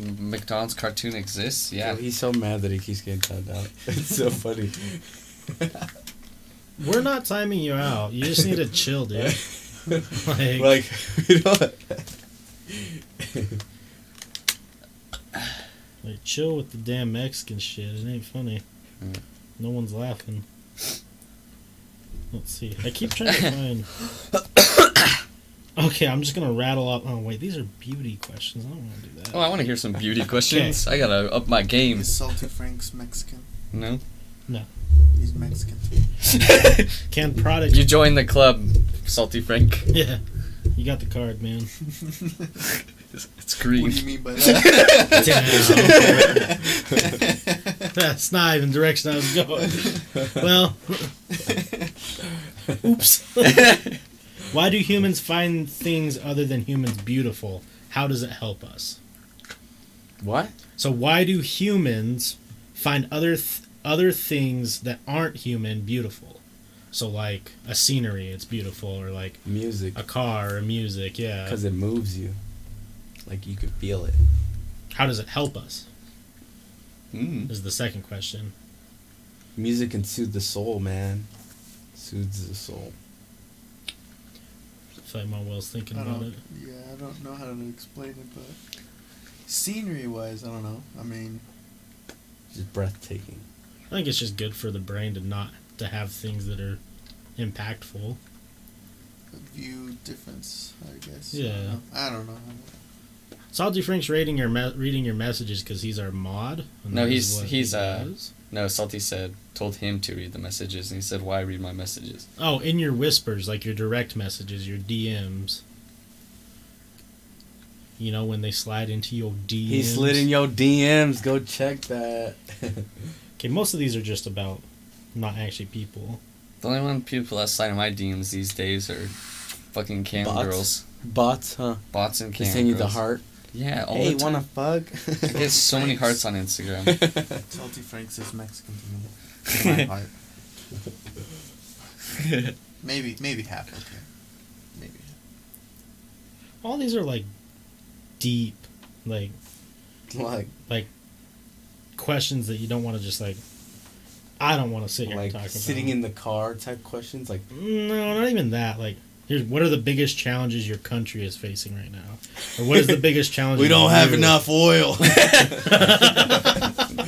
Speaker 2: M- McDonald's cartoon exists. Yeah.
Speaker 3: Yo, he's so mad that he keeps getting timed out. It's so funny.
Speaker 1: We're not timing you out. You just need to chill, dude. Like,
Speaker 3: like, you know what?
Speaker 1: like, chill with the damn Mexican shit. It ain't funny.
Speaker 2: Mm.
Speaker 1: No one's laughing. Let's see. I keep trying to find. Okay, I'm just gonna rattle up. Oh wait, these are beauty questions. I don't want to do that.
Speaker 2: Oh, I want to hear some beauty questions. I gotta up my game.
Speaker 4: Is Salty Frank's Mexican?
Speaker 2: No.
Speaker 4: He's Mexican.
Speaker 1: Can Prodigy?
Speaker 2: You join the club, Salty Frank.
Speaker 1: yeah, you got the card, man.
Speaker 2: It's
Speaker 4: What do you
Speaker 2: green.
Speaker 4: mean by that?
Speaker 1: Damn. That's not even the direction I was going. Well, oops. Why do humans find things other than humans beautiful? How does it help us?
Speaker 3: What?
Speaker 1: So why do humans find other th- other things that aren't human beautiful? So like a scenery, it's beautiful, or like
Speaker 3: Music.
Speaker 1: a car or music,
Speaker 2: Uh,
Speaker 1: yeah.
Speaker 3: Because it moves you. Like, you can feel it.
Speaker 1: How does it help us?
Speaker 3: Hmm.
Speaker 2: Mm.
Speaker 1: Is the second question.
Speaker 3: Music can soothe the soul, man. Soothes the soul.
Speaker 1: I feel like my well's thinking
Speaker 4: I
Speaker 1: about it.
Speaker 4: don't. Yeah, I don't know how to explain it, but scenery-wise, I don't know. I mean,
Speaker 3: Just breathtaking.
Speaker 1: I think it's just good for the brain to not to have things that are impactful.
Speaker 4: view difference, I guess.
Speaker 1: Yeah.
Speaker 4: I don't know. I don't know.
Speaker 1: Salty Frank's reading your me- reading your messages because he's our mod. and
Speaker 2: No,
Speaker 1: that
Speaker 2: he's-
Speaker 1: is what
Speaker 2: he's, uh,
Speaker 1: does.
Speaker 2: No, Salty said told him to read the messages, and he said, "Why read my messages?"
Speaker 1: Oh, in your whispers, like your direct messages, your DMs. You know when they slide into your DMs.
Speaker 3: He slid in your DMs. Go check that.
Speaker 1: Okay, most of these are just about not actually people.
Speaker 2: The only one people that slide in my DMs these days are fucking cam
Speaker 3: Bots?
Speaker 2: girls,
Speaker 3: Bots, huh?
Speaker 2: bots and
Speaker 3: They
Speaker 2: cam
Speaker 3: send you
Speaker 2: girls.
Speaker 3: the heart.
Speaker 2: Yeah, all
Speaker 3: Hey,
Speaker 2: the time.
Speaker 3: wanna fuck?
Speaker 2: I get so many hearts on Instagram.
Speaker 4: Salty Frank's is Mexican to me. In my heart. Maybe, maybe half. Okay. Maybe.
Speaker 1: All these are like deep, like
Speaker 3: like
Speaker 1: questions that you don't want to just like. I don't want to sit here and
Speaker 3: like
Speaker 1: talk about.
Speaker 3: sitting in the car type questions. Like
Speaker 1: No, not even that. Like, here's what are the biggest challenges your country is facing right now, or what is the biggest challenge?
Speaker 3: we don't
Speaker 1: you-
Speaker 3: have enough oil.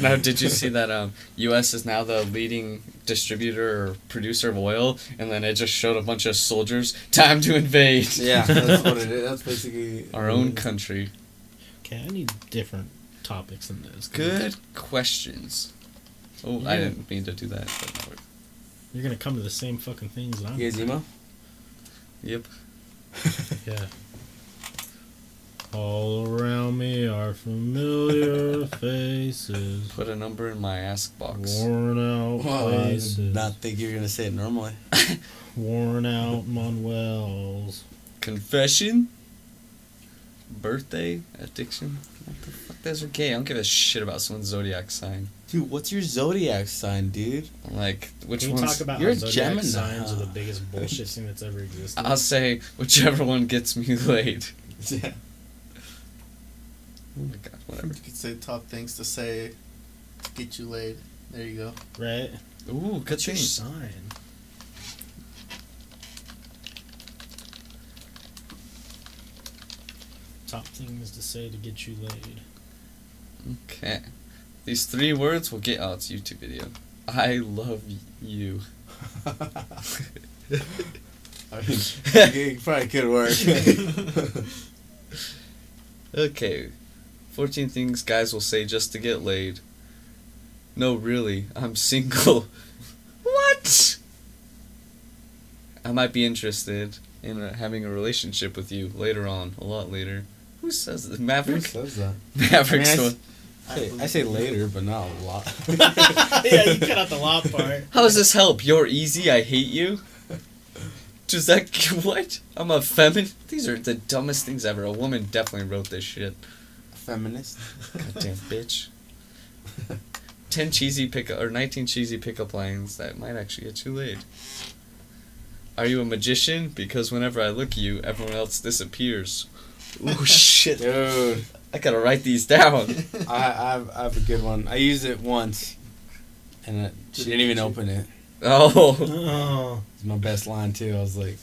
Speaker 2: Now, did you see that um, U.S. is now the leading distributor or producer of oil, and then it just showed a bunch of soldiers. Time to invade
Speaker 3: yeah, that's what it is. That's basically
Speaker 2: our own country.
Speaker 1: Okay, I need different topics than this. 'cause
Speaker 2: Good questions. Oh, I
Speaker 1: Yeah.
Speaker 2: didn't mean to do that. but that worked.
Speaker 1: You're gonna come to the same fucking things. That I'm,
Speaker 3: You guys emo?
Speaker 2: Yep.
Speaker 1: Yeah. All around me are familiar faces,
Speaker 2: Put a number in my ask box.
Speaker 1: worn out
Speaker 2: uh,
Speaker 3: Well, I
Speaker 1: places,
Speaker 3: did not think you were gonna say it normally.
Speaker 1: worn out Manuel's.
Speaker 2: Confession. Birthday addiction. What the fuck? Those are gay. I don't give a shit about someone's zodiac sign.
Speaker 3: Dude, what's your zodiac sign, dude?
Speaker 2: Like which
Speaker 1: Can we
Speaker 2: one's?
Speaker 1: talk about
Speaker 3: You're
Speaker 1: how
Speaker 3: a
Speaker 1: zodiac
Speaker 3: Gemini.
Speaker 1: signs are the biggest bullshit thing that's ever existed?
Speaker 2: I'll say whichever one gets me laid.
Speaker 3: Yeah.
Speaker 2: Oh my god, whatever.
Speaker 4: You could say top things to say to get you laid. There you go.
Speaker 1: right?
Speaker 2: Ooh, good
Speaker 1: What's your
Speaker 2: thing.
Speaker 1: sign? Top things to say to get you laid.
Speaker 2: Okay. These three words will get out it's a YouTube video. I love you.
Speaker 3: I mean, it probably could work.
Speaker 2: Okay. 14 things guys will say just to get laid. No, really, I'm single. what? I might be interested in uh, having a relationship with you later on, a lot later. Who says that?
Speaker 3: Who
Speaker 2: Maverick?
Speaker 3: says that?
Speaker 2: Maverick's
Speaker 3: I
Speaker 2: the
Speaker 3: mean,
Speaker 2: one.
Speaker 3: I say, I say later, but not a lot.
Speaker 1: yeah, you cut out the law part.
Speaker 2: How does this help? You're easy, I hate you? Does that. What? I'm a feminist? These are the dumbest things ever. A woman definitely wrote this shit.
Speaker 3: Feminist.
Speaker 2: Goddamn bitch. 10 cheesy pickup, or 19 cheesy pickup lines that might actually get you laid. Are you a magician? Because whenever I look at you, everyone else disappears. Oh shit.
Speaker 3: Dude,
Speaker 2: I gotta write these down.
Speaker 3: I, I, have, I have a good one. I used it once, and it, she didn't even open it.
Speaker 2: Oh.
Speaker 1: Oh,
Speaker 3: It's my best line too. I was like,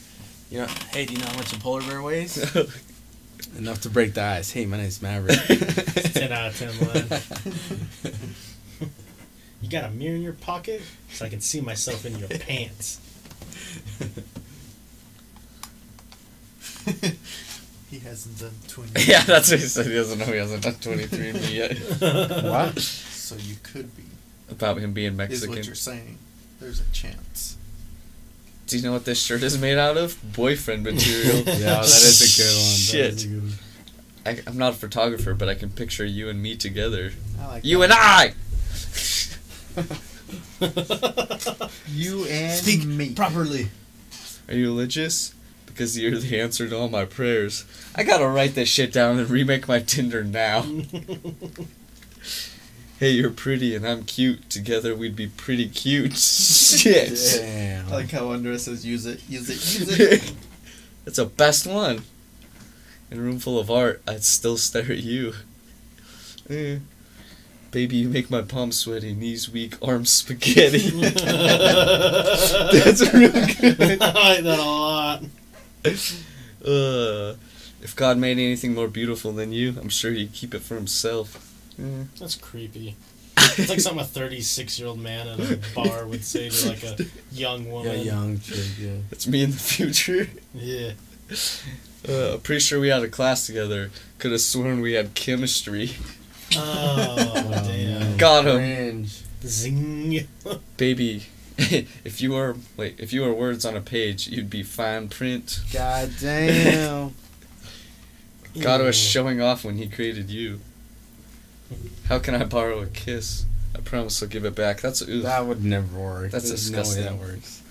Speaker 3: you know, hey, do you know how much a polar bear weighs? Enough to break the ice. Hey, my name's Maverick.
Speaker 1: ten out of ten. Len. You got a mirror in your pocket, so I can see myself in your pants.
Speaker 4: he hasn't done twenty.
Speaker 2: yeah, that's what he said. He doesn't know he hasn't done 23 me yet.
Speaker 3: what?
Speaker 4: So you could be.
Speaker 2: About him being
Speaker 4: Is
Speaker 2: Mexican.
Speaker 4: what you're saying. There's a chance.
Speaker 2: Do you know what this shirt is made out of? Boyfriend material.
Speaker 3: Yeah, that is a good one. That
Speaker 2: Shit.
Speaker 3: is a good one.
Speaker 2: I, I'm not a photographer, but I can picture you and me together.
Speaker 4: I like
Speaker 2: You
Speaker 4: that.
Speaker 2: and I!
Speaker 4: You and
Speaker 3: Speak
Speaker 4: me properly.
Speaker 2: Are you religious? Because you're the answer to all my prayers. I gotta write this shit down and remake my Tinder now. hey, you're pretty and I'm cute. Together we'd be pretty cute. Shit.
Speaker 3: Damn.
Speaker 4: I like how under it says use it, use it, use it.
Speaker 2: That's the best one. In a room full of art, I'd still stare at you. Eh. Baby, you make my palms sweaty, knees weak, arms spaghetti. That's real good.
Speaker 1: I like that a lot.
Speaker 2: Uh, if God made anything more beautiful than you, I'm sure he'd keep it for himself.
Speaker 1: That's creepy. It's like something a 36 year old man at a bar would say to like a young
Speaker 3: Yeah,
Speaker 1: woman.
Speaker 3: young chick. Yeah.
Speaker 2: That's me in the future.
Speaker 1: Yeah.
Speaker 2: Uh, I'm pretty sure we had a class together. Could have sworn we had chemistry.
Speaker 1: Oh, damn.
Speaker 3: man.
Speaker 2: Got him,
Speaker 3: Cringe.
Speaker 1: Zing.
Speaker 2: baby. if you were wait, if you were words on a page, you'd be fine print.
Speaker 3: God damn.
Speaker 2: God was
Speaker 1: Ew.
Speaker 2: showing off when he created you. How can I borrow a kiss? I promise I'll give it back. That's ooh.
Speaker 3: that would never work.
Speaker 2: That's
Speaker 3: There's
Speaker 2: disgusting.
Speaker 3: No way that works.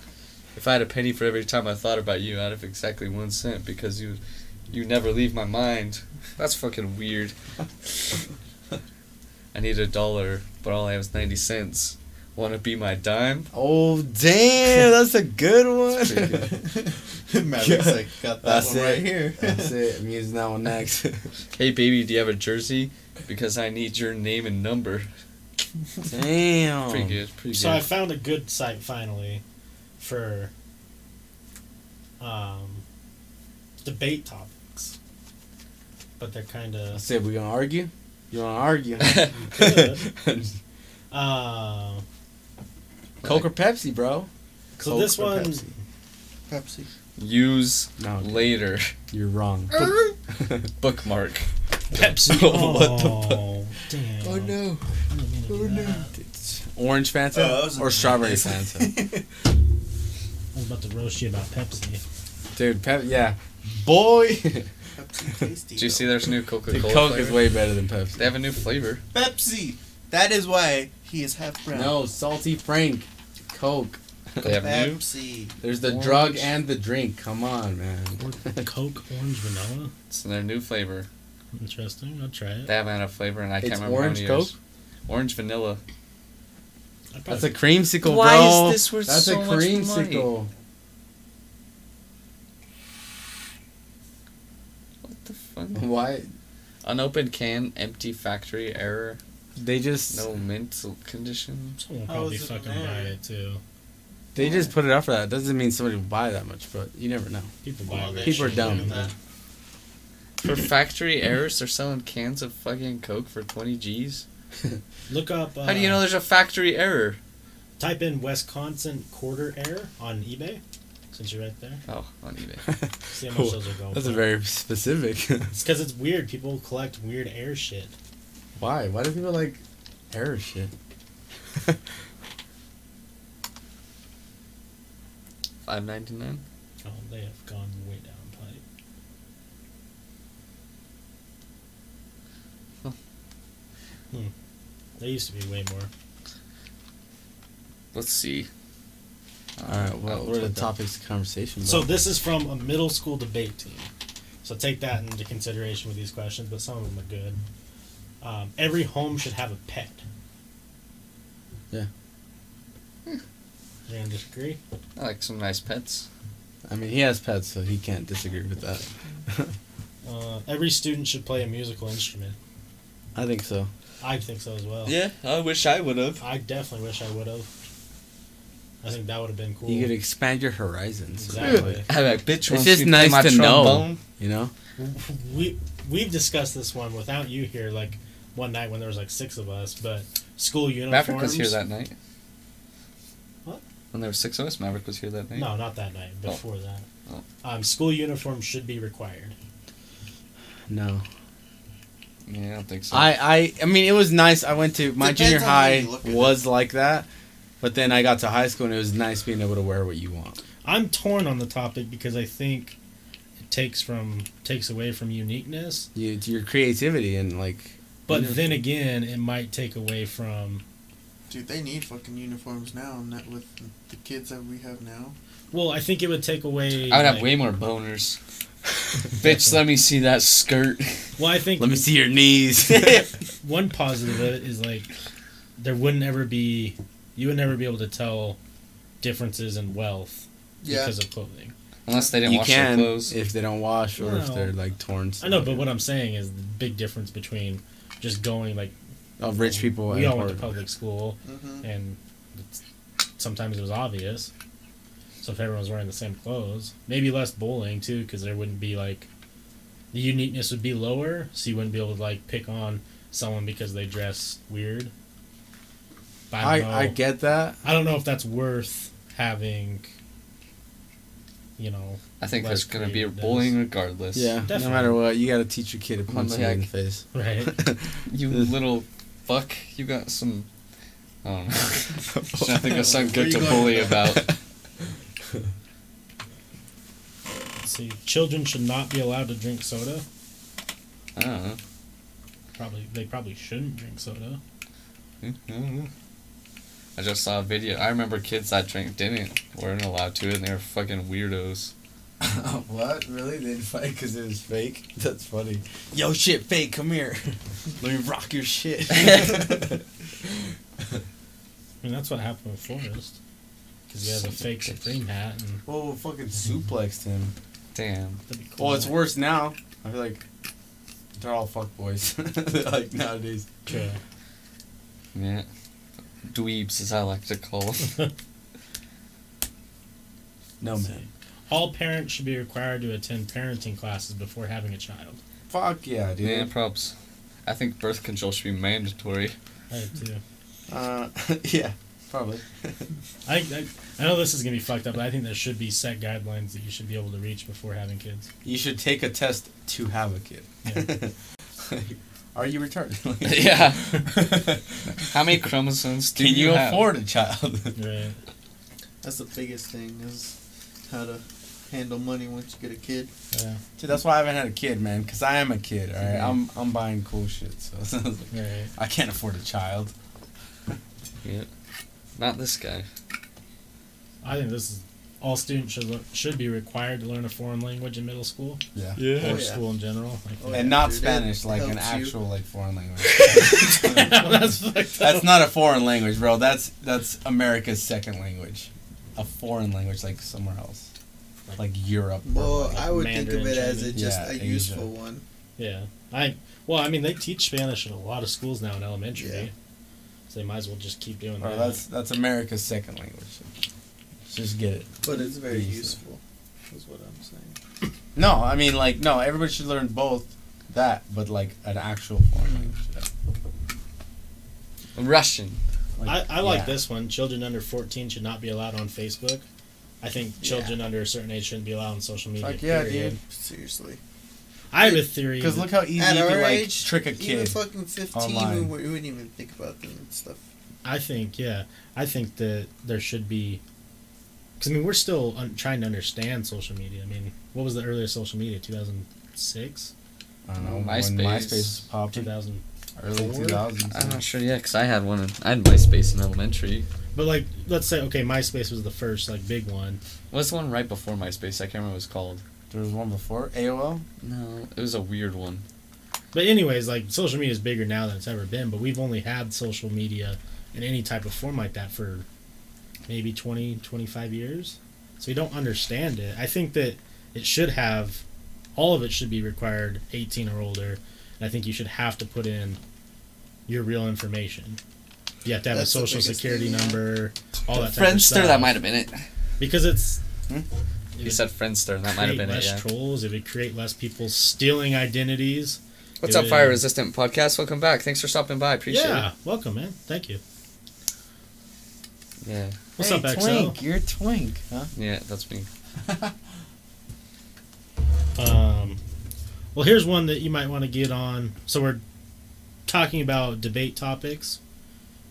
Speaker 2: If I had a penny for every time I thought about you, I'd have exactly one cent because you, you never leave my mind. That's fucking weird. I need a dollar, but all I have is ninety cents. Want to be my dime?
Speaker 3: Oh damn, that's a good
Speaker 2: pretty
Speaker 3: one.
Speaker 2: good.
Speaker 4: Mavericks
Speaker 3: Yeah.
Speaker 4: like got that
Speaker 3: That's
Speaker 4: one
Speaker 3: it.
Speaker 4: right here.
Speaker 3: That's it. I'm using that one next.
Speaker 2: Hey baby, do you have a jersey? Because I need your name and number.
Speaker 3: Damn.
Speaker 2: Pretty good. Pretty
Speaker 1: So I
Speaker 2: good.
Speaker 1: found a good site finally for um, debate topics, but they're kind
Speaker 3: I
Speaker 1: of
Speaker 3: said we gonna argue. You wanna argue?
Speaker 1: uh,
Speaker 3: Coke or Pepsi, bro?
Speaker 1: So
Speaker 3: Coke
Speaker 1: this
Speaker 3: or
Speaker 1: one-
Speaker 3: Pepsi?
Speaker 4: Pepsi.
Speaker 2: Use
Speaker 3: No, dude,
Speaker 2: later.
Speaker 3: you're wrong.
Speaker 2: Bookmark.
Speaker 1: Pepsi.
Speaker 2: Oh,
Speaker 1: Oh,
Speaker 2: what the
Speaker 1: damn!
Speaker 4: Oh no.
Speaker 1: I didn't mean to do
Speaker 4: Oh, no.
Speaker 1: that.
Speaker 3: It's Orange Fanta
Speaker 4: Oh, that was-
Speaker 3: or strawberry Fanta?
Speaker 1: I was about to roast you about Pepsi.
Speaker 3: Dude, Pep- yeah, boy.
Speaker 4: Pepsi tasty.
Speaker 2: Do you see there's a new Coca
Speaker 3: Dude,
Speaker 2: Cola?
Speaker 3: Coke is way better than Pepsi.
Speaker 2: They have a new flavor.
Speaker 4: Pepsi. That is why he is half brown.
Speaker 3: No, salty Frank. Coke.
Speaker 2: They have new.
Speaker 4: Pepsi.
Speaker 3: There's the
Speaker 2: Orange.
Speaker 3: drug and the drink. Come on, man.
Speaker 1: Or Coke orange vanilla.
Speaker 2: It's their new flavor.
Speaker 1: Interesting. I'll try it.
Speaker 2: They haven't had a flavor, and I
Speaker 3: It's
Speaker 2: can't remember
Speaker 3: orange
Speaker 2: how many
Speaker 3: Coke.
Speaker 2: years. Orange vanilla.
Speaker 1: I
Speaker 3: That's a
Speaker 1: probably-
Speaker 3: creamsicle,
Speaker 2: Why is
Speaker 3: bro.
Speaker 2: this worth
Speaker 3: That's
Speaker 2: so
Speaker 3: a
Speaker 2: much money?
Speaker 3: creamsicle.
Speaker 2: What the fuck?
Speaker 3: Why?
Speaker 2: Unopened can, empty factory error,
Speaker 3: They just
Speaker 2: no mint condition.
Speaker 1: someone will
Speaker 4: How
Speaker 1: probably
Speaker 4: is it
Speaker 1: fucking
Speaker 4: there?
Speaker 1: buy it too.
Speaker 3: they just put it up for that. Doesn't mean somebody will buy that much, but you never know.
Speaker 1: People buy
Speaker 4: Well,
Speaker 1: it.
Speaker 4: they
Speaker 3: People are
Speaker 4: should
Speaker 3: dumb.
Speaker 4: do that.
Speaker 2: For factory errors, they're selling cans of fucking Coke for 20 G's.
Speaker 1: Look up. Uh,
Speaker 2: How do you know there's a factory error?
Speaker 1: Type in Wisconsin quarter air on eBay, since you're right there.
Speaker 2: Oh, on eBay.
Speaker 1: See how
Speaker 3: Cool.
Speaker 1: much those are going.
Speaker 3: That's a
Speaker 1: for.
Speaker 3: very specific.
Speaker 1: It's because it's weird. People collect weird air shit.
Speaker 3: Why? Why do people like error shit?
Speaker 2: Five ninety nine.
Speaker 1: Oh, they have gone way down pipe. Hmm. They used to be way more.
Speaker 2: Let's see.
Speaker 3: All right. Well,
Speaker 2: I'll
Speaker 3: what are the
Speaker 2: put that-
Speaker 3: topics of conversation?
Speaker 1: So
Speaker 3: bro?
Speaker 1: this is from a middle school debate team. So take that into consideration with these questions, but some of them are good. Um, every home should have a pet.
Speaker 3: Yeah.
Speaker 1: You gonna Hmm. disagree?
Speaker 2: I like some nice pets.
Speaker 3: I mean, he has pets, so he can't disagree with that.
Speaker 1: Uh, every student should play a musical instrument.
Speaker 3: I think so.
Speaker 1: I think so as well.
Speaker 2: I wish I would have.
Speaker 1: I definitely wish I would have. I think that would have been cool.
Speaker 3: You could expand your horizons.
Speaker 1: exactly.
Speaker 2: I'm like, bitch.
Speaker 3: It's
Speaker 2: wants
Speaker 3: just
Speaker 2: me to play
Speaker 3: nice
Speaker 2: my
Speaker 3: to
Speaker 2: trombone.
Speaker 3: know. You know.
Speaker 1: we we've discussed this one without you here, like one night when there was like six of us, but school uniforms.
Speaker 2: Maverick was here that night.
Speaker 1: What?
Speaker 2: When there were six of us, Maverick was here that night.
Speaker 1: No, not that night.
Speaker 2: Oh.
Speaker 1: Before that,
Speaker 2: Oh.
Speaker 1: um, school uniforms should be required.
Speaker 3: No.
Speaker 2: Yeah, I don't think so.
Speaker 3: I, I I mean it was nice. I went to my
Speaker 4: Depends
Speaker 3: junior
Speaker 4: on how
Speaker 3: high
Speaker 4: you look at
Speaker 3: was like that, but then I got to high school and it was nice being able to wear what you want.
Speaker 1: I'm torn on the topic because I think it takes from takes away from uniqueness,
Speaker 3: You to your creativity and like
Speaker 1: but
Speaker 3: Yeah.
Speaker 1: then again, it might take away from
Speaker 4: Dude, they need fucking uniforms now. Not with the kids that we have now.
Speaker 1: well, I think it would take away.
Speaker 2: I would have
Speaker 1: like-
Speaker 2: way more boners. bitch, let me see that skirt.
Speaker 1: Well, I think
Speaker 3: let me see your knees.
Speaker 1: one positive of it is like there wouldn't ever be you would never be able to tell differences in wealth
Speaker 4: Yeah.
Speaker 1: because of clothing.
Speaker 2: Unless they didn't
Speaker 3: you
Speaker 2: wash their
Speaker 3: can
Speaker 2: clothes.
Speaker 3: if they don't wash or if
Speaker 1: No.
Speaker 3: they're like torn.
Speaker 1: I know, but what I'm saying is the big difference between just going like
Speaker 3: of rich people.
Speaker 1: we
Speaker 3: and
Speaker 1: all went to
Speaker 3: poor-
Speaker 1: public school
Speaker 4: Mm-hmm.
Speaker 1: and it's, sometimes it was obvious. So if everyone was wearing the same clothes, maybe less bowling too, because there wouldn't be like the uniqueness would be lower, so you wouldn't be able to like pick on someone because they dress weird. But don't know.
Speaker 3: I, I get that.
Speaker 1: I don't know if that's worth having. You know,
Speaker 2: I think
Speaker 1: less
Speaker 2: there's gonna be a
Speaker 1: creative
Speaker 2: bullying
Speaker 1: days.
Speaker 2: regardless.
Speaker 3: Yeah,
Speaker 1: Definitely.
Speaker 3: no matter what, you got to teach your kid to punch
Speaker 2: Like-
Speaker 3: somebody in the face.
Speaker 1: right?
Speaker 2: You little fuck. You got some. I don't know. There's nothing that's not
Speaker 4: Where
Speaker 2: good to
Speaker 4: you going?
Speaker 2: bully about.
Speaker 1: Let's see, children should not be allowed to drink soda.
Speaker 2: I don't know.
Speaker 1: Probably they probably shouldn't drink soda.
Speaker 2: I just saw a video. I remember kids that drank didn't weren't allowed to, and they were fucking weirdos.
Speaker 3: what? Really? They didn't fight because it was fake? That's funny. Yo, shit, fake, come here. Let me rock your shit.
Speaker 1: Hmm. mean, that's what happened with Forrest. Because he has a fake Supreme hat. And
Speaker 3: Well, fucking suplexed him.
Speaker 2: Damn.
Speaker 1: that'd be cool.
Speaker 3: Well, it's worse now. I feel like they're all fuckboys. like nowadays.
Speaker 1: True.
Speaker 2: Yeah. Dweebs, as I like to call them.
Speaker 3: No man.
Speaker 1: All parents should be required to attend parenting classes before having a child.
Speaker 3: Fuck yeah, dude.
Speaker 2: Yeah, props. I think birth control should be mandatory.
Speaker 1: I do too.
Speaker 3: Uh, yeah, probably.
Speaker 1: I, I I know this is gonna be fucked up, but I think there should be set guidelines that you should be able to reach before having kids.
Speaker 3: You should take a test to have a kid.
Speaker 1: Yeah.
Speaker 3: Like, are you retarded? Like,
Speaker 2: yeah. How many chromosomes do
Speaker 3: Can you,
Speaker 2: have?
Speaker 3: afford a child?
Speaker 1: Right.
Speaker 4: That's the biggest thing is how to handle money once you get a kid.
Speaker 1: Yeah.
Speaker 3: Dude, that's why I haven't had a kid, man. Cause I am a kid. All right? I'm I'm buying cool shit. So
Speaker 1: Right.
Speaker 3: I can't afford a child.
Speaker 2: Yeah. Not this guy.
Speaker 1: I think this is all students should look, should be required to learn a foreign language in middle school
Speaker 3: Yeah.
Speaker 1: or
Speaker 4: Oh, yeah.
Speaker 1: school in general. Like,
Speaker 4: Oh,
Speaker 3: And not
Speaker 4: Dude, it
Speaker 3: Spanish, like an
Speaker 4: helps you.
Speaker 3: actual like foreign language.
Speaker 1: that's fucked up.
Speaker 3: That's not a foreign language, bro. That's that's America's second language. A foreign language like somewhere else. Like Europe. or,
Speaker 4: Well,
Speaker 3: like-
Speaker 4: I would
Speaker 1: Mandarin
Speaker 4: think of it as a,
Speaker 1: Chinese.
Speaker 4: just
Speaker 3: Yeah,
Speaker 4: a
Speaker 3: Asia.
Speaker 4: useful one.
Speaker 1: Yeah. I well, I mean, they teach Spanish in a lot of schools now in elementary.
Speaker 4: Yeah.
Speaker 1: So they might as well just keep doing
Speaker 3: or
Speaker 1: that.
Speaker 3: that's that's America's second language. Just get it.
Speaker 4: But it's very
Speaker 3: Easy.
Speaker 4: useful, is what I'm saying.
Speaker 3: No, I mean like no, everybody should learn both that, but like an actual foreign language.
Speaker 2: Russian.
Speaker 1: I, I like
Speaker 3: yeah.
Speaker 1: this one. Children under 14 should not be allowed on Facebook. I think children under a certain age shouldn't be allowed on social media.
Speaker 3: Fuck yeah,
Speaker 1: period.
Speaker 3: dude.
Speaker 4: Seriously.
Speaker 1: I have a theory.
Speaker 3: Because look how easy
Speaker 4: At
Speaker 3: you
Speaker 4: our
Speaker 3: can like
Speaker 4: age,
Speaker 3: trick a
Speaker 4: Even
Speaker 3: kid.
Speaker 4: fucking 15, we,
Speaker 3: online.
Speaker 4: wou- we wouldn't even think about them and stuff.
Speaker 1: I think, yeah. I think that there should be. Because, I mean, we're still un- trying to understand social media. I mean, what was the earliest social media? 2006?
Speaker 3: I don't know. When
Speaker 2: MySpace.
Speaker 3: MySpace popped
Speaker 1: 2000.
Speaker 3: early
Speaker 1: Four?
Speaker 3: two
Speaker 2: I'm not
Speaker 3: thousands.
Speaker 2: sure, yeah, because I had one. In, I had MySpace in elementary.
Speaker 1: But, like, let's say, okay, MySpace was the first, like, big one.
Speaker 2: What's the one right before MySpace? I can't remember what it was called.
Speaker 3: There was one before AOL.
Speaker 2: No, it was a weird one.
Speaker 1: But, anyways, like, social media is bigger now than it's ever been, but we've only had social media in any type of form like that for maybe 20, 25 years. So, you don't understand it. I think that it should have, all of it should be required 18 or older. And I think you should have to put in your real information. You have to have
Speaker 4: That's
Speaker 1: a
Speaker 4: the
Speaker 1: social
Speaker 4: biggest
Speaker 1: security
Speaker 4: thing, yeah.
Speaker 1: number, all that type of
Speaker 2: Friendster,
Speaker 1: stuff.
Speaker 2: that might have been it.
Speaker 1: Because it's.
Speaker 3: Hmm?
Speaker 1: it
Speaker 2: You
Speaker 1: would
Speaker 2: said Friendster, and that might have
Speaker 1: create
Speaker 2: been it,
Speaker 1: less
Speaker 2: yeah.
Speaker 1: trolls. It would create less people stealing identities.
Speaker 2: What's
Speaker 1: It
Speaker 2: up,
Speaker 1: would-
Speaker 2: Fire Resistant Podcast? Welcome back. Thanks for stopping by. Appreciate
Speaker 1: yeah, welcome, man. Thank you.
Speaker 2: it. Yeah.
Speaker 1: What's
Speaker 3: hey,
Speaker 1: up, XL?
Speaker 3: Twink, you're Twink, huh?
Speaker 2: Yeah, that's me.
Speaker 1: Um, well, here's one that you might want to get on. So we're talking about debate topics.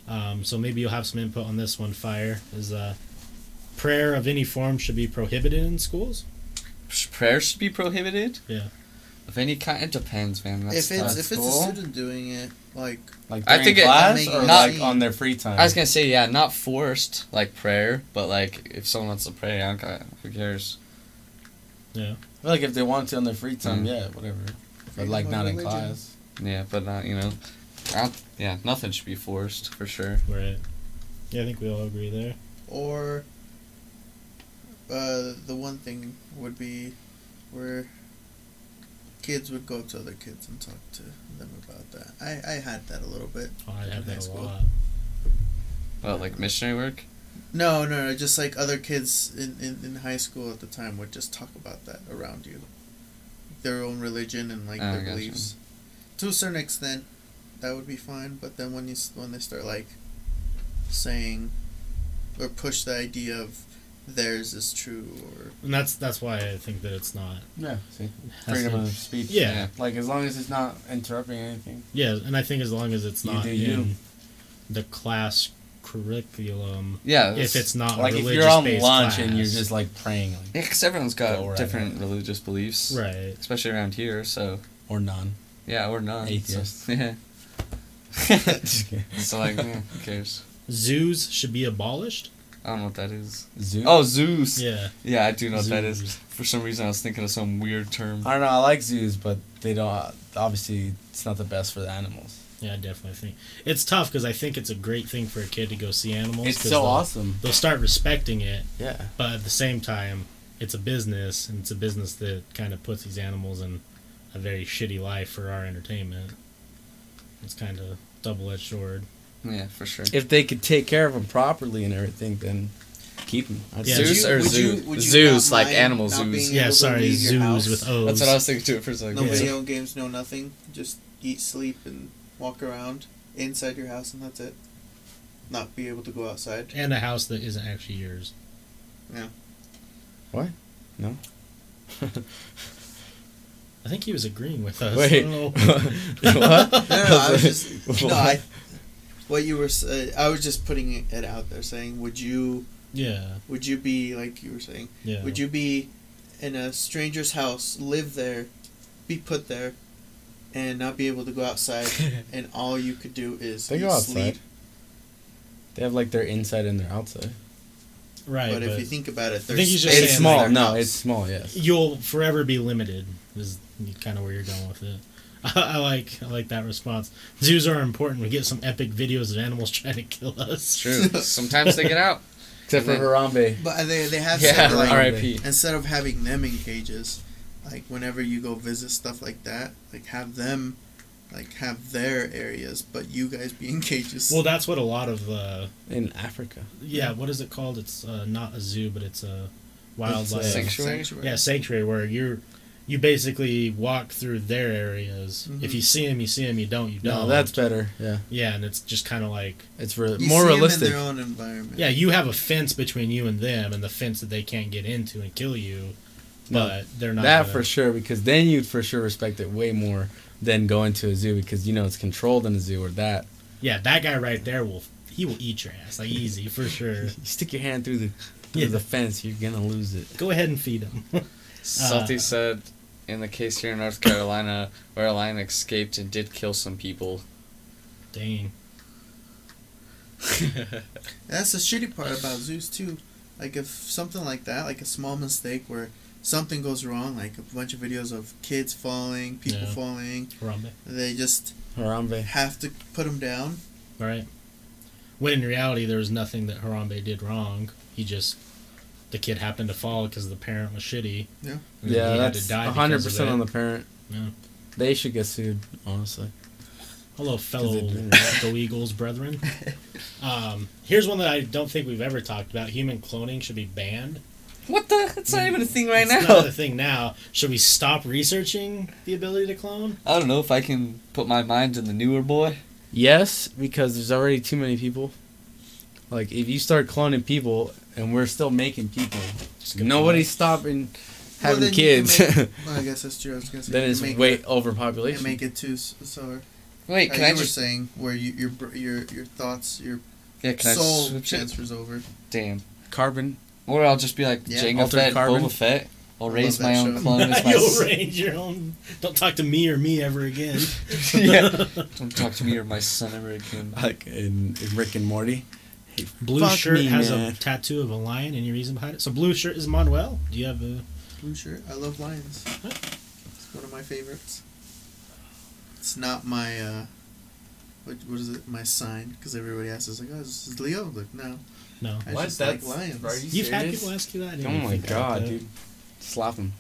Speaker 1: Um, so maybe you'll have some input on this one. Fire is uh, prayer of any form should be prohibited in schools.
Speaker 2: Sh- Prayer should be prohibited?
Speaker 1: Yeah.
Speaker 2: Of any kind? It depends, man. That's
Speaker 4: if it's
Speaker 2: tough.
Speaker 4: if it's a
Speaker 3: cool.
Speaker 4: student doing it, like
Speaker 3: Like
Speaker 2: I
Speaker 3: during
Speaker 2: think it-
Speaker 3: class
Speaker 4: Make
Speaker 3: or
Speaker 4: it
Speaker 3: like
Speaker 4: easy.
Speaker 3: on their free time.
Speaker 2: I was gonna say, yeah, not forced, like prayer, but like if someone wants to pray, I don't, ca- who cares?
Speaker 3: I feel like if they want to on their free time,
Speaker 2: Mm.
Speaker 3: yeah, whatever. Mm-hmm. But
Speaker 4: Freedom
Speaker 3: like
Speaker 4: of
Speaker 3: not in
Speaker 4: religion.
Speaker 3: class.
Speaker 2: Yeah, but not, you know. I don't, yeah, nothing should be forced, for sure.
Speaker 1: Right. Yeah, I think we all agree there.
Speaker 4: or uh, the one thing would be where kids would go up to other kids and talk to them about that. I, I had that a little bit.
Speaker 1: Oh, I
Speaker 4: In
Speaker 1: have
Speaker 4: high
Speaker 1: that a
Speaker 4: school.
Speaker 1: lot.
Speaker 2: What, like missionary work?
Speaker 4: No, no, no. Just like other kids in, in, in high school at the time would just talk about that around you, their own religion and like
Speaker 2: Oh,
Speaker 4: their
Speaker 2: gotcha.
Speaker 4: beliefs. To a certain extent, that would be fine. But then when you s- when they start like saying or push the idea of theirs is true or
Speaker 1: And that's that's why I think that it's not.
Speaker 3: Yeah. See?
Speaker 1: has
Speaker 3: Freedom
Speaker 1: to-
Speaker 3: of speech.
Speaker 1: Yeah.
Speaker 3: Like as long as it's not interrupting anything.
Speaker 1: Yeah, and I think as long as it's
Speaker 3: You
Speaker 1: not
Speaker 3: do
Speaker 1: in
Speaker 3: you.
Speaker 1: the class curriculum,
Speaker 2: Yeah.
Speaker 1: if
Speaker 2: that's-
Speaker 1: it's not
Speaker 3: like
Speaker 1: a
Speaker 3: if
Speaker 1: religious
Speaker 3: you're on lunch
Speaker 1: based
Speaker 3: and you're
Speaker 1: class.
Speaker 3: just like praying like,
Speaker 2: Yeah, because everyone's got
Speaker 3: Go right
Speaker 2: different
Speaker 3: ahead.
Speaker 2: religious beliefs,
Speaker 1: right.
Speaker 2: especially around here. So
Speaker 3: or none.
Speaker 2: yeah, we're not
Speaker 3: Atheists.
Speaker 2: So, yeah.
Speaker 3: Just kidding.
Speaker 2: so like, yeah, who cares?
Speaker 1: zoos should be abolished.
Speaker 2: I don't know what that is.
Speaker 3: Zeus.
Speaker 2: Oh, Zeus. Yeah,
Speaker 1: Yeah.
Speaker 2: I do know what that is.
Speaker 3: Zeus.
Speaker 2: For some reason, I was thinking of some weird term.
Speaker 3: I don't know. I like zoos, but they don't. Obviously, it's not the best for the animals.
Speaker 1: Yeah, I definitely think it's tough because I think it's a great thing for a kid to go see animals.
Speaker 3: It's
Speaker 1: 'cause
Speaker 3: so
Speaker 1: they'll-
Speaker 3: awesome.
Speaker 1: They'll start respecting it,
Speaker 3: Yeah.
Speaker 1: but at the same time, it's a business, and it's a business that kind of puts these animals in a very shitty life for our entertainment. It's kind of double-edged sword.
Speaker 2: Yeah, for sure.
Speaker 3: If they could take care of them properly and everything, then keep them.
Speaker 1: Yeah.
Speaker 2: Zeus
Speaker 4: you-
Speaker 2: or
Speaker 4: would you-
Speaker 2: zoo?
Speaker 4: would you
Speaker 2: zoos,
Speaker 4: not
Speaker 2: like
Speaker 4: mind
Speaker 2: animal
Speaker 4: not
Speaker 2: zoos.
Speaker 4: being
Speaker 1: Yeah,
Speaker 4: able to
Speaker 1: sorry,
Speaker 4: leave your
Speaker 1: zoos
Speaker 4: house?
Speaker 1: with O's.
Speaker 2: That's what I was thinking too at first. Like,
Speaker 4: No
Speaker 1: Yeah.
Speaker 4: video games, no nothing. Just eat, sleep, and walk around inside your house, and that's it. Not be able to go outside.
Speaker 1: and a house that isn't actually yours. I think he was agreeing with us. Oh. I
Speaker 3: Wait.
Speaker 1: don't know.
Speaker 3: what?
Speaker 4: No, no, I was just no. I, what you were, s- uh, I was just putting it out there, saying, would you,
Speaker 1: Yeah,
Speaker 4: would you be like you were saying,
Speaker 1: yeah.
Speaker 4: would you be in a stranger's house, live there, be put there, and not be able to go outside, and all you could do is
Speaker 3: They
Speaker 4: eat,
Speaker 3: go outside.
Speaker 4: sleep?
Speaker 3: They have like their inside and their outside.
Speaker 1: right,
Speaker 4: But
Speaker 1: but,
Speaker 4: if you think about it, there's
Speaker 1: think he's just
Speaker 4: space
Speaker 1: saying,
Speaker 3: It's
Speaker 4: in
Speaker 3: small.
Speaker 4: their
Speaker 3: No,
Speaker 4: house.
Speaker 3: it's small. Yes.
Speaker 1: you'll forever be limited. Is kind of where you're going with it. I, I like I like that response. Zoos are important. We get some epic videos of animals trying to kill us.
Speaker 2: True. Sometimes they get out.
Speaker 3: Except for
Speaker 2: And
Speaker 3: Harambe.
Speaker 4: But they they have
Speaker 2: Yeah,
Speaker 4: said, like,
Speaker 2: R.I.P.
Speaker 4: instead of having them in cages, like whenever you go visit stuff like that, like have them, like have their areas, but you guys be in cages.
Speaker 1: Well, that's what a lot of uh,
Speaker 3: In Africa.
Speaker 1: yeah. What is it called? It's uh, not a zoo, but it's a wildlife
Speaker 3: It's a
Speaker 2: sanctuary.
Speaker 1: yeah sanctuary where you're you basically walk through their areas. If
Speaker 4: Mhm.
Speaker 1: you see them, you see them. You don't, you don't.
Speaker 3: No, that's better. Yeah.
Speaker 1: yeah, and it's just kind of like
Speaker 3: It's re-
Speaker 4: You
Speaker 3: more
Speaker 4: see 'em
Speaker 3: realistic.
Speaker 4: in their own environment.
Speaker 1: yeah, you have a fence between you and them, and the fence that they can't get into and kill you.
Speaker 3: No,
Speaker 1: But they're not
Speaker 3: That
Speaker 1: gonna-
Speaker 3: for sure, because then you'd for sure respect it way more than going to a zoo because you know it's controlled in a zoo or that.
Speaker 1: Yeah, that guy right there will he will eat your ass like easy for sure.
Speaker 3: You stick your hand through the through
Speaker 1: Yeah.
Speaker 3: the fence, you're gonna lose it.
Speaker 1: Go ahead and feed him. Uh.
Speaker 2: Salty said, in the case here in North Carolina, where a lion escaped and did kill some people.
Speaker 1: Dang.
Speaker 4: That's the shitty part about zoos too. Like if something like that, like a small mistake where something goes wrong, like a bunch of videos of kids falling, people
Speaker 1: Yeah.
Speaker 4: falling,
Speaker 1: Harambe.
Speaker 4: they just
Speaker 3: Harambe.
Speaker 4: have to put them down.
Speaker 1: All right. When in reality, there was nothing that Harambe did wrong. He just the kid happened to fall because the parent was shitty.
Speaker 4: Yeah.
Speaker 1: And then
Speaker 3: Yeah,
Speaker 1: he had to
Speaker 3: that's
Speaker 1: die because
Speaker 3: hundred
Speaker 1: of
Speaker 3: percent
Speaker 1: it.
Speaker 3: on the parent.
Speaker 1: Yeah.
Speaker 3: They should get sued, honestly.
Speaker 1: Hello, fellow
Speaker 3: 'Cause it-
Speaker 1: the Eagles brethren. Um, here's one that I don't think we've ever talked about. Human cloning should be banned.
Speaker 2: What the? It's not even a thing right
Speaker 1: It's
Speaker 2: now.
Speaker 1: not a thing now. Should we stop researching the ability to clone?
Speaker 2: I don't know if I can put my mind to the newer boy.
Speaker 3: Yes, because there's already too many people. Like if you start cloning people and we're still making people, nobody's stopping
Speaker 4: Well,
Speaker 3: having
Speaker 4: then you can
Speaker 3: kids.
Speaker 4: make- well, I guess that's true. I was gonna say
Speaker 3: then
Speaker 4: you
Speaker 3: it's
Speaker 4: make
Speaker 3: way
Speaker 4: it, and
Speaker 3: overpopulation.
Speaker 4: make it too s- so.
Speaker 2: Wait,
Speaker 4: Like
Speaker 2: can
Speaker 4: you
Speaker 2: I
Speaker 4: were
Speaker 2: just?
Speaker 4: saying where you, your br- your your thoughts, your
Speaker 2: Yeah, can I
Speaker 4: soul
Speaker 2: switch it?
Speaker 4: transfers over.
Speaker 2: Damn.
Speaker 3: Carbon.
Speaker 2: Or I'll just be like
Speaker 4: Yeah.
Speaker 2: Jango
Speaker 3: Altered
Speaker 2: Fett,
Speaker 3: carbon.
Speaker 2: Boba Fett. I'll
Speaker 4: I
Speaker 2: raise
Speaker 4: love
Speaker 2: my
Speaker 4: that
Speaker 2: own
Speaker 4: show.
Speaker 2: clone as my.
Speaker 1: You'll raise your own. Don't talk to me or me ever again.
Speaker 2: yeah. Don't talk to me or my son ever again.
Speaker 3: Like in, in Rick and Morty.
Speaker 1: Blue
Speaker 3: Fuck
Speaker 1: shirt
Speaker 3: me,
Speaker 1: has
Speaker 3: man.
Speaker 1: a tattoo of a lion. Any reason behind it? So blue shirt is Manuel. Do you have a?
Speaker 4: Blue shirt. I love lions. It's one of my favorites. It's not my uh, what what is it? My sign because everybody asks us like, oh, this is Leo. I'm Like no,
Speaker 1: No.
Speaker 4: I just like lions.
Speaker 1: You've had people ask you that. I didn't
Speaker 3: Oh
Speaker 1: even
Speaker 3: my
Speaker 1: think about
Speaker 3: god,
Speaker 1: that.
Speaker 3: dude. Slap him.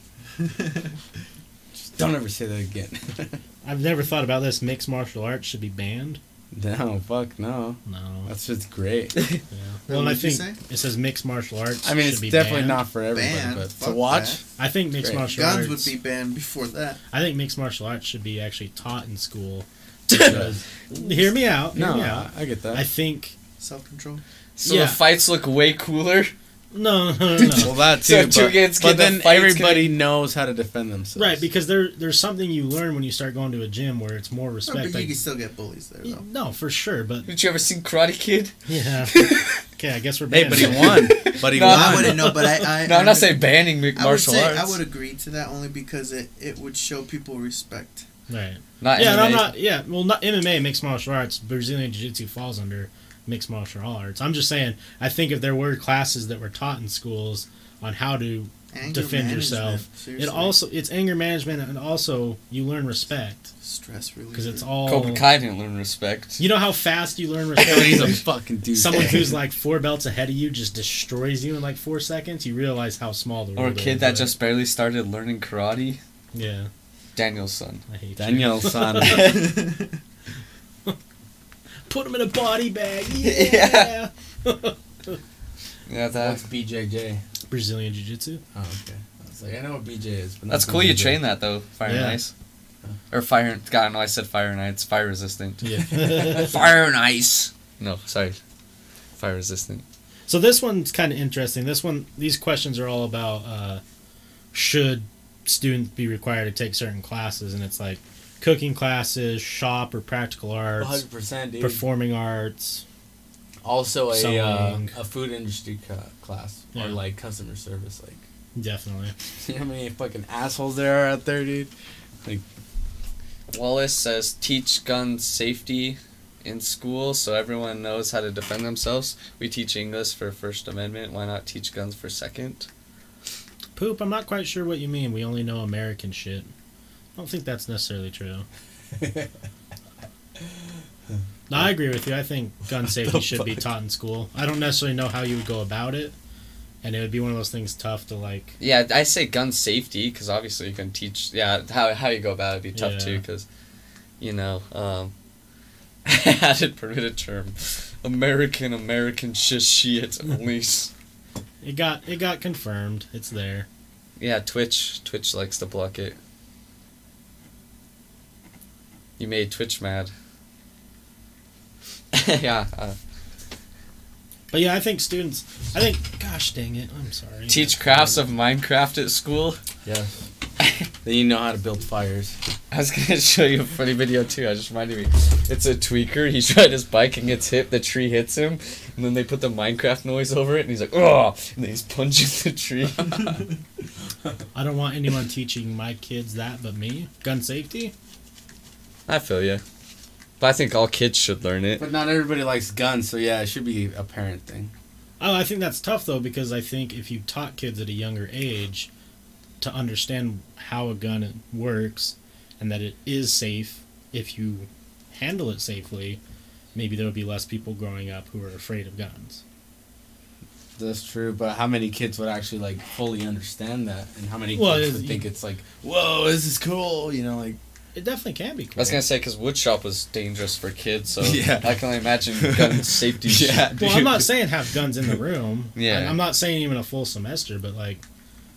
Speaker 3: Just don't ever say that again.
Speaker 1: I've never thought about this. Mixed martial arts should be banned.
Speaker 3: no, fuck no.
Speaker 1: No.
Speaker 3: That's just great.
Speaker 1: Yeah.
Speaker 4: What
Speaker 1: Well, and I
Speaker 4: did you
Speaker 1: think it says mixed martial arts.
Speaker 3: I mean,
Speaker 1: should
Speaker 3: it's
Speaker 1: be
Speaker 3: definitely
Speaker 1: banned.
Speaker 3: not for everybody,
Speaker 4: Banned.
Speaker 3: but to
Speaker 4: Fuck
Speaker 3: watch.
Speaker 1: I think mixed
Speaker 3: Great.
Speaker 1: martial
Speaker 4: Guns would
Speaker 1: arts.
Speaker 4: be banned before that.
Speaker 1: I think mixed martial arts should be actually taught in school. because- hear me out. Hear
Speaker 3: No,
Speaker 1: me out.
Speaker 3: I get that.
Speaker 1: I think
Speaker 4: Self control.
Speaker 2: So
Speaker 1: Yeah.
Speaker 2: the fights look way cooler.
Speaker 1: no, no, no. no.
Speaker 3: well, that
Speaker 2: So
Speaker 3: too.
Speaker 2: two
Speaker 3: but
Speaker 2: kids get
Speaker 3: but
Speaker 2: the
Speaker 3: then
Speaker 2: fights,
Speaker 3: everybody knows how to defend themselves.
Speaker 1: Right, because there there's something you learn when you start going to a gym where it's more
Speaker 4: No, but
Speaker 1: respect.
Speaker 4: you
Speaker 1: like-
Speaker 4: can still get bullies there though.
Speaker 1: no, for sure, but
Speaker 2: Did you ever see Karate Kid?
Speaker 1: yeah. okay, I guess we're
Speaker 3: Hey,
Speaker 1: banned.
Speaker 3: but he won. But he
Speaker 2: No,
Speaker 3: won.
Speaker 4: I wouldn't know, but I. I
Speaker 2: No, I'm
Speaker 4: I
Speaker 2: not
Speaker 4: would-
Speaker 2: saying banning mi-
Speaker 4: I would
Speaker 2: martial
Speaker 4: say
Speaker 2: arts.
Speaker 4: I would agree to that only because it, it would show people respect.
Speaker 1: Right.
Speaker 2: Not
Speaker 1: yeah, and I'm
Speaker 2: MMA.
Speaker 1: not. Yeah, well, not MMA, mixed martial arts, Brazilian jiu jitsu falls under mixed martial arts. I'm just saying, I think if there were classes that were taught in schools on how to
Speaker 4: Anger
Speaker 1: defend
Speaker 4: management,
Speaker 1: yourself,
Speaker 4: seriously.
Speaker 1: it also it's anger management and also you learn respect
Speaker 4: stress Uh, relief.
Speaker 1: because it's
Speaker 3: Oh.
Speaker 1: all
Speaker 2: Cobra Kai didn't learn respect.
Speaker 1: You know how fast you learn
Speaker 3: He's a
Speaker 1: respect.
Speaker 3: fucking dude.
Speaker 1: Someone who's like four belts ahead of you just destroys you in like four seconds. You realize how small the
Speaker 2: Or a
Speaker 1: world
Speaker 2: kid
Speaker 1: is,
Speaker 2: that
Speaker 1: but-
Speaker 2: just barely started learning karate.
Speaker 1: yeah.
Speaker 2: Daniel's son.
Speaker 1: I hate you.
Speaker 3: Daniel son.
Speaker 1: Put him in a body bag. Yeah.
Speaker 2: Yeah. Yeah, that.
Speaker 3: That's BJJ.
Speaker 1: Brazilian jiu jitsu.
Speaker 3: Oh, okay. I was like, I know what BJ is, but
Speaker 2: That's
Speaker 3: not
Speaker 2: cool. You
Speaker 3: BJ.
Speaker 2: train that though, fire and
Speaker 1: Yeah.
Speaker 2: ice, or fire. and- God, no, I said fire and ice. Fire resistant.
Speaker 1: Yeah.
Speaker 2: fire and ice. No, sorry. Fire resistant.
Speaker 1: so this one's kind of interesting. This one, these questions are all about uh, should students be required to take certain classes, and it's like cooking classes, shop or practical arts,
Speaker 3: 100%, dude.
Speaker 1: performing arts.
Speaker 3: also a uh,
Speaker 1: Sewing.
Speaker 3: a food industry ca- class
Speaker 1: Yeah.
Speaker 3: or like customer service. Like,
Speaker 1: Definitely.
Speaker 3: see how many fucking assholes there are out there, dude.
Speaker 2: Wallace says teach gun safety in school so everyone knows how to defend themselves. We teach English for First Amendment. Why not teach guns for Second?
Speaker 1: Poop, I'm not quite sure what you mean. We only know American shit. I don't think that's necessarily true. no, I agree with you. I think gun safety should be taught in school. I don't necessarily know how you would go about it, and it would be one of those things tough to like.
Speaker 2: Yeah, I say gun safety because obviously you can teach. Yeah, how how you go about it'd be tough
Speaker 1: Yeah.
Speaker 2: too because, you know, um, I added permitted term, American American shit shit police.
Speaker 1: It got it got confirmed. It's there.
Speaker 2: Yeah, Twitch. Twitch likes to block it. You made Twitch mad. yeah. Uh,
Speaker 1: But yeah, I think students. I think. Gosh dang it! I'm sorry.
Speaker 2: teach crafts of Minecraft at school.
Speaker 3: Yeah. then you know how to build fires.
Speaker 2: I was gonna show you a funny video too. I just reminded me. It's a tweaker. He's riding his bike and gets hit. The tree hits him, and then they put the Minecraft noise over it, and he's like, "Oh!" And then he's punching the tree.
Speaker 1: I don't want anyone teaching my kids that, but me. Gun safety.
Speaker 2: I feel you, but I think all kids should learn it.
Speaker 3: But not everybody likes guns, so yeah, it should be a parent thing.
Speaker 1: Oh, I think that's tough though because I think if you taught kids at a younger age to understand how a gun works and that it is safe if you handle it safely, maybe there would be less people growing up who are afraid of guns.
Speaker 3: That's true, but how many kids would actually like fully understand that, and how many
Speaker 1: Well,
Speaker 3: kids
Speaker 1: it-
Speaker 3: would think it's like, whoa, this is cool, you know, like
Speaker 1: It definitely can be
Speaker 2: I
Speaker 1: cool.
Speaker 2: was gonna say because woodshop was dangerous for kids, so
Speaker 3: Yeah.
Speaker 2: I can only imagine gun safety.
Speaker 3: Yeah,
Speaker 2: shit.
Speaker 1: well, I'm not saying have guns in the room.
Speaker 2: Yeah.
Speaker 1: I- I'm not saying even a full semester, but like,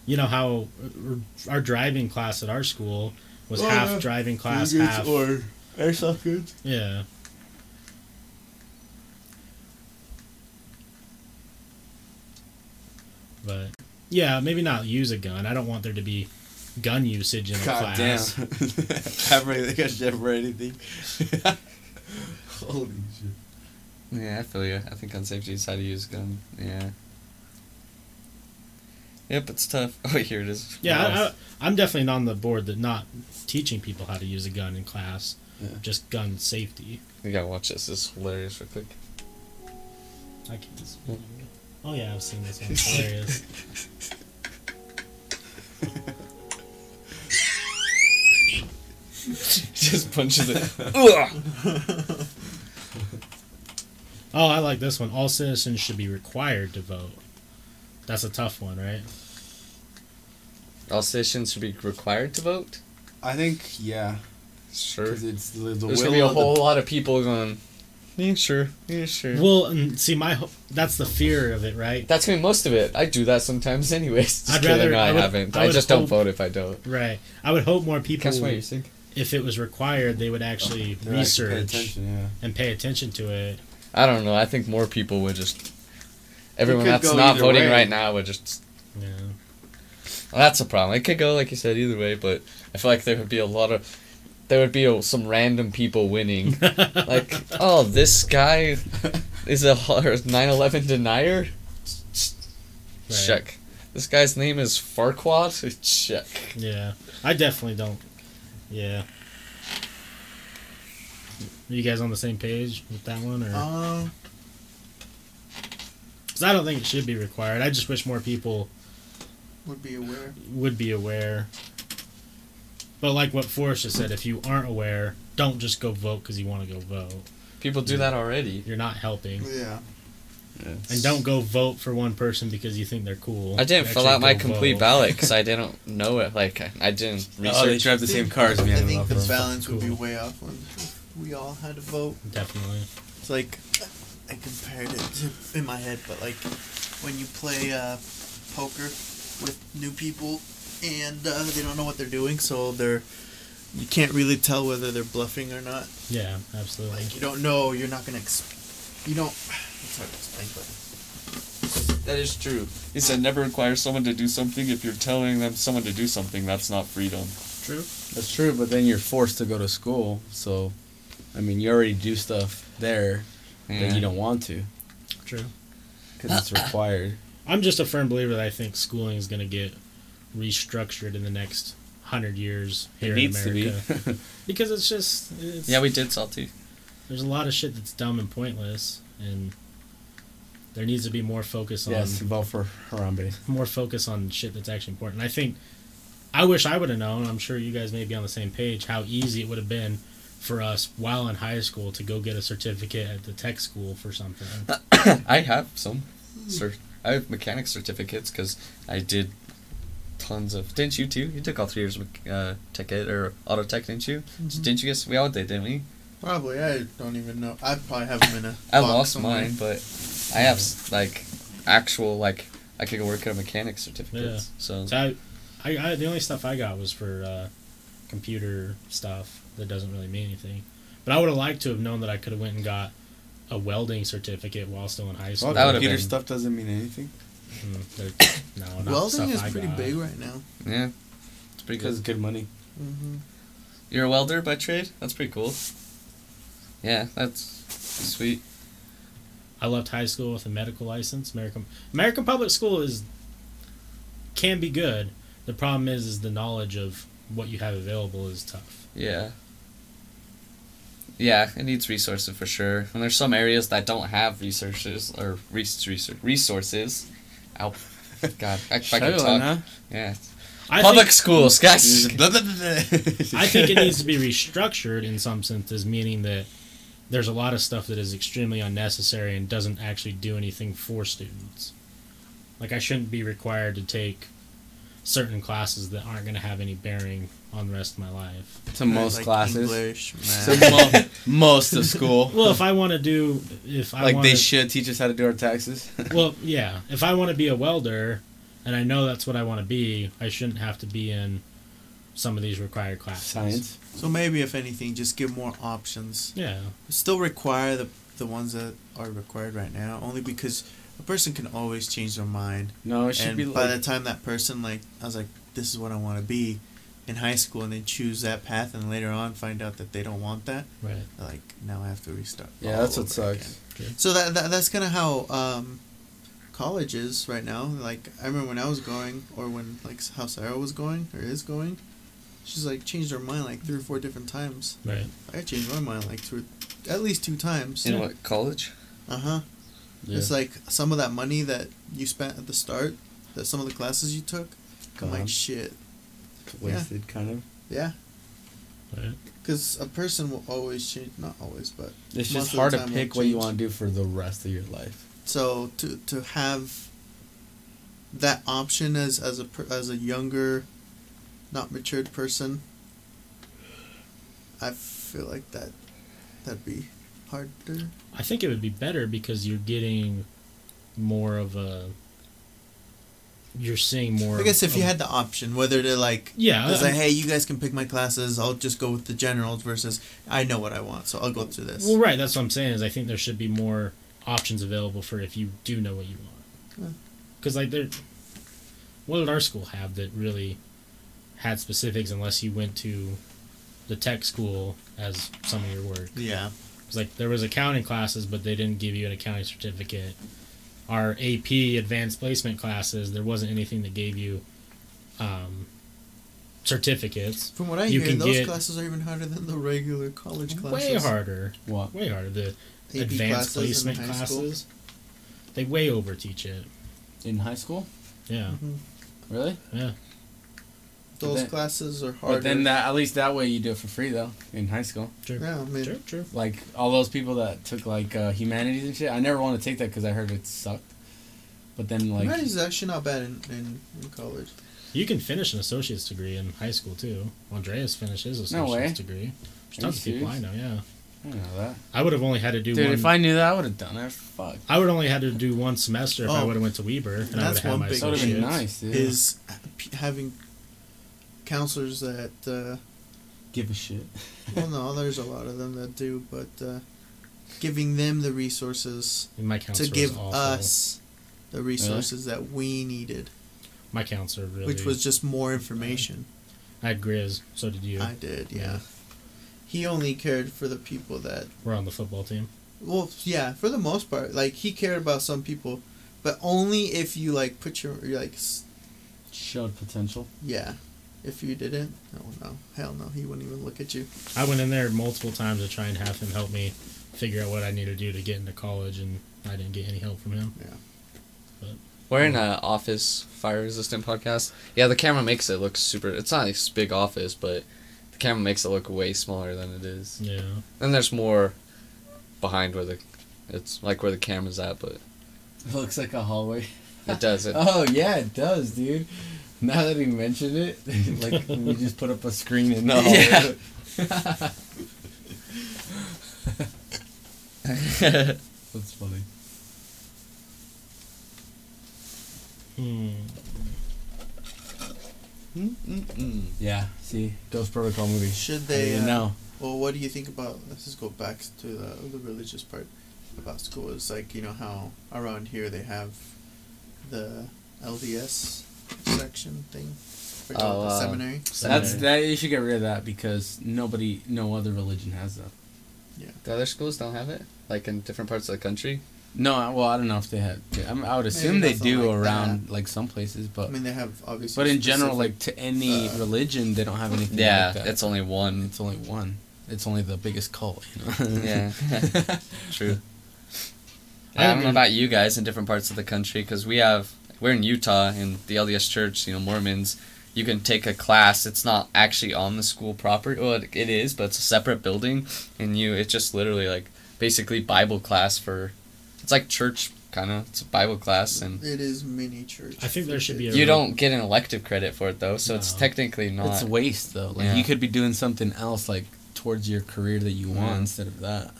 Speaker 1: you know how uh, our driving class at our school was
Speaker 4: Oh,
Speaker 1: half
Speaker 4: yeah.
Speaker 1: driving class,
Speaker 4: Goods
Speaker 1: half
Speaker 4: or airsoft goods.
Speaker 1: yeah. But yeah, maybe not use a gun. I don't want there to be gun usage in a
Speaker 3: God
Speaker 1: class.
Speaker 3: damn. Every, they got shit for anything. Holy shit.
Speaker 2: Yeah, I feel you. I think on safety is how to use gun. Yeah. Yep, it's tough. Oh, here it is.
Speaker 1: Yeah, I, I,
Speaker 2: Nice.
Speaker 1: I'm definitely on the board that not teaching people how to use a gun in class,
Speaker 3: Yeah.
Speaker 1: just gun safety.
Speaker 2: you gotta watch this. This is hilarious, real quick.
Speaker 1: I can Oh yeah, I've seen this one. It's Hilarious.
Speaker 2: just punches it. Ugh.
Speaker 1: Oh, I like this one. All citizens should be required to vote. That's a tough one, right?
Speaker 2: All citizens should be required to vote.
Speaker 3: I think, yeah.
Speaker 2: Sure.
Speaker 3: Because it's the, the
Speaker 2: There's
Speaker 3: will
Speaker 2: gonna be a
Speaker 3: of the-
Speaker 2: whole lot of people going. Yeah, sure. Yeah, sure.
Speaker 1: Well, and see, my ho- that's the fear of it, right?
Speaker 2: That's gonna be most of it. I do that sometimes, anyways. Just
Speaker 1: I'd rather-
Speaker 2: kidding, no, I,
Speaker 1: I would-
Speaker 2: haven't.
Speaker 1: I
Speaker 2: I,
Speaker 1: would
Speaker 2: just don't
Speaker 1: hope-
Speaker 2: vote if I don't.
Speaker 1: Right. I would hope more people,
Speaker 2: Guess what you
Speaker 1: would,
Speaker 2: think?
Speaker 1: if it was required, they would actually
Speaker 3: They're actually
Speaker 1: research
Speaker 3: paying attention, yeah.
Speaker 1: and pay attention to it.
Speaker 2: I don't know. I think more people would just. Everyone
Speaker 3: could
Speaker 2: that's
Speaker 3: go
Speaker 2: not
Speaker 3: either
Speaker 2: voting
Speaker 3: way.
Speaker 2: right now would just
Speaker 1: Yeah.
Speaker 2: Well, that's a problem. It could go, like you said, either way, but I feel like there would be a lot of. There would be a, some random people winning. like, oh, this guy is a 9 11 denier?
Speaker 1: Right.
Speaker 2: Check. This guy's name is Farquaad? Check.
Speaker 1: Yeah. I definitely don't. Yeah. Are you guys on the same page with that one, or
Speaker 4: Um,
Speaker 1: 'Cause I don't think it should be required. I just wish more people
Speaker 4: Would be aware.
Speaker 1: would be aware. But like what Forrest just said, if you aren't aware, don't just go vote because you want to go vote.
Speaker 2: People do that already.
Speaker 1: You're not helping.
Speaker 4: Yeah.
Speaker 1: And don't go vote for one person because you think they're cool.
Speaker 2: I didn't fill out
Speaker 1: Actually
Speaker 2: my
Speaker 1: go
Speaker 2: complete
Speaker 1: vote.
Speaker 2: ballot because I didn't know it. Like I, I didn't
Speaker 3: Oh, they
Speaker 2: research.
Speaker 3: drive the same cars, man.
Speaker 4: I think the balance would be
Speaker 1: Cool.
Speaker 4: way off when we all had to vote.
Speaker 1: Definitely.
Speaker 4: It's like I compared it to in my head, but like when you play uh, poker with new people and uh, they don't know what they're doing, so they're you can't really tell whether they're bluffing or not.
Speaker 1: Yeah, absolutely.
Speaker 4: Like you don't know, you're not gonna. Exp- you don't. It's hard to explain, but
Speaker 2: that is true. He said never require someone to do something if you're telling them someone to do something. That's not freedom.
Speaker 4: true.
Speaker 3: That's true, but then you're forced to go to school. So, I mean, you already do stuff there that you don't want to
Speaker 1: True.
Speaker 3: because it's required.
Speaker 1: I'm just a firm believer that I think schooling is going to get restructured in the next hundred years here in America
Speaker 3: to be.
Speaker 1: because it's just it's,
Speaker 2: Yeah, we did salty.
Speaker 1: there's a lot of shit that's dumb and pointless, and there needs to be more focus on
Speaker 3: yes, um, vote for Harambe.
Speaker 1: more focus on shit that's actually important. I think I wish I would have known. I'm sure you guys may be on the same page. How easy it would have been for us while in high school to go get a certificate at the tech school for something.
Speaker 2: I have some. Sir, I have mechanic certificates because I did tons of. Didn't you too? You took all three years of mech- uh, tech ed or auto tech, didn't you?
Speaker 3: Mm-hmm.
Speaker 2: Didn't you guess we all did, didn't we?
Speaker 4: Probably. I don't even know. I probably have them in a.
Speaker 2: I
Speaker 4: box
Speaker 2: lost
Speaker 4: somewhere.
Speaker 2: mine, but I have s- like actual like I could go work at a mechanic certificate.
Speaker 1: Yeah.
Speaker 2: So
Speaker 1: So I, I, I, the only stuff I got was for uh, computer stuff that doesn't really mean anything. But I would have liked to have known that I could have went and got a welding certificate while still in high school.
Speaker 2: That would've
Speaker 3: computer
Speaker 2: been-
Speaker 3: stuff doesn't mean anything
Speaker 1: Mm, they're- no, not
Speaker 4: Welding
Speaker 1: stuff
Speaker 4: is
Speaker 1: I
Speaker 4: pretty
Speaker 1: got.
Speaker 4: big right now.
Speaker 2: yeah, it's pretty
Speaker 3: because
Speaker 2: good.
Speaker 3: it's good money.
Speaker 4: Mm-hmm.
Speaker 2: You're a welder by trade. That's pretty cool. Yeah, that's sweet.
Speaker 1: I left high school with a medical license. American American public school is can be good. The problem is, is the knowledge of what you have available is tough.
Speaker 2: Yeah. Yeah, it needs resources for sure. And there's some areas that don't have resources or res- research resources. Ow. God, I, if I can talk. Yeah.
Speaker 1: I
Speaker 2: Public
Speaker 1: think,
Speaker 2: schools, guys.
Speaker 1: I think it needs to be restructured in some senses, meaning that there's a lot of stuff that is extremely unnecessary and doesn't actually do anything for students. Like I shouldn't be required to take certain classes that aren't going to have any bearing on the rest of my life.
Speaker 3: to most
Speaker 4: Like
Speaker 3: classes.
Speaker 4: English,
Speaker 3: To mo- most of school.
Speaker 1: Well, if I want to do, if I
Speaker 3: like
Speaker 1: wanna,
Speaker 3: they should teach us how to do our taxes.
Speaker 1: Well, yeah. If I want to be a welder, and I know that's what I want to be, I shouldn't have to be in some of these required classes.
Speaker 3: Science.
Speaker 4: So maybe if anything, just give more options.
Speaker 1: Yeah.
Speaker 4: still require the the ones that are required right now only because a person can always change their mind
Speaker 3: No, it should
Speaker 4: and
Speaker 3: be
Speaker 4: by
Speaker 3: like
Speaker 4: the time that person like i was like this is what i want to be in high school and they choose that path and later on find out that they don't want that
Speaker 1: Right.
Speaker 4: they're like now i have to restart
Speaker 3: yeah,
Speaker 4: all
Speaker 3: that's what
Speaker 4: over
Speaker 3: sucks.
Speaker 4: again. so that, that that's kind of how um college is right now like i remember when i was going or when like how sarah was going or is going she's like changed her mind like three or four different times
Speaker 1: Right.
Speaker 4: i changed my mind like two or- at least two times
Speaker 2: In what college?
Speaker 4: uh huh. It's like some of that money that you spent at the start, that some of the classes you took. I'm
Speaker 3: Gone.
Speaker 4: like shit.
Speaker 3: wasted kind of.
Speaker 4: Yeah,
Speaker 1: Right.
Speaker 4: because a person will always change. Not always, but
Speaker 3: It's
Speaker 4: most of
Speaker 3: just
Speaker 4: the
Speaker 3: hard to
Speaker 4: time will
Speaker 3: pick what you
Speaker 4: change.
Speaker 3: want to do for the rest of your life.
Speaker 4: So to to have that option as as a per- as a younger, not matured person, I feel like that that'd be harder.
Speaker 1: I think it would be better because you're getting more of a. You're seeing more.
Speaker 4: I guess if you
Speaker 1: of-
Speaker 4: had the option, whether to like
Speaker 1: um, Yeah.
Speaker 4: It's
Speaker 1: I-
Speaker 4: like, hey, you guys can pick my classes. I'll just go with the generals versus I know what I want, so I'll go through this.
Speaker 1: Well, right. That's what I'm saying. Is I think there should be more options available for if you do know what you want. Because like there, what did our school have that really had specifics? Unless you went to the tech school as some of your work.
Speaker 4: Yeah.
Speaker 1: It's like there was accounting classes, but they didn't give you an accounting certificate. Our AP advanced placement classes, there wasn't anything that gave you um, certificates.
Speaker 4: From what I
Speaker 1: You
Speaker 4: hear,
Speaker 1: can
Speaker 4: those
Speaker 1: get-
Speaker 4: classes are even harder than the regular college classes.
Speaker 1: Way harder,
Speaker 3: What?
Speaker 1: way harder. The
Speaker 4: AP
Speaker 1: advanced
Speaker 4: classes in
Speaker 1: placement
Speaker 4: high school.
Speaker 1: classes. They way over teach it.
Speaker 6: in high school.
Speaker 1: Yeah.
Speaker 6: Really?
Speaker 4: Mm-hmm.
Speaker 1: Yeah.
Speaker 4: Those
Speaker 6: then-
Speaker 4: classes are harder.
Speaker 6: But then that at least that way you do it for free though in high school.
Speaker 1: True.
Speaker 4: yeah, I mean,
Speaker 1: True. True.
Speaker 6: Like all those people that took like uh, humanities and shit. I never want to take that because I heard it sucked. But then like
Speaker 4: humanities is actually not bad in, in, in college.
Speaker 1: You can finish an associate's degree in high school too. Andreas finished his
Speaker 6: No
Speaker 1: associate's
Speaker 6: way.
Speaker 1: degree. There's
Speaker 6: Are you
Speaker 1: tons of people I
Speaker 6: serious?
Speaker 1: know. Yeah.
Speaker 6: I don't know that.
Speaker 1: I would have only had to do
Speaker 6: Dude,
Speaker 1: one.
Speaker 6: if I knew that, I would have done it. Fuck.
Speaker 1: I would only had to do one semester if I
Speaker 4: Oh.
Speaker 1: would have went to Weber, and I would
Speaker 4: That's
Speaker 1: have had
Speaker 4: one
Speaker 1: my
Speaker 4: big
Speaker 6: That would have been
Speaker 1: associates.
Speaker 6: nice, dude.
Speaker 4: Is p- having counselors that uh,
Speaker 6: give a shit.
Speaker 4: well, no, there's a lot of them that do, but uh, giving them the resources
Speaker 1: And my counselor
Speaker 4: to give
Speaker 1: was awful.
Speaker 4: us the resources that we needed,
Speaker 1: my counselor really.
Speaker 4: which was just more information.
Speaker 1: I had Grizz. So did you.
Speaker 4: I did, yeah.
Speaker 1: Yeah.
Speaker 4: He only cared for the people that,
Speaker 1: We're on the football team.
Speaker 4: well, yeah, for the most part. Like he cared about some people, but only if you like put your you, like, s-
Speaker 6: Showed potential.
Speaker 4: yeah. If you didn't, oh no, hell no, he wouldn't even look at you.
Speaker 1: I went in there multiple times to try and have him help me figure out what I needed to do to get into college, and I didn't get any help from him.
Speaker 2: We're in an office fire resistant podcast. Yeah, the camera makes it look super. It's not a s- big office, but the camera makes it look way smaller than it is.
Speaker 1: Yeah.
Speaker 2: And there's more behind where the it's like where the camera's at, but
Speaker 6: It looks like a hallway.
Speaker 2: it does it.
Speaker 6: Oh yeah, it does, dude. Now that he mentioned it, like we just put up a screen in the hallway. That's funny.
Speaker 1: Hmm.
Speaker 2: Mm-mm.
Speaker 6: Yeah. See, Ghost Protocol movie.
Speaker 4: Should
Speaker 6: I didn't
Speaker 4: they?
Speaker 6: even
Speaker 4: Uh,
Speaker 6: know.
Speaker 4: well, what do you think about? Let's just go back to the, the religious part about school. It's like you know how around here they have the LDS section thing. For the
Speaker 2: Oh, uh,
Speaker 4: seminary.
Speaker 6: That's
Speaker 1: Seminary.
Speaker 6: that. You should get rid of that because nobody, no other religion has that.
Speaker 2: The other schools don't have it, like in different parts of the country.
Speaker 6: No, I- well, I don't know if they have. I, mean, I would assume they
Speaker 4: Maybe
Speaker 6: do
Speaker 4: nothing like
Speaker 6: around like some places,
Speaker 4: I
Speaker 6: but
Speaker 4: mean, they have obviously.
Speaker 6: but in general,
Speaker 4: specific-
Speaker 6: like to any
Speaker 4: uh,
Speaker 6: religion, they don't have anything.
Speaker 2: Yeah,
Speaker 6: like that.
Speaker 2: it's only one.
Speaker 6: it's only one. It's only the biggest cult. You know?
Speaker 2: Yeah. True.
Speaker 1: I
Speaker 2: I don't know
Speaker 1: agree.
Speaker 2: about you guys in different parts of the country because we have we're in Utah and the LDS Church, you know, Mormons. You can take a class. It's not actually on the school property. Well, it, it is, but it's a separate building, and you it's just literally like basically Bible class for. It's like church kind of. It's a Bible class, and
Speaker 4: It is mini church.
Speaker 1: I think there should be a-
Speaker 2: you don't get an elective credit for it though, so it's
Speaker 1: No.
Speaker 2: technically not.
Speaker 6: It's waste though. Like
Speaker 2: Yeah.
Speaker 6: you could be doing something else, like towards your career that you want
Speaker 2: Yeah.
Speaker 6: instead of that.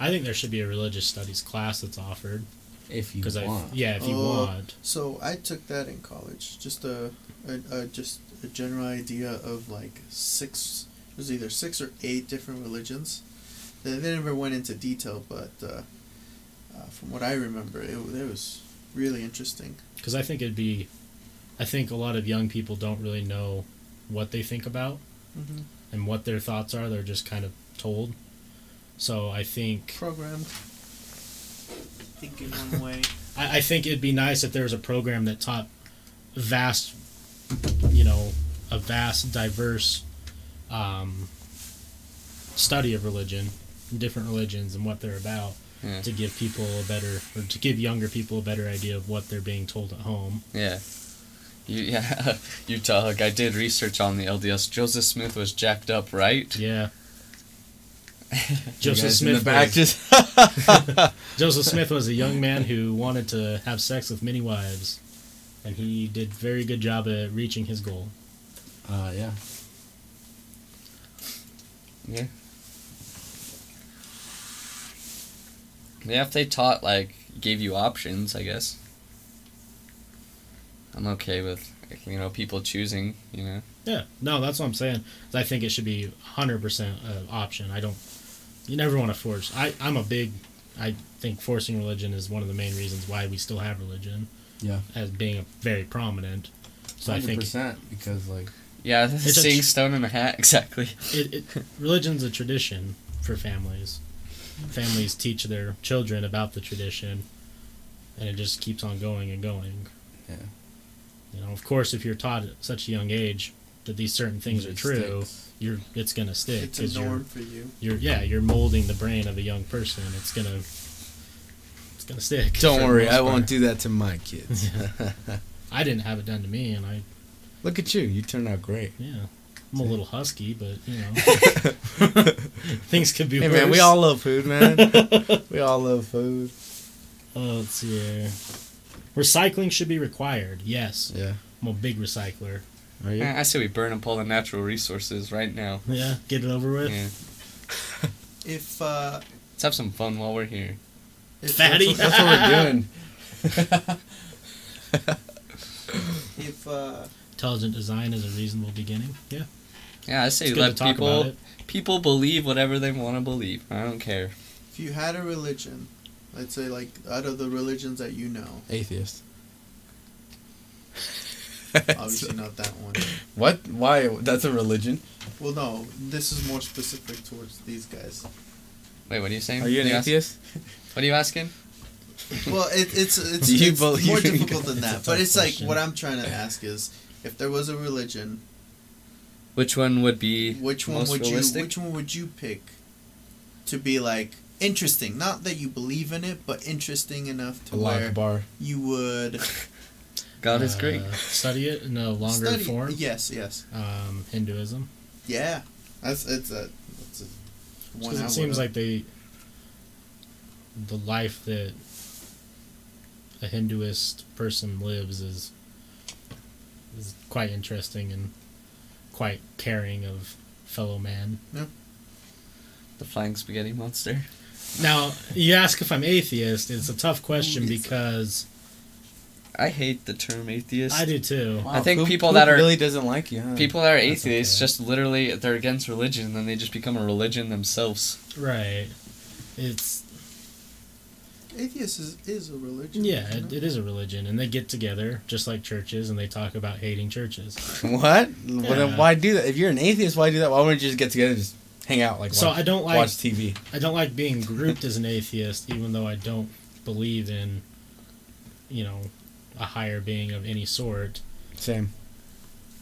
Speaker 1: I think there should be a religious studies class that's offered
Speaker 6: If you
Speaker 1: because I
Speaker 6: want.
Speaker 1: yeah if you
Speaker 4: Oh.
Speaker 1: want
Speaker 4: So I took that in college. Just a, a, a just a general idea of like six. It was either six or eight different religions. They, they never went into detail, but uh, uh, from what I remember, it, wa- it was really interesting.
Speaker 1: because I think it'd be, I think a lot of young people don't really know what they think about
Speaker 4: Mm-hmm.
Speaker 1: and what their thoughts are. They're just kind of told. So I think
Speaker 4: Programmed. Thinking one way.
Speaker 1: I, I think it'd be nice if there was a program that taught vast, you know, a vast, diverse um, study of religion, different religions, and what they're about
Speaker 2: Yeah.
Speaker 1: to give people a better, or to give younger people a better idea of what they're being told at home.
Speaker 2: Yeah. You, yeah, Utah Hook. I did research on the LDS. Joseph Smith was jacked up, right?
Speaker 1: Yeah.
Speaker 6: You
Speaker 1: Joseph
Speaker 6: guys in
Speaker 1: Smith.
Speaker 6: the back
Speaker 1: was,
Speaker 6: just
Speaker 1: Joseph Smith was a young man who wanted to have sex with many wives, and he did very good job at reaching his goal.
Speaker 6: uh, yeah.
Speaker 2: Yeah. Yeah, if they taught, like, gave you options, I guess. I'm okay with, like, you know, people choosing, you know.
Speaker 1: Yeah, no, that's what I'm saying. 'Cause I think it should be 100% uh, option. I don't. You never want to force. I I'm a big. I think forcing religion is one of the main reasons why we still have religion
Speaker 6: Yeah.
Speaker 1: as being very prominent. So I
Speaker 6: Hundred
Speaker 1: think
Speaker 6: percent because like
Speaker 2: Yeah,
Speaker 1: a
Speaker 2: seeing
Speaker 1: tr-
Speaker 2: stone in a hat, exactly.
Speaker 1: it, it religion's a tradition for families. Families teach their children about the tradition, and it just keeps on going and going.
Speaker 6: Yeah.
Speaker 1: You know, of course, if you're taught at such a young age that these certain things are
Speaker 6: it
Speaker 1: true,
Speaker 6: sticks.
Speaker 1: you're it's gonna stick.
Speaker 4: It's
Speaker 1: 'cause
Speaker 4: a
Speaker 1: you're-
Speaker 4: norm for you.
Speaker 1: you're yeah you're molding the brain of a young person it's gonna It's gonna stick. for
Speaker 7: Don't
Speaker 1: the
Speaker 7: worry,
Speaker 1: most
Speaker 7: I
Speaker 1: part.
Speaker 7: won't do that to my kids.
Speaker 1: I didn't have it done to me, and I
Speaker 7: Look at you. You turned out great.
Speaker 1: yeah, I'm a little husky, but you know, things could be
Speaker 7: Hey
Speaker 1: worse.
Speaker 7: man, we all love food, man. we all love food.
Speaker 1: Oh, let's see here. Recycling should be required. Yes,
Speaker 7: Yeah.
Speaker 1: I'm a big recycler.
Speaker 7: Are you?
Speaker 2: Eh, I say we burn up all the natural resources right now.
Speaker 1: Yeah, get it over with.
Speaker 2: Yeah.
Speaker 4: If uh,
Speaker 2: Let's have some fun while we're here.
Speaker 4: if,
Speaker 1: Fatty.
Speaker 6: That's what we're doing.
Speaker 4: if uh,
Speaker 1: Intelligent design is a reasonable beginning. Yeah,
Speaker 2: Yeah, I say
Speaker 1: it's good to
Speaker 2: let
Speaker 1: talk about
Speaker 2: people
Speaker 1: it.
Speaker 2: people believe whatever they want to believe. I don't care.
Speaker 4: if you had a religion, let's say like out of the religions that you know,
Speaker 3: Atheist.
Speaker 4: obviously not that one.
Speaker 6: What? Why? That's a religion.
Speaker 4: Well, no, this is more specific towards these guys.
Speaker 2: Wait, what are you saying?
Speaker 3: Are you an
Speaker 2: ask-
Speaker 3: atheist?
Speaker 2: What are you asking?
Speaker 4: Well, it, it's it's,
Speaker 7: Do you
Speaker 4: it's
Speaker 7: believe
Speaker 4: more
Speaker 7: in
Speaker 4: difficult than
Speaker 1: That's a
Speaker 4: that, but
Speaker 1: tough
Speaker 4: it's
Speaker 1: question.
Speaker 4: like what I'm trying to ask is, if there was a religion,
Speaker 2: Which one would be
Speaker 4: which one
Speaker 2: most
Speaker 4: would
Speaker 2: realistic?
Speaker 4: you which one would you pick to be like interesting? Not that you believe in it, but interesting enough to
Speaker 3: Allah
Speaker 4: where
Speaker 3: Akbar.
Speaker 4: you would
Speaker 2: God is
Speaker 1: Uh,
Speaker 2: great.
Speaker 1: Study it in a longer
Speaker 4: study.
Speaker 1: form.
Speaker 4: Yes, yes,
Speaker 1: Um, Hinduism.
Speaker 4: yeah. That's it's a. That's a one
Speaker 1: Because
Speaker 4: hour
Speaker 1: it seems
Speaker 4: of-
Speaker 1: like they, the life that a Hinduist person lives is is quite interesting and quite caring of fellow man.
Speaker 2: The flying spaghetti monster.
Speaker 1: Now you ask if I'm atheist. It's a tough question
Speaker 4: Yes.
Speaker 1: because
Speaker 2: I hate the term atheist.
Speaker 1: I do too.
Speaker 2: I think people that are-
Speaker 3: really doesn't like you, huh?
Speaker 2: People that are
Speaker 1: That's
Speaker 2: atheists
Speaker 1: okay.
Speaker 2: just literally they're against religion and then they just become a religion themselves.
Speaker 1: Right. It's
Speaker 4: atheist is, is a religion.
Speaker 1: yeah.
Speaker 4: isn't
Speaker 1: It, it is a religion, and they get together just like churches, and they talk about hating churches.
Speaker 3: What? Well,
Speaker 1: Yeah.
Speaker 3: then why do that? If you're an atheist, why do that? Why wouldn't you just get together and just hang out? Like,
Speaker 1: So
Speaker 3: watch,
Speaker 1: I don't like-
Speaker 3: watch TV.
Speaker 1: I don't like being grouped as an atheist, even though I don't believe in, you know, a higher being of any sort.
Speaker 3: Same.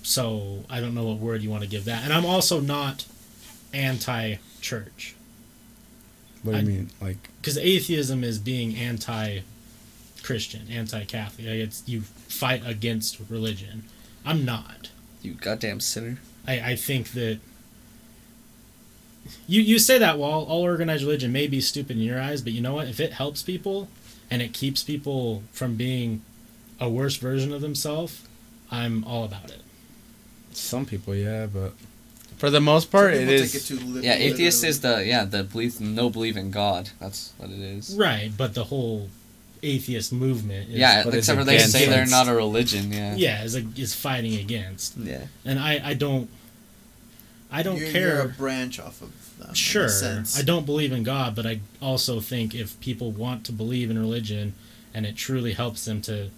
Speaker 1: So I don't know what word you want to give that. And I'm also not anti church.
Speaker 3: What do
Speaker 1: I-
Speaker 3: you mean? Like,
Speaker 1: Because atheism is being anti Christian, anti Catholic. It's you fight against religion. I'm not.
Speaker 2: You goddamn sinner.
Speaker 1: I, I think that you you say that while all organized religion may be stupid in your eyes, but you know what? If it helps people and it keeps people from being a worse version of themselves, I'm all about it.
Speaker 3: some people, yeah, but for the most part,
Speaker 4: Some
Speaker 3: it
Speaker 4: people
Speaker 3: is.
Speaker 4: take it too lit-
Speaker 2: Yeah, atheist
Speaker 4: literally.
Speaker 2: is the yeah, the belief no belief in God. That's what it is.
Speaker 1: Right, but the whole atheist movement is
Speaker 2: yeah,
Speaker 3: but it's
Speaker 2: except for they
Speaker 3: against
Speaker 2: say they're
Speaker 3: it.
Speaker 2: not a religion, yeah.
Speaker 1: yeah, is a, is fighting against.
Speaker 2: Yeah.
Speaker 1: And I I don't I don't
Speaker 4: you're,
Speaker 1: care
Speaker 4: You're a branch off of them. in a
Speaker 1: Sure.
Speaker 4: sense.
Speaker 1: I don't believe in God, but I also think if people want to believe in religion and it truly helps them to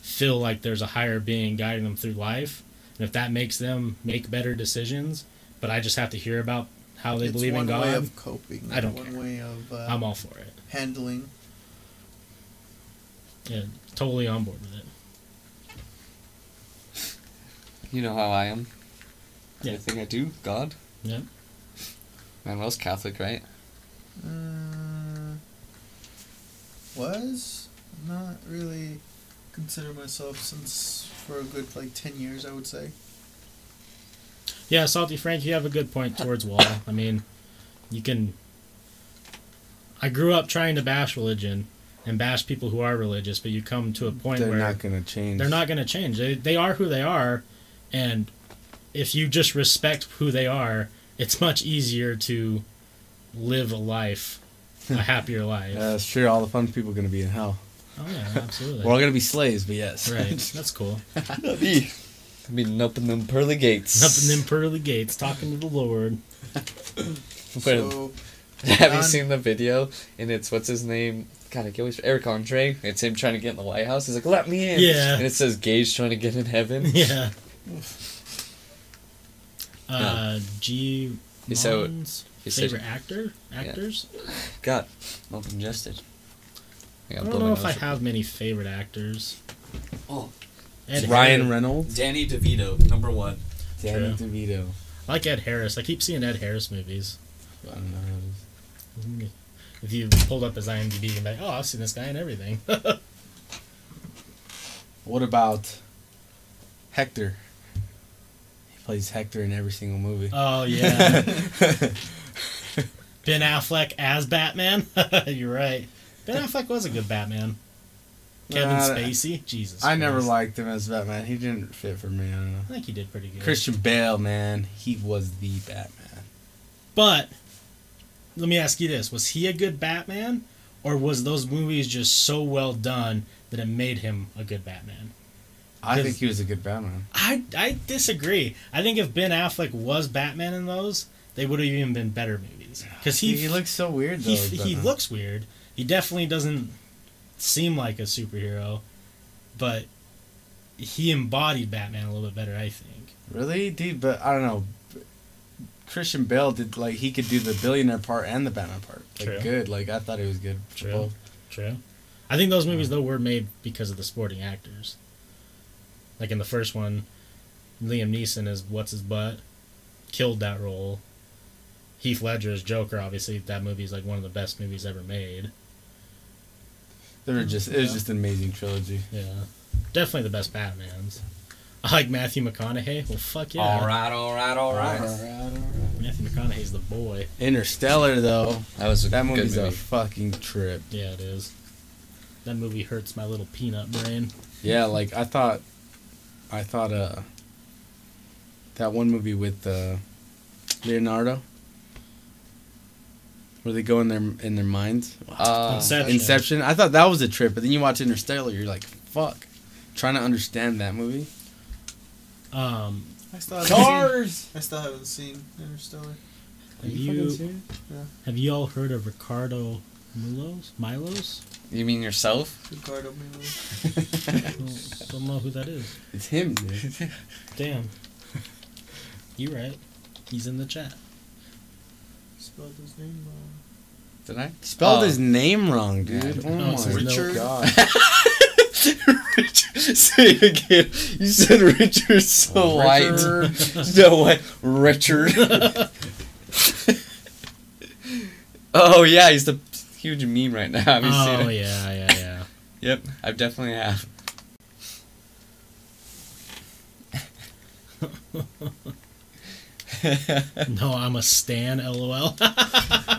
Speaker 1: feel like there's a higher being guiding them through life, and if that makes them make better decisions, but I just have to hear about how they
Speaker 4: it's
Speaker 1: believe
Speaker 4: one
Speaker 1: in
Speaker 4: way
Speaker 1: God,
Speaker 4: of coping.
Speaker 1: I don't
Speaker 4: One
Speaker 1: care.
Speaker 4: way of uh,
Speaker 1: I'm all for it.
Speaker 4: handling.
Speaker 1: Yeah, totally on board with it.
Speaker 2: You know how I am.
Speaker 1: Yeah.
Speaker 2: I think I do. God.
Speaker 1: Yeah.
Speaker 2: Manuel's Catholic, right?
Speaker 4: Uh, was not really consider myself since for a good like ten years I would say.
Speaker 1: Yeah, Salty Frank, you have a good point towards Wall. I mean, you can. I grew up trying to bash religion and bash people who are religious, but you come to a point
Speaker 3: They're
Speaker 1: where
Speaker 3: not gonna change.
Speaker 1: They're not going to change. They, they are who they are, and if you just respect who they are, it's much easier to live a life, a happier life.
Speaker 3: Uh, sure, all the fun people are gonna be in hell.
Speaker 1: oh yeah, absolutely.
Speaker 3: We're all gonna be slaves, but yes.
Speaker 1: right, that's cool.
Speaker 2: Me. I mean, up in them pearly gates.
Speaker 1: Up in them pearly gates, talking to the Lord.
Speaker 2: Where-
Speaker 4: So
Speaker 2: Have you
Speaker 4: John-
Speaker 2: seen the video? And it's what's his name? God, I can always Eric Andre. It's him trying to get in the White House. He's like, "Let me in."
Speaker 1: Yeah.
Speaker 2: And it says Gage trying to get in heaven.
Speaker 1: Yeah. Uh, G.
Speaker 2: He said-
Speaker 1: Mons,
Speaker 2: he said-
Speaker 1: favorite actor, actors.
Speaker 2: God, I'm congested. I,
Speaker 1: I
Speaker 2: got
Speaker 1: don't know if I have many favorite actors.
Speaker 2: Oh.
Speaker 1: Ed
Speaker 3: Ryan
Speaker 1: Harris.
Speaker 3: Reynolds,
Speaker 2: Danny DeVito, number one.
Speaker 3: Danny
Speaker 1: True.
Speaker 3: DeVito.
Speaker 1: I like Ed Harris. I keep seeing Ed Harris movies.
Speaker 3: I don't know.
Speaker 1: If you pulled up his IMDb, you'd be like, oh, I've seen this guy in everything.
Speaker 6: What about Hector? He plays Hector in every single movie.
Speaker 1: oh, yeah. ben Affleck as Batman? You're right. Ben Affleck was a good Batman. Kevin
Speaker 6: Nah,
Speaker 1: Spacey? Jesus.
Speaker 6: I never
Speaker 1: Christ.
Speaker 6: liked him as Batman. He didn't fit for me. I don't know.
Speaker 1: I think he did pretty good.
Speaker 6: Christian Bale, man, he was the Batman.
Speaker 1: But let me ask you this: Was he a good Batman, or was those movies just so well done that it made him a good Batman?
Speaker 6: I
Speaker 1: Because-
Speaker 6: think he was a good Batman.
Speaker 1: I I disagree. I think if Ben Affleck was Batman in those, they would have even been better movies because
Speaker 6: He,
Speaker 1: he he,
Speaker 6: looks so weird though.
Speaker 1: he,
Speaker 6: as Batman.
Speaker 1: looks weird. He definitely doesn't seem like a superhero, but he embodied Batman a little bit better. I think.
Speaker 6: really, dude. But I don't know. Christian Bale did like he could do the billionaire part and the Batman part. Like
Speaker 1: True.
Speaker 6: good. Like I thought he was good. for
Speaker 1: True.
Speaker 6: both.
Speaker 1: True. I think those movies though were made because of the sporting actors. Like in the first one, Liam Neeson is what's his butt, killed that role. Heath Ledger as Joker, obviously that movie is like one of the best movies ever made.
Speaker 6: They were just it was just an amazing trilogy.
Speaker 1: Yeah, definitely the best Batman's. I like Matthew McConaughey. Well, fuck yeah.
Speaker 6: right, all right, all right.
Speaker 1: Matthew McConaughey's the boy.
Speaker 6: Interstellar though,
Speaker 2: That was a
Speaker 6: that
Speaker 2: good
Speaker 6: movie's
Speaker 2: movie.
Speaker 6: a fucking trip.
Speaker 1: Yeah, it is. That movie hurts my little peanut brain.
Speaker 6: Yeah, like I thought, I thought uh, that one movie with uh, Leonardo, where they go in their in their minds.
Speaker 2: Uh,
Speaker 1: Inception.
Speaker 6: Inception. I thought that was a trip, but then you watch Interstellar, you're like, fuck, trying to understand that movie.
Speaker 1: Um,
Speaker 4: I still haven't seen,
Speaker 6: Cars.
Speaker 4: I still haven't seen Interstellar.
Speaker 1: have you have you all heard of Ricardo Milos? Milos?
Speaker 2: you mean yourself?
Speaker 4: Ricardo Milos.
Speaker 1: Don't, don't know who that is.
Speaker 6: It's him, dude.
Speaker 1: Damn. You right. He's in the chat.
Speaker 4: Spelled his name wrong.
Speaker 2: Did I?
Speaker 6: Spelled
Speaker 2: Oh.
Speaker 6: his name wrong, dude.
Speaker 2: Yeah.
Speaker 6: Oh
Speaker 1: No, it's
Speaker 6: my
Speaker 1: Richard.
Speaker 6: god.
Speaker 2: Say it again. You said Richard so
Speaker 6: Richard.
Speaker 2: light. No way. Richard. oh yeah, he's the huge meme right now. Have you seen
Speaker 1: Oh
Speaker 2: it?
Speaker 1: yeah, yeah, yeah.
Speaker 2: Yep, I definitely have.
Speaker 1: No, I'm a stan. LOL.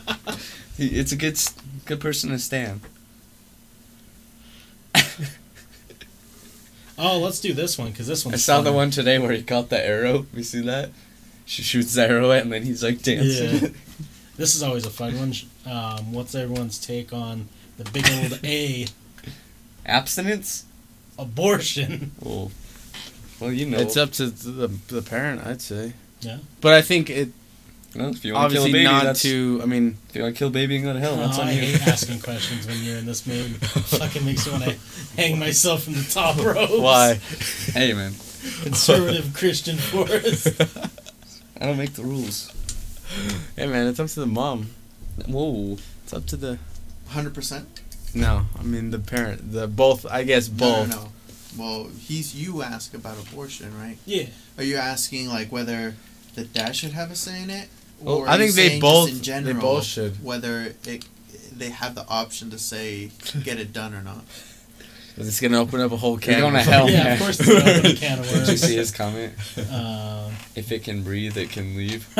Speaker 2: It's a good s- good person to stand.
Speaker 1: oh, let's do this one because this
Speaker 2: I
Speaker 6: Oh,
Speaker 1: one's.
Speaker 2: saw the
Speaker 1: fun.
Speaker 2: one today where he caught the arrow. You see that? She shoots the arrow at, and then he's like dancing.
Speaker 1: Yeah. This is always a fun one. Um, what's everyone's take on the big old A
Speaker 2: Abstinence?
Speaker 1: abortion?
Speaker 2: Oh. Well, you know.
Speaker 6: It's up to the, the parent, I'd say.
Speaker 1: Yeah.
Speaker 6: But I think it
Speaker 2: Well, if you want to kill a
Speaker 6: obviously
Speaker 2: baby,
Speaker 6: not
Speaker 2: that's,
Speaker 6: to. I mean,
Speaker 2: if you want to kill a baby and go to hell, that's
Speaker 1: Oh,
Speaker 2: on
Speaker 1: I
Speaker 2: you.
Speaker 1: hate asking questions when you're in this mood. Fucking makes me want to hang myself from the top ropes.
Speaker 2: hey, man.
Speaker 1: Conservative Christian Forest.
Speaker 2: I don't make the rules.
Speaker 6: Hey man, it's up to the mom.
Speaker 2: Whoa.
Speaker 6: It's up to the
Speaker 4: Hundred percent.
Speaker 6: no. I mean the parent. The both. I guess
Speaker 4: No,
Speaker 6: both.
Speaker 4: no, no. Well, he's you ask about abortion, right?
Speaker 1: Yeah.
Speaker 4: Are you asking like whether the dad should have a say in it?
Speaker 6: Well,
Speaker 4: Or are
Speaker 6: I
Speaker 4: you
Speaker 6: think they
Speaker 4: saying just
Speaker 6: both-
Speaker 4: in
Speaker 6: they
Speaker 4: general,
Speaker 6: both should.
Speaker 4: Whether it, they have the option to say get it done or not.
Speaker 6: It's gonna open up a whole can.
Speaker 2: going
Speaker 6: of-
Speaker 2: to hell.
Speaker 1: yeah,
Speaker 2: yeah.
Speaker 1: of course it's not a can of
Speaker 2: Did you see
Speaker 1: worms.
Speaker 2: his comment?
Speaker 1: Um,
Speaker 2: If it can breathe, it can leave.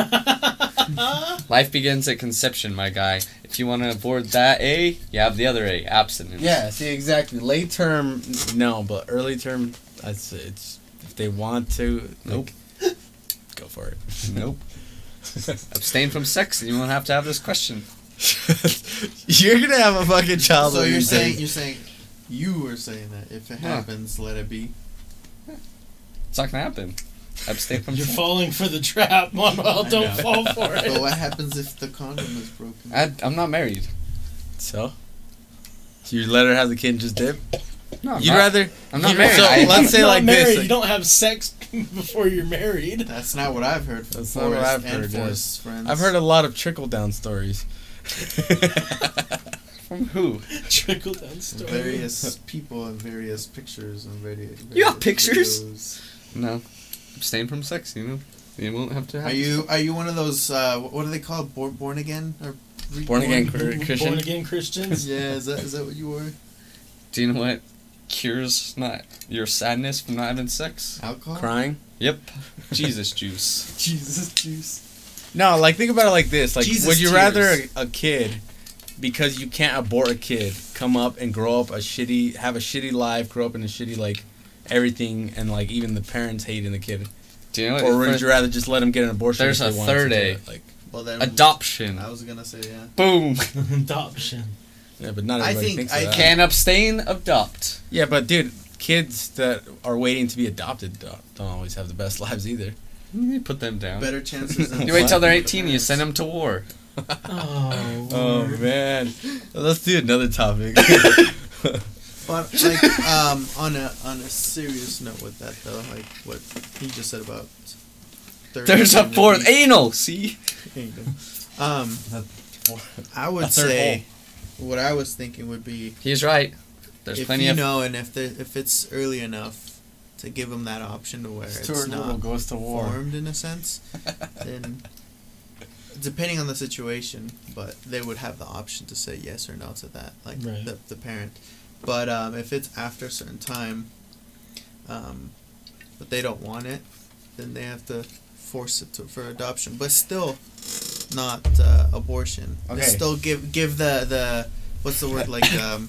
Speaker 2: Life begins at conception, my guy. If you want to avoid that A, you have the other A, abstinence.
Speaker 6: Yeah. See exactly. Late term, no, but early term. That's it's if they want to. like,
Speaker 2: Nope.
Speaker 6: go for it.
Speaker 2: Nope. Abstain from sex, and you won't have to have this question.
Speaker 6: you're gonna have a fucking child.
Speaker 4: so
Speaker 6: when
Speaker 4: you're
Speaker 6: you
Speaker 4: saying
Speaker 6: think-
Speaker 4: you're saying you were saying that if it
Speaker 2: Yeah.
Speaker 4: happens, let it be.
Speaker 2: It's not gonna happen. Abstain from
Speaker 1: you're
Speaker 2: sex.
Speaker 1: falling for the trap, Manuel. Don't fall for
Speaker 4: But
Speaker 1: it.
Speaker 4: what happens if the condom is broken?
Speaker 2: I, I'm not married.
Speaker 6: so. You let her have the kid and just dip.
Speaker 2: No, I'm
Speaker 6: You'd
Speaker 2: not.
Speaker 6: rather.
Speaker 2: I'm not
Speaker 6: you-
Speaker 2: married.
Speaker 6: So
Speaker 2: I-
Speaker 6: let's say
Speaker 1: You're not
Speaker 6: like
Speaker 1: married,
Speaker 6: this.
Speaker 1: you
Speaker 6: like-
Speaker 1: don't have sex before you're married.
Speaker 4: That's not what I've heard. From
Speaker 6: That's not what
Speaker 4: Forrest
Speaker 6: I've
Speaker 4: and
Speaker 6: heard, yeah.
Speaker 4: Forrest's friends.
Speaker 6: I've heard a lot of trickle down stories.
Speaker 2: From who?
Speaker 1: Trickle down story.
Speaker 4: various people and various pictures and video.
Speaker 2: You got
Speaker 4: various
Speaker 2: pictures?
Speaker 4: videos.
Speaker 2: No. Abstain from sex, you know? You won't have to have
Speaker 4: Are you are you one of those uh, what do they call it? born born again or
Speaker 6: Born again
Speaker 1: Born-
Speaker 6: Chri- Christian.
Speaker 1: Born again Christians.
Speaker 4: Yeah, is that is that what you were?
Speaker 2: Do you know what cures not your sadness from not having sex?
Speaker 4: Alcohol.
Speaker 6: Crying?
Speaker 2: Yep, Jesus juice.
Speaker 4: Jesus juice.
Speaker 6: No, like think about it like this: like,
Speaker 4: Jesus
Speaker 6: would you
Speaker 4: tears.
Speaker 6: rather a, a kid, because you can't abort a kid, come up and grow up a shitty, have a shitty life, grow up in a shitty like everything, and like even the parents hating the kid,
Speaker 2: Do you know
Speaker 6: or
Speaker 2: what?
Speaker 6: would you rather just let him get an abortion?
Speaker 2: There's
Speaker 6: if they
Speaker 2: a
Speaker 6: wanted to
Speaker 2: third
Speaker 6: do
Speaker 2: A.
Speaker 6: it, Like,
Speaker 4: Well, then
Speaker 2: Adoption.
Speaker 4: I
Speaker 6: Oh.
Speaker 4: was gonna say yeah.
Speaker 2: Boom.
Speaker 1: Adoption.
Speaker 6: yeah, but not
Speaker 4: I
Speaker 6: everybody
Speaker 4: think-
Speaker 6: thinks
Speaker 4: I
Speaker 6: of that.
Speaker 4: can't-
Speaker 2: Can abstain, adopt.
Speaker 6: Yeah, but dude, kids that are waiting to be adopted don't, don't always have the best lives either.
Speaker 2: You put them down.
Speaker 4: Better chances. Than
Speaker 2: You wait till they're
Speaker 4: What?
Speaker 2: 18 you send them to war.
Speaker 1: Oh,
Speaker 6: Oh
Speaker 1: Lord.
Speaker 6: man, let's do another topic.
Speaker 4: But like um, on a on a serious note with that though, like what he just said about. third
Speaker 2: There's a
Speaker 4: kingdom,
Speaker 2: fourth anal, see?
Speaker 4: kingdom. Um,
Speaker 6: A
Speaker 4: I would
Speaker 2: third
Speaker 4: say what I was thinking would be
Speaker 2: He's right. There's
Speaker 4: if
Speaker 2: plenty
Speaker 4: you
Speaker 2: of.
Speaker 4: know and if there, if it's early enough to give them that option to where it's not
Speaker 6: goes to
Speaker 4: formed in a sense, then depending on the situation, but they would have the option to say yes or no to that, like
Speaker 1: Right.
Speaker 4: the, the parent. But um, if it's after a certain time, um, but they don't want it, then they have to force it to, for adoption. But still, not uh, abortion. Okay.
Speaker 6: Okay.
Speaker 4: Still give give the the what's the word like um.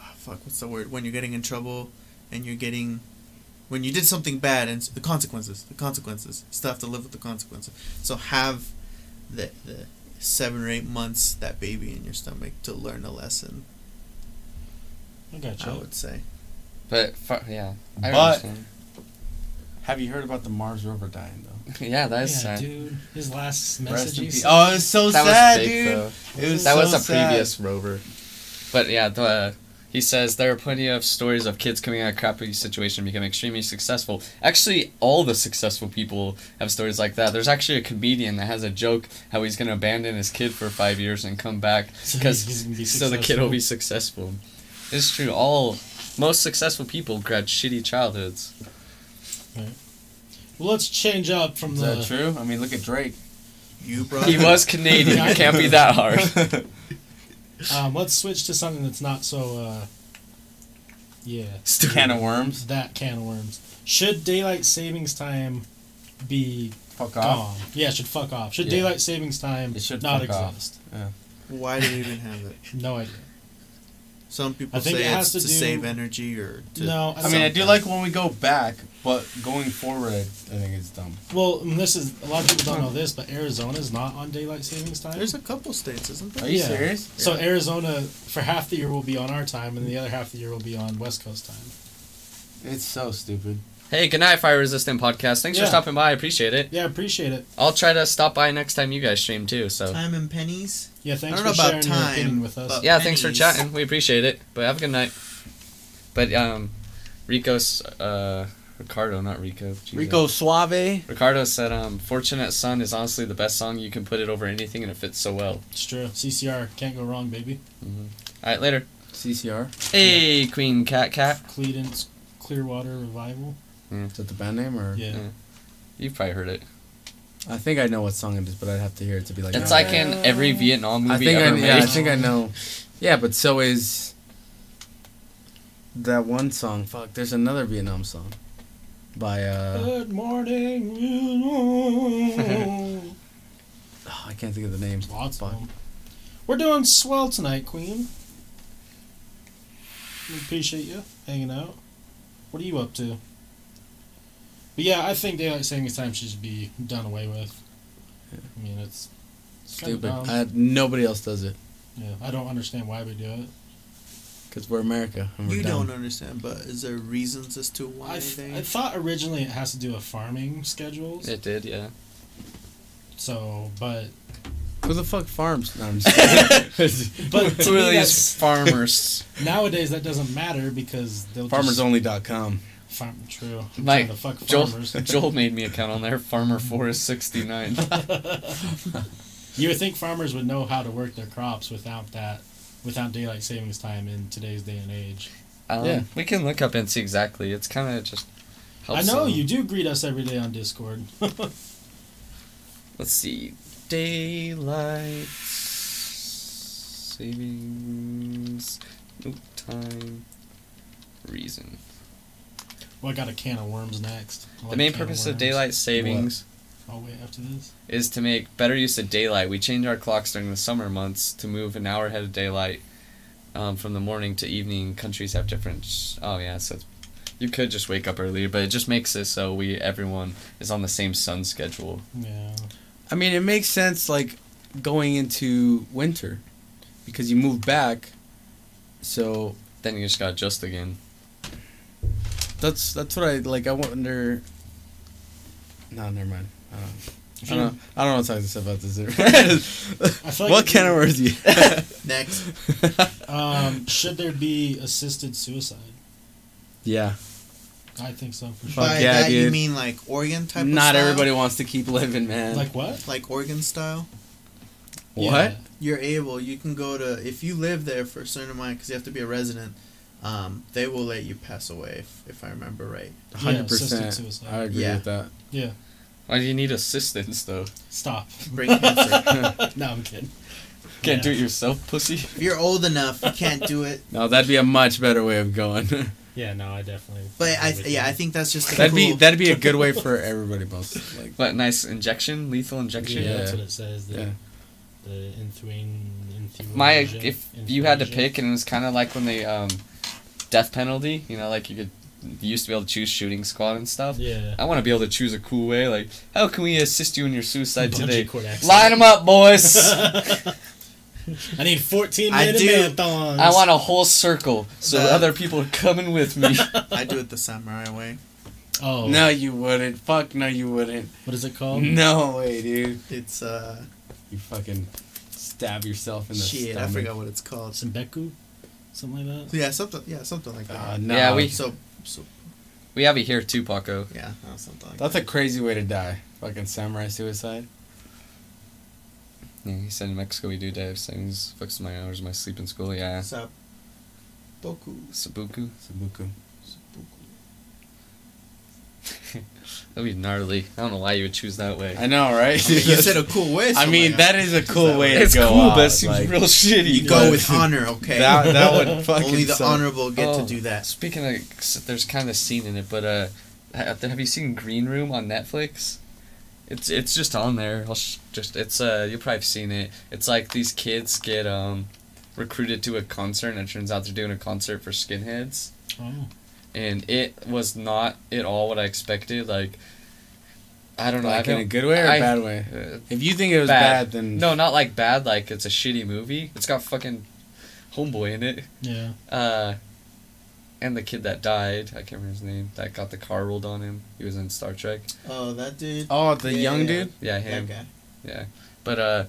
Speaker 4: ah, Fuck, what's the word? When you're getting in trouble and you're getting when you did something bad and s- the consequences, the consequences. Still have to live with the consequences. So have the the seven or eight months that baby in your stomach to learn a lesson.
Speaker 1: I got
Speaker 6: Oh,
Speaker 4: I
Speaker 1: you.
Speaker 4: would say.
Speaker 2: But, fu- yeah. I
Speaker 6: But-
Speaker 2: understand.
Speaker 6: Have you heard about the Mars rover dying though?
Speaker 2: yeah, that is
Speaker 1: yeah,
Speaker 2: sad.
Speaker 1: dude. His last
Speaker 6: Rest
Speaker 1: message.
Speaker 6: in
Speaker 1: he
Speaker 6: peace.
Speaker 1: sent-
Speaker 6: Oh, it's so
Speaker 2: That was
Speaker 6: sad,
Speaker 2: fake,
Speaker 6: dude.
Speaker 2: though.
Speaker 6: It was
Speaker 2: That
Speaker 6: so
Speaker 2: was a
Speaker 6: sad.
Speaker 2: previous rover. But yeah, the he says there are plenty of stories of kids coming out of crappy situation and becoming extremely successful. Actually, all the successful people have stories like that. There's actually a comedian that has a joke how he's gonna abandon his kid for five years and come back
Speaker 6: Oh,
Speaker 1: So
Speaker 2: because
Speaker 1: he's gonna be
Speaker 2: so the kid will be successful. It's true. All most successful people had shitty childhoods.
Speaker 1: Well, let's change up from
Speaker 6: Is
Speaker 1: the.
Speaker 6: that true? I mean, look at Drake.
Speaker 4: You brought
Speaker 2: He was Canadian. it can't be that hard.
Speaker 1: Um, let's switch to something that's not so. Uh, yeah,
Speaker 6: Can of worms.
Speaker 1: that can of worms. Should daylight savings time be
Speaker 6: Fuck
Speaker 1: gone?
Speaker 6: off.
Speaker 1: Yeah, should fuck off. Should
Speaker 6: Yeah.
Speaker 1: daylight savings time
Speaker 6: It should
Speaker 1: not
Speaker 6: fuck off.
Speaker 1: exist?
Speaker 4: Why do you even have it?
Speaker 1: No idea.
Speaker 4: Some people
Speaker 1: I think
Speaker 4: say
Speaker 1: it has
Speaker 4: it's
Speaker 1: to
Speaker 4: to,
Speaker 1: do-
Speaker 4: save energy or to
Speaker 1: No,
Speaker 6: I mean, I do like when we go back, but going forward, I I think it's dumb.
Speaker 1: Well, and this is a lot of people don't know this, but Arizona's not on daylight savings time.
Speaker 4: There's a couple states, isn't
Speaker 6: Are
Speaker 4: there?
Speaker 6: you
Speaker 1: Yeah.
Speaker 6: serious?
Speaker 1: so Arizona for half the year will be on our time, and the other half of the year will be on West Coast time.
Speaker 6: It's so stupid.
Speaker 2: Hey, good night, Fire Resistant Podcast. Thanks
Speaker 1: Yeah.
Speaker 2: for stopping by. I appreciate it.
Speaker 1: Yeah, I appreciate it.
Speaker 2: I'll try to stop by next time you guys stream too. So
Speaker 4: Time and pennies.
Speaker 1: Yeah, thanks
Speaker 4: I don't
Speaker 1: for
Speaker 4: know
Speaker 1: sharing
Speaker 4: about
Speaker 1: your opinion
Speaker 4: time,
Speaker 1: with us.
Speaker 4: but-
Speaker 2: yeah, thanks for
Speaker 4: pennies.
Speaker 2: chatting. We appreciate it. But have a good night. But um, Rico's uh Ricardo, not Rico. Jesus.
Speaker 6: Rico Suave.
Speaker 2: Ricardo said, um, "Fortunate Son is honestly the best song. You can put it over anything, and it fits so well."
Speaker 1: It's true. CCR can't go wrong, baby.
Speaker 2: All right, later.
Speaker 6: CCR.
Speaker 2: Hey, Queen Cat Cat.
Speaker 1: Credence Clearwater Revival.
Speaker 6: Is that the band name
Speaker 4: Mm-hmm.
Speaker 6: or?
Speaker 1: Yeah.
Speaker 2: Yeah. You've probably heard it.
Speaker 6: I think I know what song it is, but I'd have to hear it to be like.
Speaker 2: It's
Speaker 6: "Oh,
Speaker 2: like in every Vietnam
Speaker 6: I
Speaker 2: movie
Speaker 6: think I,
Speaker 2: ever
Speaker 6: yeah, I
Speaker 2: made.
Speaker 6: think I know. Yeah, but so is that one song. Fuck, there's another Vietnam song by uh
Speaker 1: Good morning, you know.
Speaker 6: oh, I can't think of the name.
Speaker 1: Lots of
Speaker 6: Fuck.
Speaker 1: them. We're doing swell tonight, Queen. We appreciate you hanging out. What are you up to? But yeah, I think daylight savings time should be done away with. I mean, it's it's kinda dumb.
Speaker 6: Stupid. I, nobody else does it
Speaker 1: yeah, I don't understand why we do it.
Speaker 6: because we're America. And we're
Speaker 4: You
Speaker 6: dumb.
Speaker 4: don't understand, but is there reasons as to why
Speaker 1: I, f-
Speaker 4: they?
Speaker 1: I thought originally it has to do with farming schedules.
Speaker 2: It did, yeah.
Speaker 1: So, but
Speaker 6: Who the fuck farms? No, I'm just kidding.
Speaker 1: but
Speaker 2: It's
Speaker 1: to me
Speaker 2: really
Speaker 1: that's,
Speaker 2: these farmers.
Speaker 1: nowadays that doesn't matter because they'll just,
Speaker 6: Farmersonly.com.
Speaker 1: farm true. I'm
Speaker 2: Like,
Speaker 1: trying to fuck
Speaker 2: Joel,
Speaker 1: farmers.
Speaker 2: Joel made me account on there. Farmer Forest sixty nine.
Speaker 1: you would think farmers would know how to work their crops without that, without daylight savings time in today's day and age.
Speaker 2: Um,
Speaker 6: Yeah.
Speaker 2: We can look up and see exactly. It's kind of just.
Speaker 1: I know
Speaker 2: them.
Speaker 1: you do greet us every day on Discord.
Speaker 2: Let's see. Daylight savings. No time. Reason.
Speaker 1: Well, I got a can of worms next. I like
Speaker 2: The main
Speaker 1: can
Speaker 2: purpose of
Speaker 1: worms.
Speaker 2: daylight savings
Speaker 1: I'll wait after this.
Speaker 2: is to make better use of daylight. We change our clocks during the summer months to move an hour ahead of daylight um, from the morning to evening. Countries have different. sh- Oh yeah, so it's, you could just wake up earlier, but it just makes it so we everyone is on the same sun schedule.
Speaker 1: Yeah.
Speaker 3: I mean, it makes sense like going into winter because you move back. So
Speaker 2: Then you just got adjust again.
Speaker 3: that's that's what I like. I wonder. No, never mind. I don't, I don't, know, I don't want to talk this about this.
Speaker 1: I feel like
Speaker 3: what
Speaker 1: it-
Speaker 3: kind of words do you?
Speaker 4: Next.
Speaker 1: Um, should there be assisted suicide?
Speaker 3: yeah,
Speaker 1: I think so for sure.
Speaker 4: By
Speaker 3: yeah,
Speaker 4: that you
Speaker 3: dude.
Speaker 4: mean like Oregon type of
Speaker 3: not
Speaker 4: style?
Speaker 3: everybody wants to keep living, man.
Speaker 1: Like what?
Speaker 4: Like Oregon style?
Speaker 3: what?
Speaker 1: Yeah.
Speaker 4: You're able, you can go to, if you live there for a certain amount, because you have to be a resident, um, they will let you pass away, if, if I remember right.
Speaker 1: Yeah,
Speaker 3: Hundred
Speaker 1: assisted
Speaker 3: percent.
Speaker 1: suicide.
Speaker 3: I agree
Speaker 4: Yeah.
Speaker 3: with that.
Speaker 1: Yeah.
Speaker 2: Why do you need assistance though?
Speaker 1: Stop.
Speaker 4: Brain cancer.
Speaker 1: no, I'm kidding.
Speaker 2: Can't do
Speaker 1: Yeah.
Speaker 2: it yourself, pussy.
Speaker 4: if you're old enough, you can't do it.
Speaker 3: No, that'd be a much better way of going.
Speaker 1: Yeah, no, I definitely.
Speaker 4: But
Speaker 1: agree
Speaker 4: I,
Speaker 1: with
Speaker 4: yeah,
Speaker 1: you.
Speaker 4: I think that's just a
Speaker 3: that'd be
Speaker 4: cool.
Speaker 3: that'd be a good way for everybody else. Like
Speaker 2: What nice injection? Lethal injection.
Speaker 1: Yeah, that's
Speaker 3: Yeah.
Speaker 1: what it says. The,
Speaker 3: Yeah.
Speaker 1: the enthwing, enthwing.
Speaker 2: My if you had to pick, and it was kind of like when they um, death penalty. You know, like you could you used to be able to choose shooting squad and stuff.
Speaker 1: Yeah.
Speaker 2: I want to be able to choose a cool way. Like, how can we assist you in your suicide
Speaker 1: Bungee
Speaker 2: today?
Speaker 1: cord accident.
Speaker 2: Line them up, boys.
Speaker 1: I need 14
Speaker 4: I
Speaker 1: minute
Speaker 4: do-
Speaker 1: marathons.
Speaker 2: I want a whole circle, so
Speaker 4: Uh,
Speaker 2: other people are coming with me.
Speaker 4: I do it the samurai way.
Speaker 1: Oh,
Speaker 3: No, you wouldn't. Fuck, no, you wouldn't.
Speaker 1: what is it called?
Speaker 3: No way, dude.
Speaker 4: It's, uh,
Speaker 3: You fucking stab yourself in the
Speaker 4: shit,
Speaker 3: stomach.
Speaker 4: I forgot what it's called.
Speaker 1: Senbeku, something like that.
Speaker 4: Yeah, something, yeah, something like that.
Speaker 3: Ah, no.
Speaker 2: Yeah, we-
Speaker 4: so, so,
Speaker 2: we have it here oh. too, Paco.
Speaker 4: yeah, uh, something like
Speaker 3: That's
Speaker 4: that.
Speaker 3: a crazy way to die. Fucking samurai suicide.
Speaker 2: Yeah, he said in Mexico we do dive things. Fucks my hours, my sleep in school. Yeah.
Speaker 4: Sap- Boku.
Speaker 2: Sabuku.
Speaker 3: Sabuku.
Speaker 2: That'd be gnarly. I don't know why you would choose that way.
Speaker 3: I know, right?
Speaker 4: I mean, you said a cool way. so
Speaker 3: I
Speaker 4: I'm
Speaker 3: mean,
Speaker 4: like,
Speaker 3: that is a cool
Speaker 4: that
Speaker 3: way
Speaker 4: right?
Speaker 3: to
Speaker 2: it's
Speaker 3: go
Speaker 2: cool,
Speaker 3: out.
Speaker 2: but it seems
Speaker 3: like,
Speaker 2: real shitty.
Speaker 4: you
Speaker 2: but-
Speaker 4: go with honor, okay?
Speaker 3: that, that would fucking
Speaker 4: Only the
Speaker 3: suck.
Speaker 4: honorable get
Speaker 2: Oh.
Speaker 4: to do that.
Speaker 2: Speaking of, s- there's kind of a scene in it, but uh, ha- have you seen Green Room on Netflix? It's it's just on there. I'll sh- just it's uh you'll probably have seen it. It's like these kids get um recruited to a concert, and it turns out they're doing a concert for skinheads,
Speaker 1: Oh.
Speaker 2: and it was not at all what I expected. Like, I don't know.
Speaker 3: Like
Speaker 2: I
Speaker 3: in a good way or a
Speaker 2: I-
Speaker 3: bad way?
Speaker 2: Uh,
Speaker 3: If you think it was
Speaker 2: Bad.
Speaker 3: bad, then
Speaker 2: no, not like bad. Like it's a shitty movie. It's got fucking homeboy in it.
Speaker 1: Yeah.
Speaker 2: Uh, and the kid that died, I can't remember his name, that got the car rolled on him. He was in Star Trek.
Speaker 4: Oh, that dude.
Speaker 3: Oh, the
Speaker 4: Yeah,
Speaker 3: young
Speaker 4: yeah,
Speaker 3: dude.
Speaker 2: Yeah,
Speaker 4: That
Speaker 2: him.
Speaker 4: guy.
Speaker 2: Yeah. But, uh,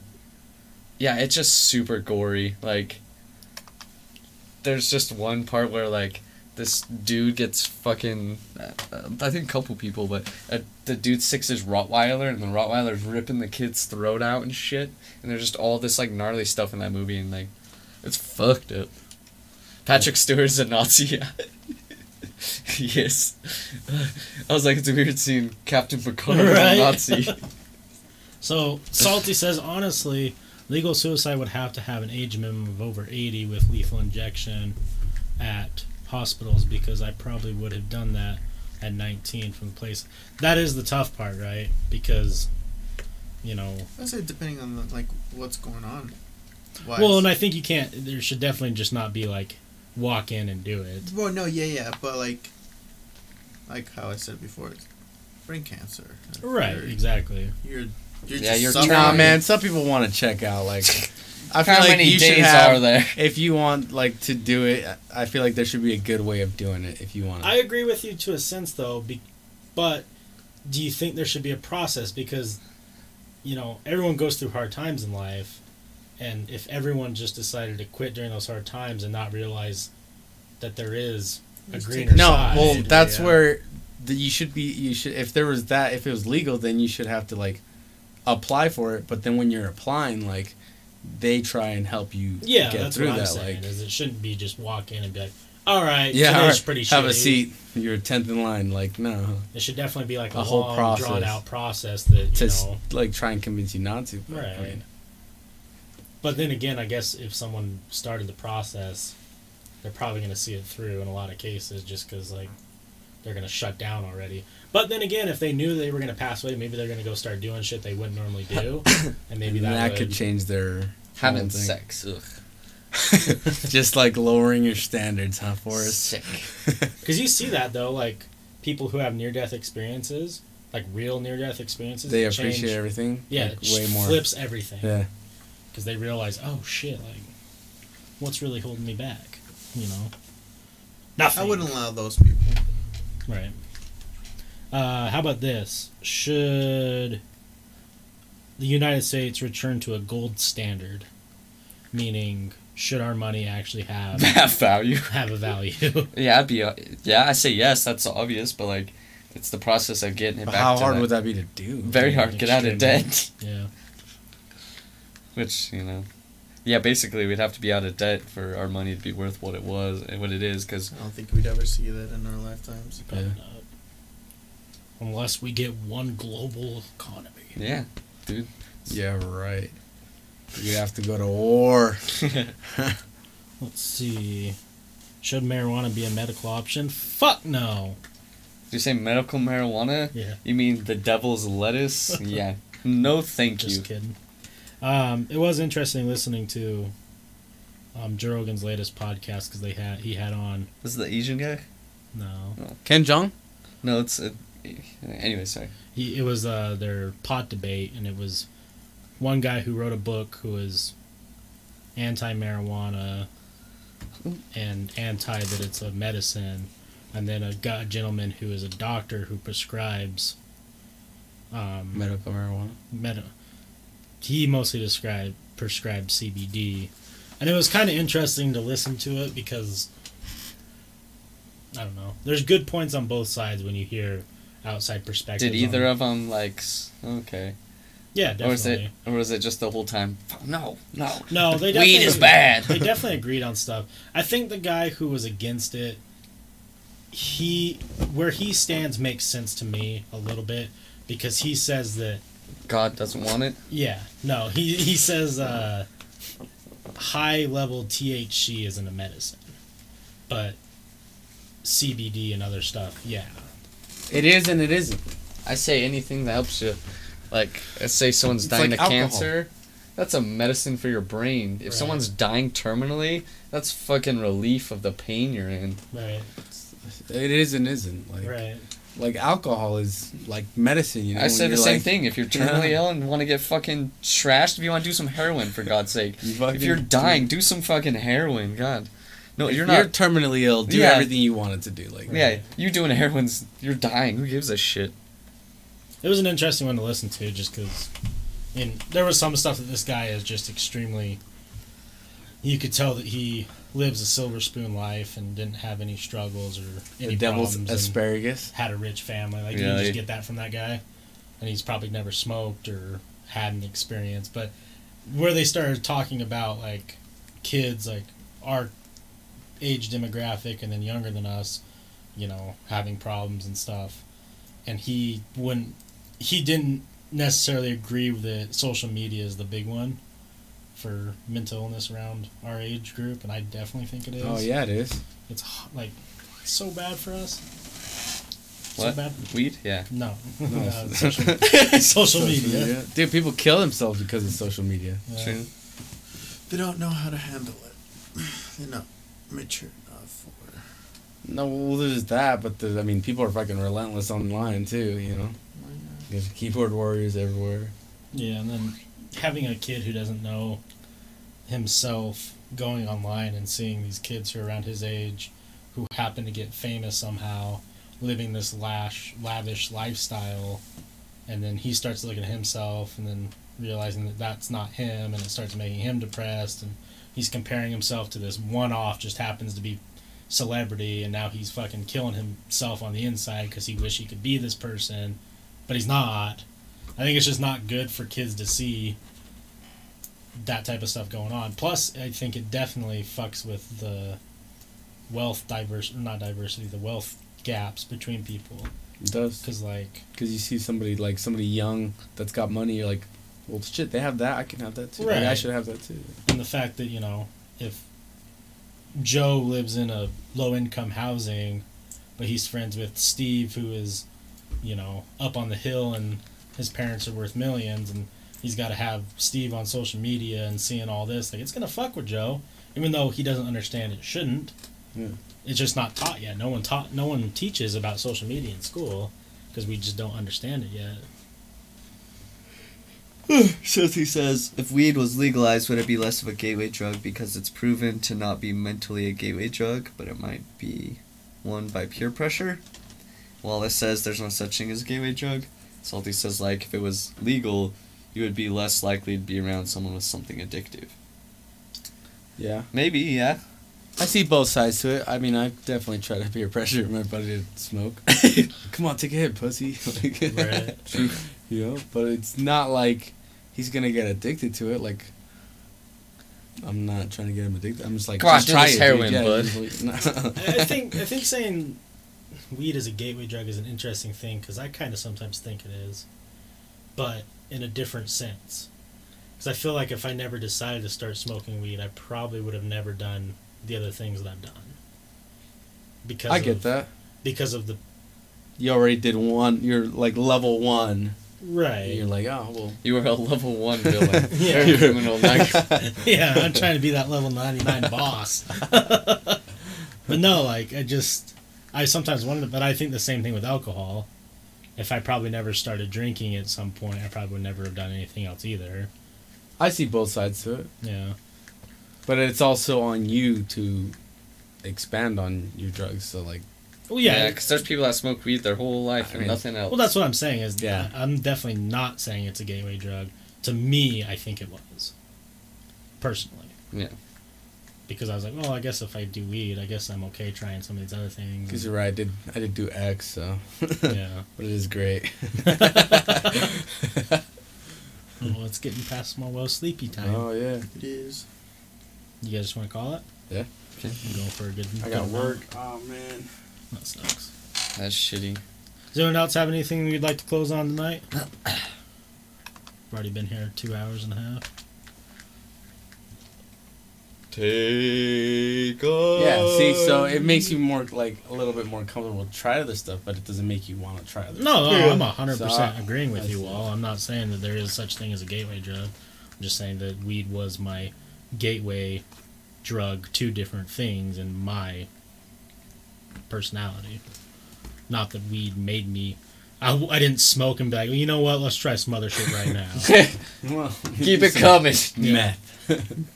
Speaker 2: yeah, it's just super gory. Like, there's just one part where, like, this dude gets fucking. Uh, uh, I think a couple people, but uh, the dude sticks his Rottweiler, and the Rottweiler's ripping the kid's throat out and shit. And there's just all this, like, gnarly stuff in that movie, and, like, it's fucked up. Patrick Stewart's a Nazi. yes. I was like, it's a weird scene. Captain Picard is
Speaker 1: Right.
Speaker 2: a Nazi.
Speaker 1: So Salty says honestly, legal suicide would have to have an age minimum of over 80 with lethal injection at hospitals because I probably would have done that at 19 from the place. That is the tough part, right? Because you know,
Speaker 4: I said depending on the, like what's going on. Why
Speaker 1: well,
Speaker 4: is-
Speaker 1: and I think you can't. There should definitely just not be like walk in and do it.
Speaker 4: well, no, yeah, yeah, but like, like how I said before, it's brain cancer.
Speaker 1: Right,
Speaker 4: You're,
Speaker 1: exactly.
Speaker 4: you're, you're
Speaker 2: Yeah,
Speaker 4: just
Speaker 2: you're
Speaker 4: suffering.
Speaker 3: Nah,
Speaker 2: Sorry.
Speaker 3: man. Some people want to check out. Like, I feel
Speaker 2: How
Speaker 3: like
Speaker 2: many
Speaker 3: you should
Speaker 2: days
Speaker 3: have,
Speaker 2: are there?
Speaker 3: If you want, like, to do it, I- I feel like there should be a good way of doing it. If you want,
Speaker 1: I agree with you to a sense, though. Be- but do you think there should be a process? Because you know everyone goes through hard times in life, and if everyone just decided to quit during those hard times and not realize that there is a
Speaker 4: Just
Speaker 1: greener
Speaker 4: take-
Speaker 3: no.
Speaker 1: side,
Speaker 3: Well, that's
Speaker 4: yeah.
Speaker 3: where the, you should be. You should. If there was that, if it was legal, then you should have to like apply for it. But then when you're applying, like, they try and help you.
Speaker 1: yeah,
Speaker 3: get
Speaker 1: that's
Speaker 3: through
Speaker 1: what I'm
Speaker 3: that.
Speaker 1: saying.
Speaker 3: like,
Speaker 1: Is it shouldn't be just walk in and be like, all right,
Speaker 3: Yeah,
Speaker 1: today's
Speaker 3: or
Speaker 1: pretty
Speaker 3: have a
Speaker 1: shitty.
Speaker 3: seat. You're tenth in line. Like no,
Speaker 1: It should definitely be like a,
Speaker 3: A whole
Speaker 1: long,
Speaker 3: process.
Speaker 1: drawn out process that you
Speaker 3: to s-
Speaker 1: know.
Speaker 3: like try and convince you not to. But, I
Speaker 1: Right.
Speaker 3: mean,
Speaker 1: But then again, I guess if someone started the process, they're probably going to see it through in a lot of cases, just because like they're going to shut down already. But then again, if they knew they were going to pass away, maybe they're going to go start doing shit they wouldn't normally do, and maybe
Speaker 3: and
Speaker 1: that,
Speaker 3: that
Speaker 1: would,
Speaker 3: could change their
Speaker 2: Having
Speaker 3: whole thing.
Speaker 2: sex. Ugh.
Speaker 3: Just like lowering your standards, huh, Forrest?
Speaker 2: Sick.
Speaker 1: Because you see that though, like people who have near death experiences, like real near death experiences,
Speaker 3: They
Speaker 1: it
Speaker 3: appreciate
Speaker 1: change-
Speaker 3: everything.
Speaker 1: Yeah,
Speaker 3: like,
Speaker 1: it
Speaker 3: way more.
Speaker 1: flips everything.
Speaker 3: Yeah.
Speaker 1: because they realize, oh shit, like what's really holding me back? You know, nothing.
Speaker 4: I wouldn't allow those people.
Speaker 1: Right. Uh, how about this? Should the United States return to a gold standard, meaning should our money actually have
Speaker 2: That value.
Speaker 1: have a value?
Speaker 2: Yeah, I'd be. uh, Yeah, I say yes. That's obvious, but like, it's the process of getting it
Speaker 3: But
Speaker 2: back.
Speaker 3: how
Speaker 2: to
Speaker 3: hard
Speaker 2: that.
Speaker 3: would that be to do?
Speaker 2: Very hard. Get out of
Speaker 1: Extremely.
Speaker 2: debt.
Speaker 1: yeah.
Speaker 2: Which you know, yeah. Basically, we'd have to be out of debt for our money to be worth what it was and what it is, because
Speaker 4: I don't think we'd ever see that in our lifetimes.
Speaker 1: Probably not. Unless we get one global economy.
Speaker 2: yeah,
Speaker 3: Yeah, right. You'd have to go to war.
Speaker 1: Let's see. Should marijuana be a medical option? Fuck no.
Speaker 2: you say medical marijuana?
Speaker 1: Yeah.
Speaker 2: You mean the devil's lettuce? yeah. No, thank
Speaker 1: Just
Speaker 2: you.
Speaker 1: kidding. Um, it was interesting listening to um, Joe Rogan's latest podcast because they had he had on
Speaker 2: This is the Asian guy.
Speaker 1: no
Speaker 3: Ken Jong?
Speaker 2: No, it's. A, anyway, sorry.
Speaker 1: he it was uh, their pot debate and it was one guy who wrote a book who was anti marijuana and anti that it's a medicine and then a, guy, a gentleman who is a doctor who prescribes um,
Speaker 3: Medical marijuana.
Speaker 1: meta. He mostly described prescribed CBD, and it was kind of interesting to listen to it because I don't know. There's good points on both sides when you hear outside perspectives.
Speaker 2: Did either
Speaker 1: on,
Speaker 2: of them like? s- Okay.
Speaker 1: yeah
Speaker 2: Or was
Speaker 1: definitely
Speaker 2: it? Or was it just the whole time? "Fuck, No, no.
Speaker 1: no they
Speaker 2: Weed
Speaker 1: definitely-
Speaker 2: is bad.
Speaker 1: they definitely agreed on stuff. I think the guy who was against it, he where he stands makes sense to me a little bit because he says that
Speaker 2: God doesn't want it.
Speaker 1: Yeah, no, he he says uh, high level THC isn't a medicine, but CBD and other stuff, yeah.
Speaker 3: It is and it isn't.
Speaker 2: I say anything that helps you. Like, let's say someone's
Speaker 3: It's
Speaker 2: dying
Speaker 3: like
Speaker 2: of
Speaker 3: alcohol.
Speaker 2: cancer. That's a medicine for your brain. If
Speaker 1: Right.
Speaker 2: someone's dying terminally, that's fucking relief of the pain you're in.
Speaker 1: Right,
Speaker 3: It is and isn't. Like
Speaker 1: right.
Speaker 3: like alcohol is like medicine, you know.
Speaker 2: I
Speaker 3: when
Speaker 2: say the
Speaker 3: you're,
Speaker 2: same
Speaker 3: like,
Speaker 2: thing. If you're terminally
Speaker 3: Yeah.
Speaker 2: ill and want to get fucking trashed, if you want to do some heroin, for God's sake.
Speaker 3: You
Speaker 2: if you're
Speaker 3: fucking-
Speaker 2: dying, do some fucking heroin. God. No,
Speaker 3: If
Speaker 2: you're
Speaker 3: you're,
Speaker 2: not.
Speaker 3: terminally ill. Do
Speaker 2: Yeah.
Speaker 3: everything you wanted to do. Like
Speaker 2: yeah, you doing heroin's. You're dying. Who gives a shit?
Speaker 1: It was an interesting one to listen to, just because, and there was some stuff that this guy is just extremely. You could tell that he lives a silver spoon life and didn't have any struggles or any
Speaker 3: the devil's
Speaker 1: problems. and-
Speaker 3: asparagus.
Speaker 1: had a rich family. Like you
Speaker 2: Yeah,
Speaker 1: can just
Speaker 2: he-
Speaker 1: get that from that guy, and he's probably never smoked or had an experience. But where they started talking about like kids, like our age demographic, and then younger than us, you know, having problems and stuff, and he wouldn't, he didn't necessarily agree with it. Social media is the big one for mental illness around our age group, and I definitely think it is.
Speaker 3: Oh yeah, it is.
Speaker 1: it's h- like so bad for us.
Speaker 2: What?
Speaker 1: So bad.
Speaker 2: Weed? Yeah.
Speaker 1: No. Uh, social, social media.
Speaker 3: Dude, people kill themselves because of social media.
Speaker 1: Yeah.
Speaker 2: True.
Speaker 4: They don't know how to handle it. They're not mature enough. Or
Speaker 3: No, well, there's that, but there's, I mean, people are fucking relentless online too. You know, there's keyboard warriors everywhere.
Speaker 1: Yeah, and then having a kid who doesn't know himself going online and seeing these kids who are around his age who happen to get famous somehow living this lash lavish lifestyle and then he starts looking at himself and then realizing that that's not him and it starts making him depressed and he's comparing himself to this one off just happens to be celebrity and now he's fucking killing himself on the inside cuz he wish he could be this person but he's not I think it's just not good for kids to see that type of stuff going on. Plus, I think it definitely fucks with the wealth diverse, not diversity, the wealth gaps between people.
Speaker 6: It does
Speaker 1: Because like,
Speaker 6: because you see somebody like somebody young that's got money. You're like, well, shit, they have that. I can have that too. Like, I
Speaker 1: Right.
Speaker 6: should have that too.
Speaker 1: and the fact that you know if Joe lives in a low income housing, but he's friends with Steve, who is, you know, up on the hill, and his parents are worth millions, and he's got to have Steve on social media and seeing all this, like it's gonna fuck with Joe, even though he doesn't understand it shouldn't.
Speaker 6: Yeah.
Speaker 1: It's just not taught yet. No one taught. No one teaches about social media in school because we just don't understand it yet.
Speaker 2: Shotzi says, if weed was legalized, would it be less of a gateway drug because it's proven to not be mentally a gateway drug, but it might be one by peer pressure? Wallace says there's no such thing as a gateway drug. Salty says, like, if it was legal, you would be less likely to be around someone with something addictive.
Speaker 6: Yeah.
Speaker 2: Maybe, yeah.
Speaker 6: I see both sides to it. I mean, I definitely try to peer pressure my buddy to smoke. Come on, take a hit, pussy. Like,
Speaker 1: Right.
Speaker 6: you know, but it's not like he's gonna get addicted to it. Like, I'm not trying to get him addicted. I'm just like,
Speaker 2: Come on,
Speaker 6: just
Speaker 2: do this
Speaker 6: dude.
Speaker 2: heroin, bud.
Speaker 6: just like-
Speaker 1: I I think I think saying weed is a gateway drug is an interesting thing because I kind of sometimes think it is, but in a different sense. Because I feel like if I never decided to start smoking weed, I probably would have never done the other things that I've done. Because
Speaker 6: I get
Speaker 1: of-
Speaker 6: that.
Speaker 1: Because of the
Speaker 6: You already did one. You're like level one.
Speaker 1: right.
Speaker 6: And you're like, oh well.
Speaker 2: You are a level one villain.
Speaker 1: Yeah.
Speaker 2: You're a criminal. Like,
Speaker 1: yeah, I'm trying to be that level 99 boss. but no, like, I just, I sometimes wonder, but I think the same thing with alcohol. If I probably never started drinking at some point, I probably would never have done anything else either.
Speaker 6: I see both sides to it,
Speaker 1: Yeah.
Speaker 6: but it's also on you to expand on your drugs. So like,
Speaker 1: Well,
Speaker 2: yeah,
Speaker 1: yeah.
Speaker 2: because there's people that smoke weed their whole life and
Speaker 6: I mean-
Speaker 2: nothing else.
Speaker 1: well, that's what I'm saying is,
Speaker 6: Yeah.
Speaker 1: yeah. I'm definitely not saying it's a gateway drug. To me, I think it was, personally.
Speaker 2: Yeah.
Speaker 1: Because I was like, well, I guess if I do weed, I guess I'm okay trying some of these other
Speaker 6: because
Speaker 1: things.
Speaker 6: you're right. I did I did do X. So, but
Speaker 1: yeah.
Speaker 6: it is great.
Speaker 1: Well, it's getting past my well sleepy time.
Speaker 6: Oh yeah.
Speaker 4: It is.
Speaker 1: You guys just want to call it?
Speaker 6: Yeah.
Speaker 1: Okay. I'm going for a good.
Speaker 6: I
Speaker 1: good
Speaker 6: got
Speaker 1: amount.
Speaker 6: work. Oh man.
Speaker 1: That sucks.
Speaker 2: That's shitty.
Speaker 1: Does anyone else have anything you'd like to close on tonight? We've already been here two hours and a half.
Speaker 2: Take off.
Speaker 6: Yeah, see, so
Speaker 2: Oh.
Speaker 6: it makes you more like a little bit more comfortable to try other stuff, but it doesn't make you want to try other. stuff.
Speaker 1: No, no, I'm 100%
Speaker 6: So, I-
Speaker 1: agreeing
Speaker 6: I
Speaker 1: with you
Speaker 6: see.
Speaker 1: all. I'm not saying that there is such thing as a gateway drug. I'm just saying that weed was my gateway drug to different things in my personality. Not that weed made me. I, I didn't smoke and be like, well, you know what? Let's try some other shit right now.
Speaker 6: Well,
Speaker 2: Keep it coming.
Speaker 6: meth.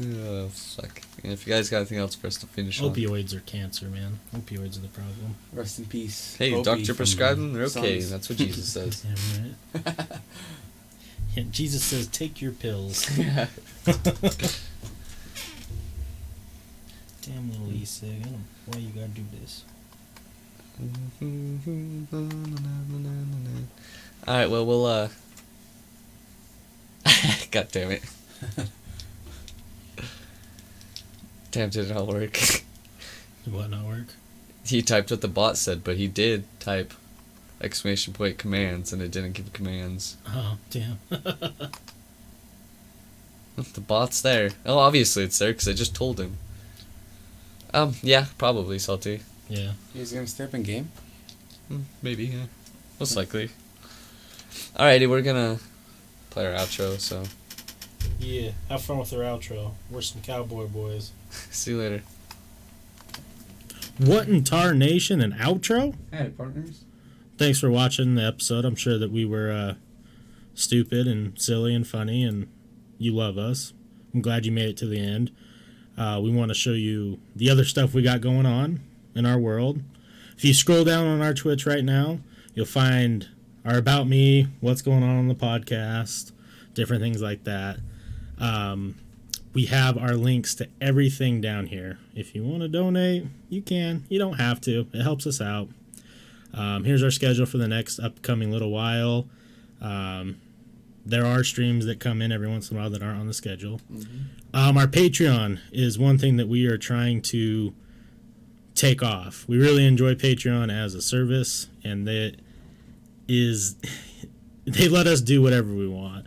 Speaker 2: Oh, fuck. And if you guys got anything else for us to finish on.
Speaker 1: Opioids are cancer, man. Opioids are the problem.
Speaker 6: Rest in peace.
Speaker 2: Hey,
Speaker 6: Opie
Speaker 2: doctor
Speaker 6: from,
Speaker 2: prescribed
Speaker 6: uh,
Speaker 2: them. They're okay.
Speaker 6: Sons.
Speaker 2: That's what Jesus says.
Speaker 1: Yeah, right. Yeah, Jesus says, "Take your pills."
Speaker 2: yeah.
Speaker 1: Damn, little Lisa, I don't, why you gotta do this?
Speaker 2: All right. Well, we'll uh. God damn it. damn, did it all work?
Speaker 1: Did what not work?
Speaker 2: he typed what the bot said, but he did type exclamation point commands, and it didn't give commands.
Speaker 1: Oh, damn.
Speaker 2: The bot's there. Oh, obviously it's there because I just told him. Um. Yeah. Probably salty.
Speaker 1: Yeah.
Speaker 6: He's gonna step in game.
Speaker 2: Mm, Maybe, yeah. Most likely. Alrighty, we're gonna play our outro, so
Speaker 1: Yeah. Have fun with their outro. We're some cowboy boys.
Speaker 2: see you later.
Speaker 1: What in tarnation? An outro?
Speaker 6: Hey, partners.
Speaker 1: Thanks for watching the episode. I'm sure that we were uh, stupid and silly and funny, and you love us. I'm glad you made it to the end. Uh, we want to show you the other stuff we got going on in our world. If you scroll down on our Twitch right now, you'll find our About Me, what's going on on the podcast, different things like that. Um, we have our links to everything down here. If you want to donate, you can. You don't have to, it helps us out. Um, here's our schedule for the next upcoming little while. Um, There are streams that come in every once in a while that aren't on the schedule. Um, our Patreon is one thing that we are trying to take off. We really enjoy Patreon as a service, and that is they let us do whatever we want.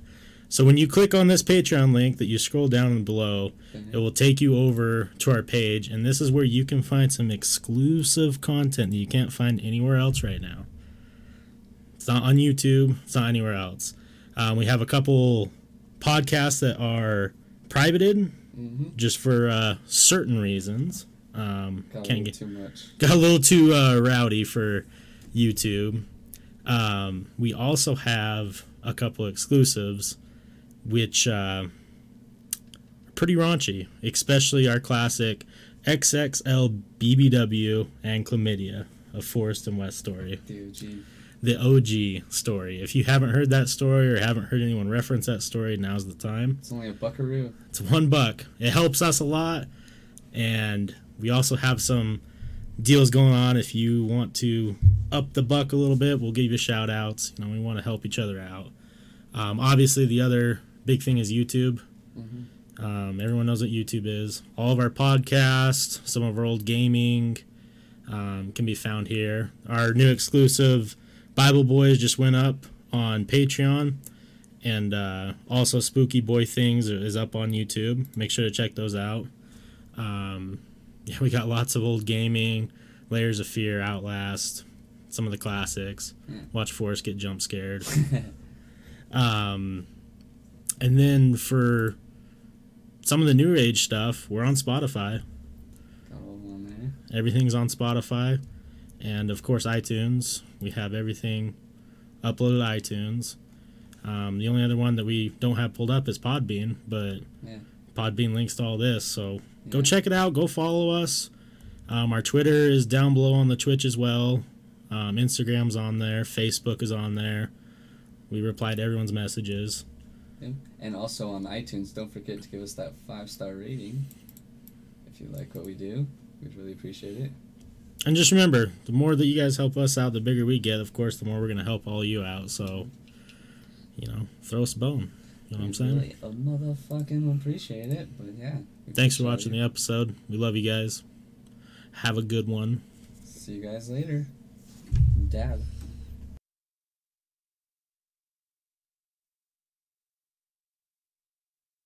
Speaker 1: So when you click on this Patreon link that you scroll down below, it will take you over to our page, and this is where you can find some exclusive content that you can't find anywhere else right now. It's not on YouTube. It's not anywhere else. Um, we have a couple podcasts that are privated,
Speaker 2: Mm-hmm.
Speaker 1: just for uh, certain reasons. Um,
Speaker 2: Got a
Speaker 1: can't
Speaker 2: little
Speaker 1: get
Speaker 2: too much.
Speaker 1: got a little too uh, rowdy for YouTube. Um, we also have a couple exclusives, which uh, are pretty raunchy, especially our classic XXL BBW and Chlamydia of Forest and West story,
Speaker 2: The OG.
Speaker 1: the OG story. If you haven't heard that story or haven't heard anyone reference that story, now's the time.
Speaker 2: It's only a buckaroo.
Speaker 1: It's one buck. It helps us a lot, and we also have some deals going on. If you want to up the buck a little bit, we'll give you shout outs. You know, we want to help each other out. Um, obviously, the other big thing is YouTube. Um, everyone knows what YouTube is. All of our podcasts, some of our old gaming, um, can be found here. Our new exclusive Bible Boys just went up on Patreon and uh, also spooky boy things is up on youtube make sure to check those out um, yeah we got lots of old gaming layers of fear outlast some of the classics
Speaker 2: Hmm.
Speaker 1: watch forrest get jump scared um, and then for some of the new age stuff we're on spotify
Speaker 2: Got all eh? on there.
Speaker 1: everything's on spotify and of course itunes we have everything uploaded to itunes um, the only other one that we don't have pulled up is podbean but
Speaker 2: Yeah.
Speaker 1: podbean links to all this so go
Speaker 2: Yeah.
Speaker 1: check it out go follow us um, our twitter is down below on the twitch as well um, instagram's on there facebook is on there we reply to everyone's messages
Speaker 2: Yeah. And also on iTunes, don't forget to give us that five star rating. If you like what we do, we'd really appreciate it.
Speaker 1: And just remember, the more that you guys help us out, the bigger we get, of course, the more we're going to help all you out. So, you know, throw us a bone. You know what I'm
Speaker 2: We'd
Speaker 1: saying?
Speaker 2: Really, a motherfucking appreciate it, but yeah. we
Speaker 1: Thanks for
Speaker 2: appreciate
Speaker 1: watching
Speaker 2: it.
Speaker 1: the episode. We love you guys. Have a good one.
Speaker 2: See you guys later. Dad.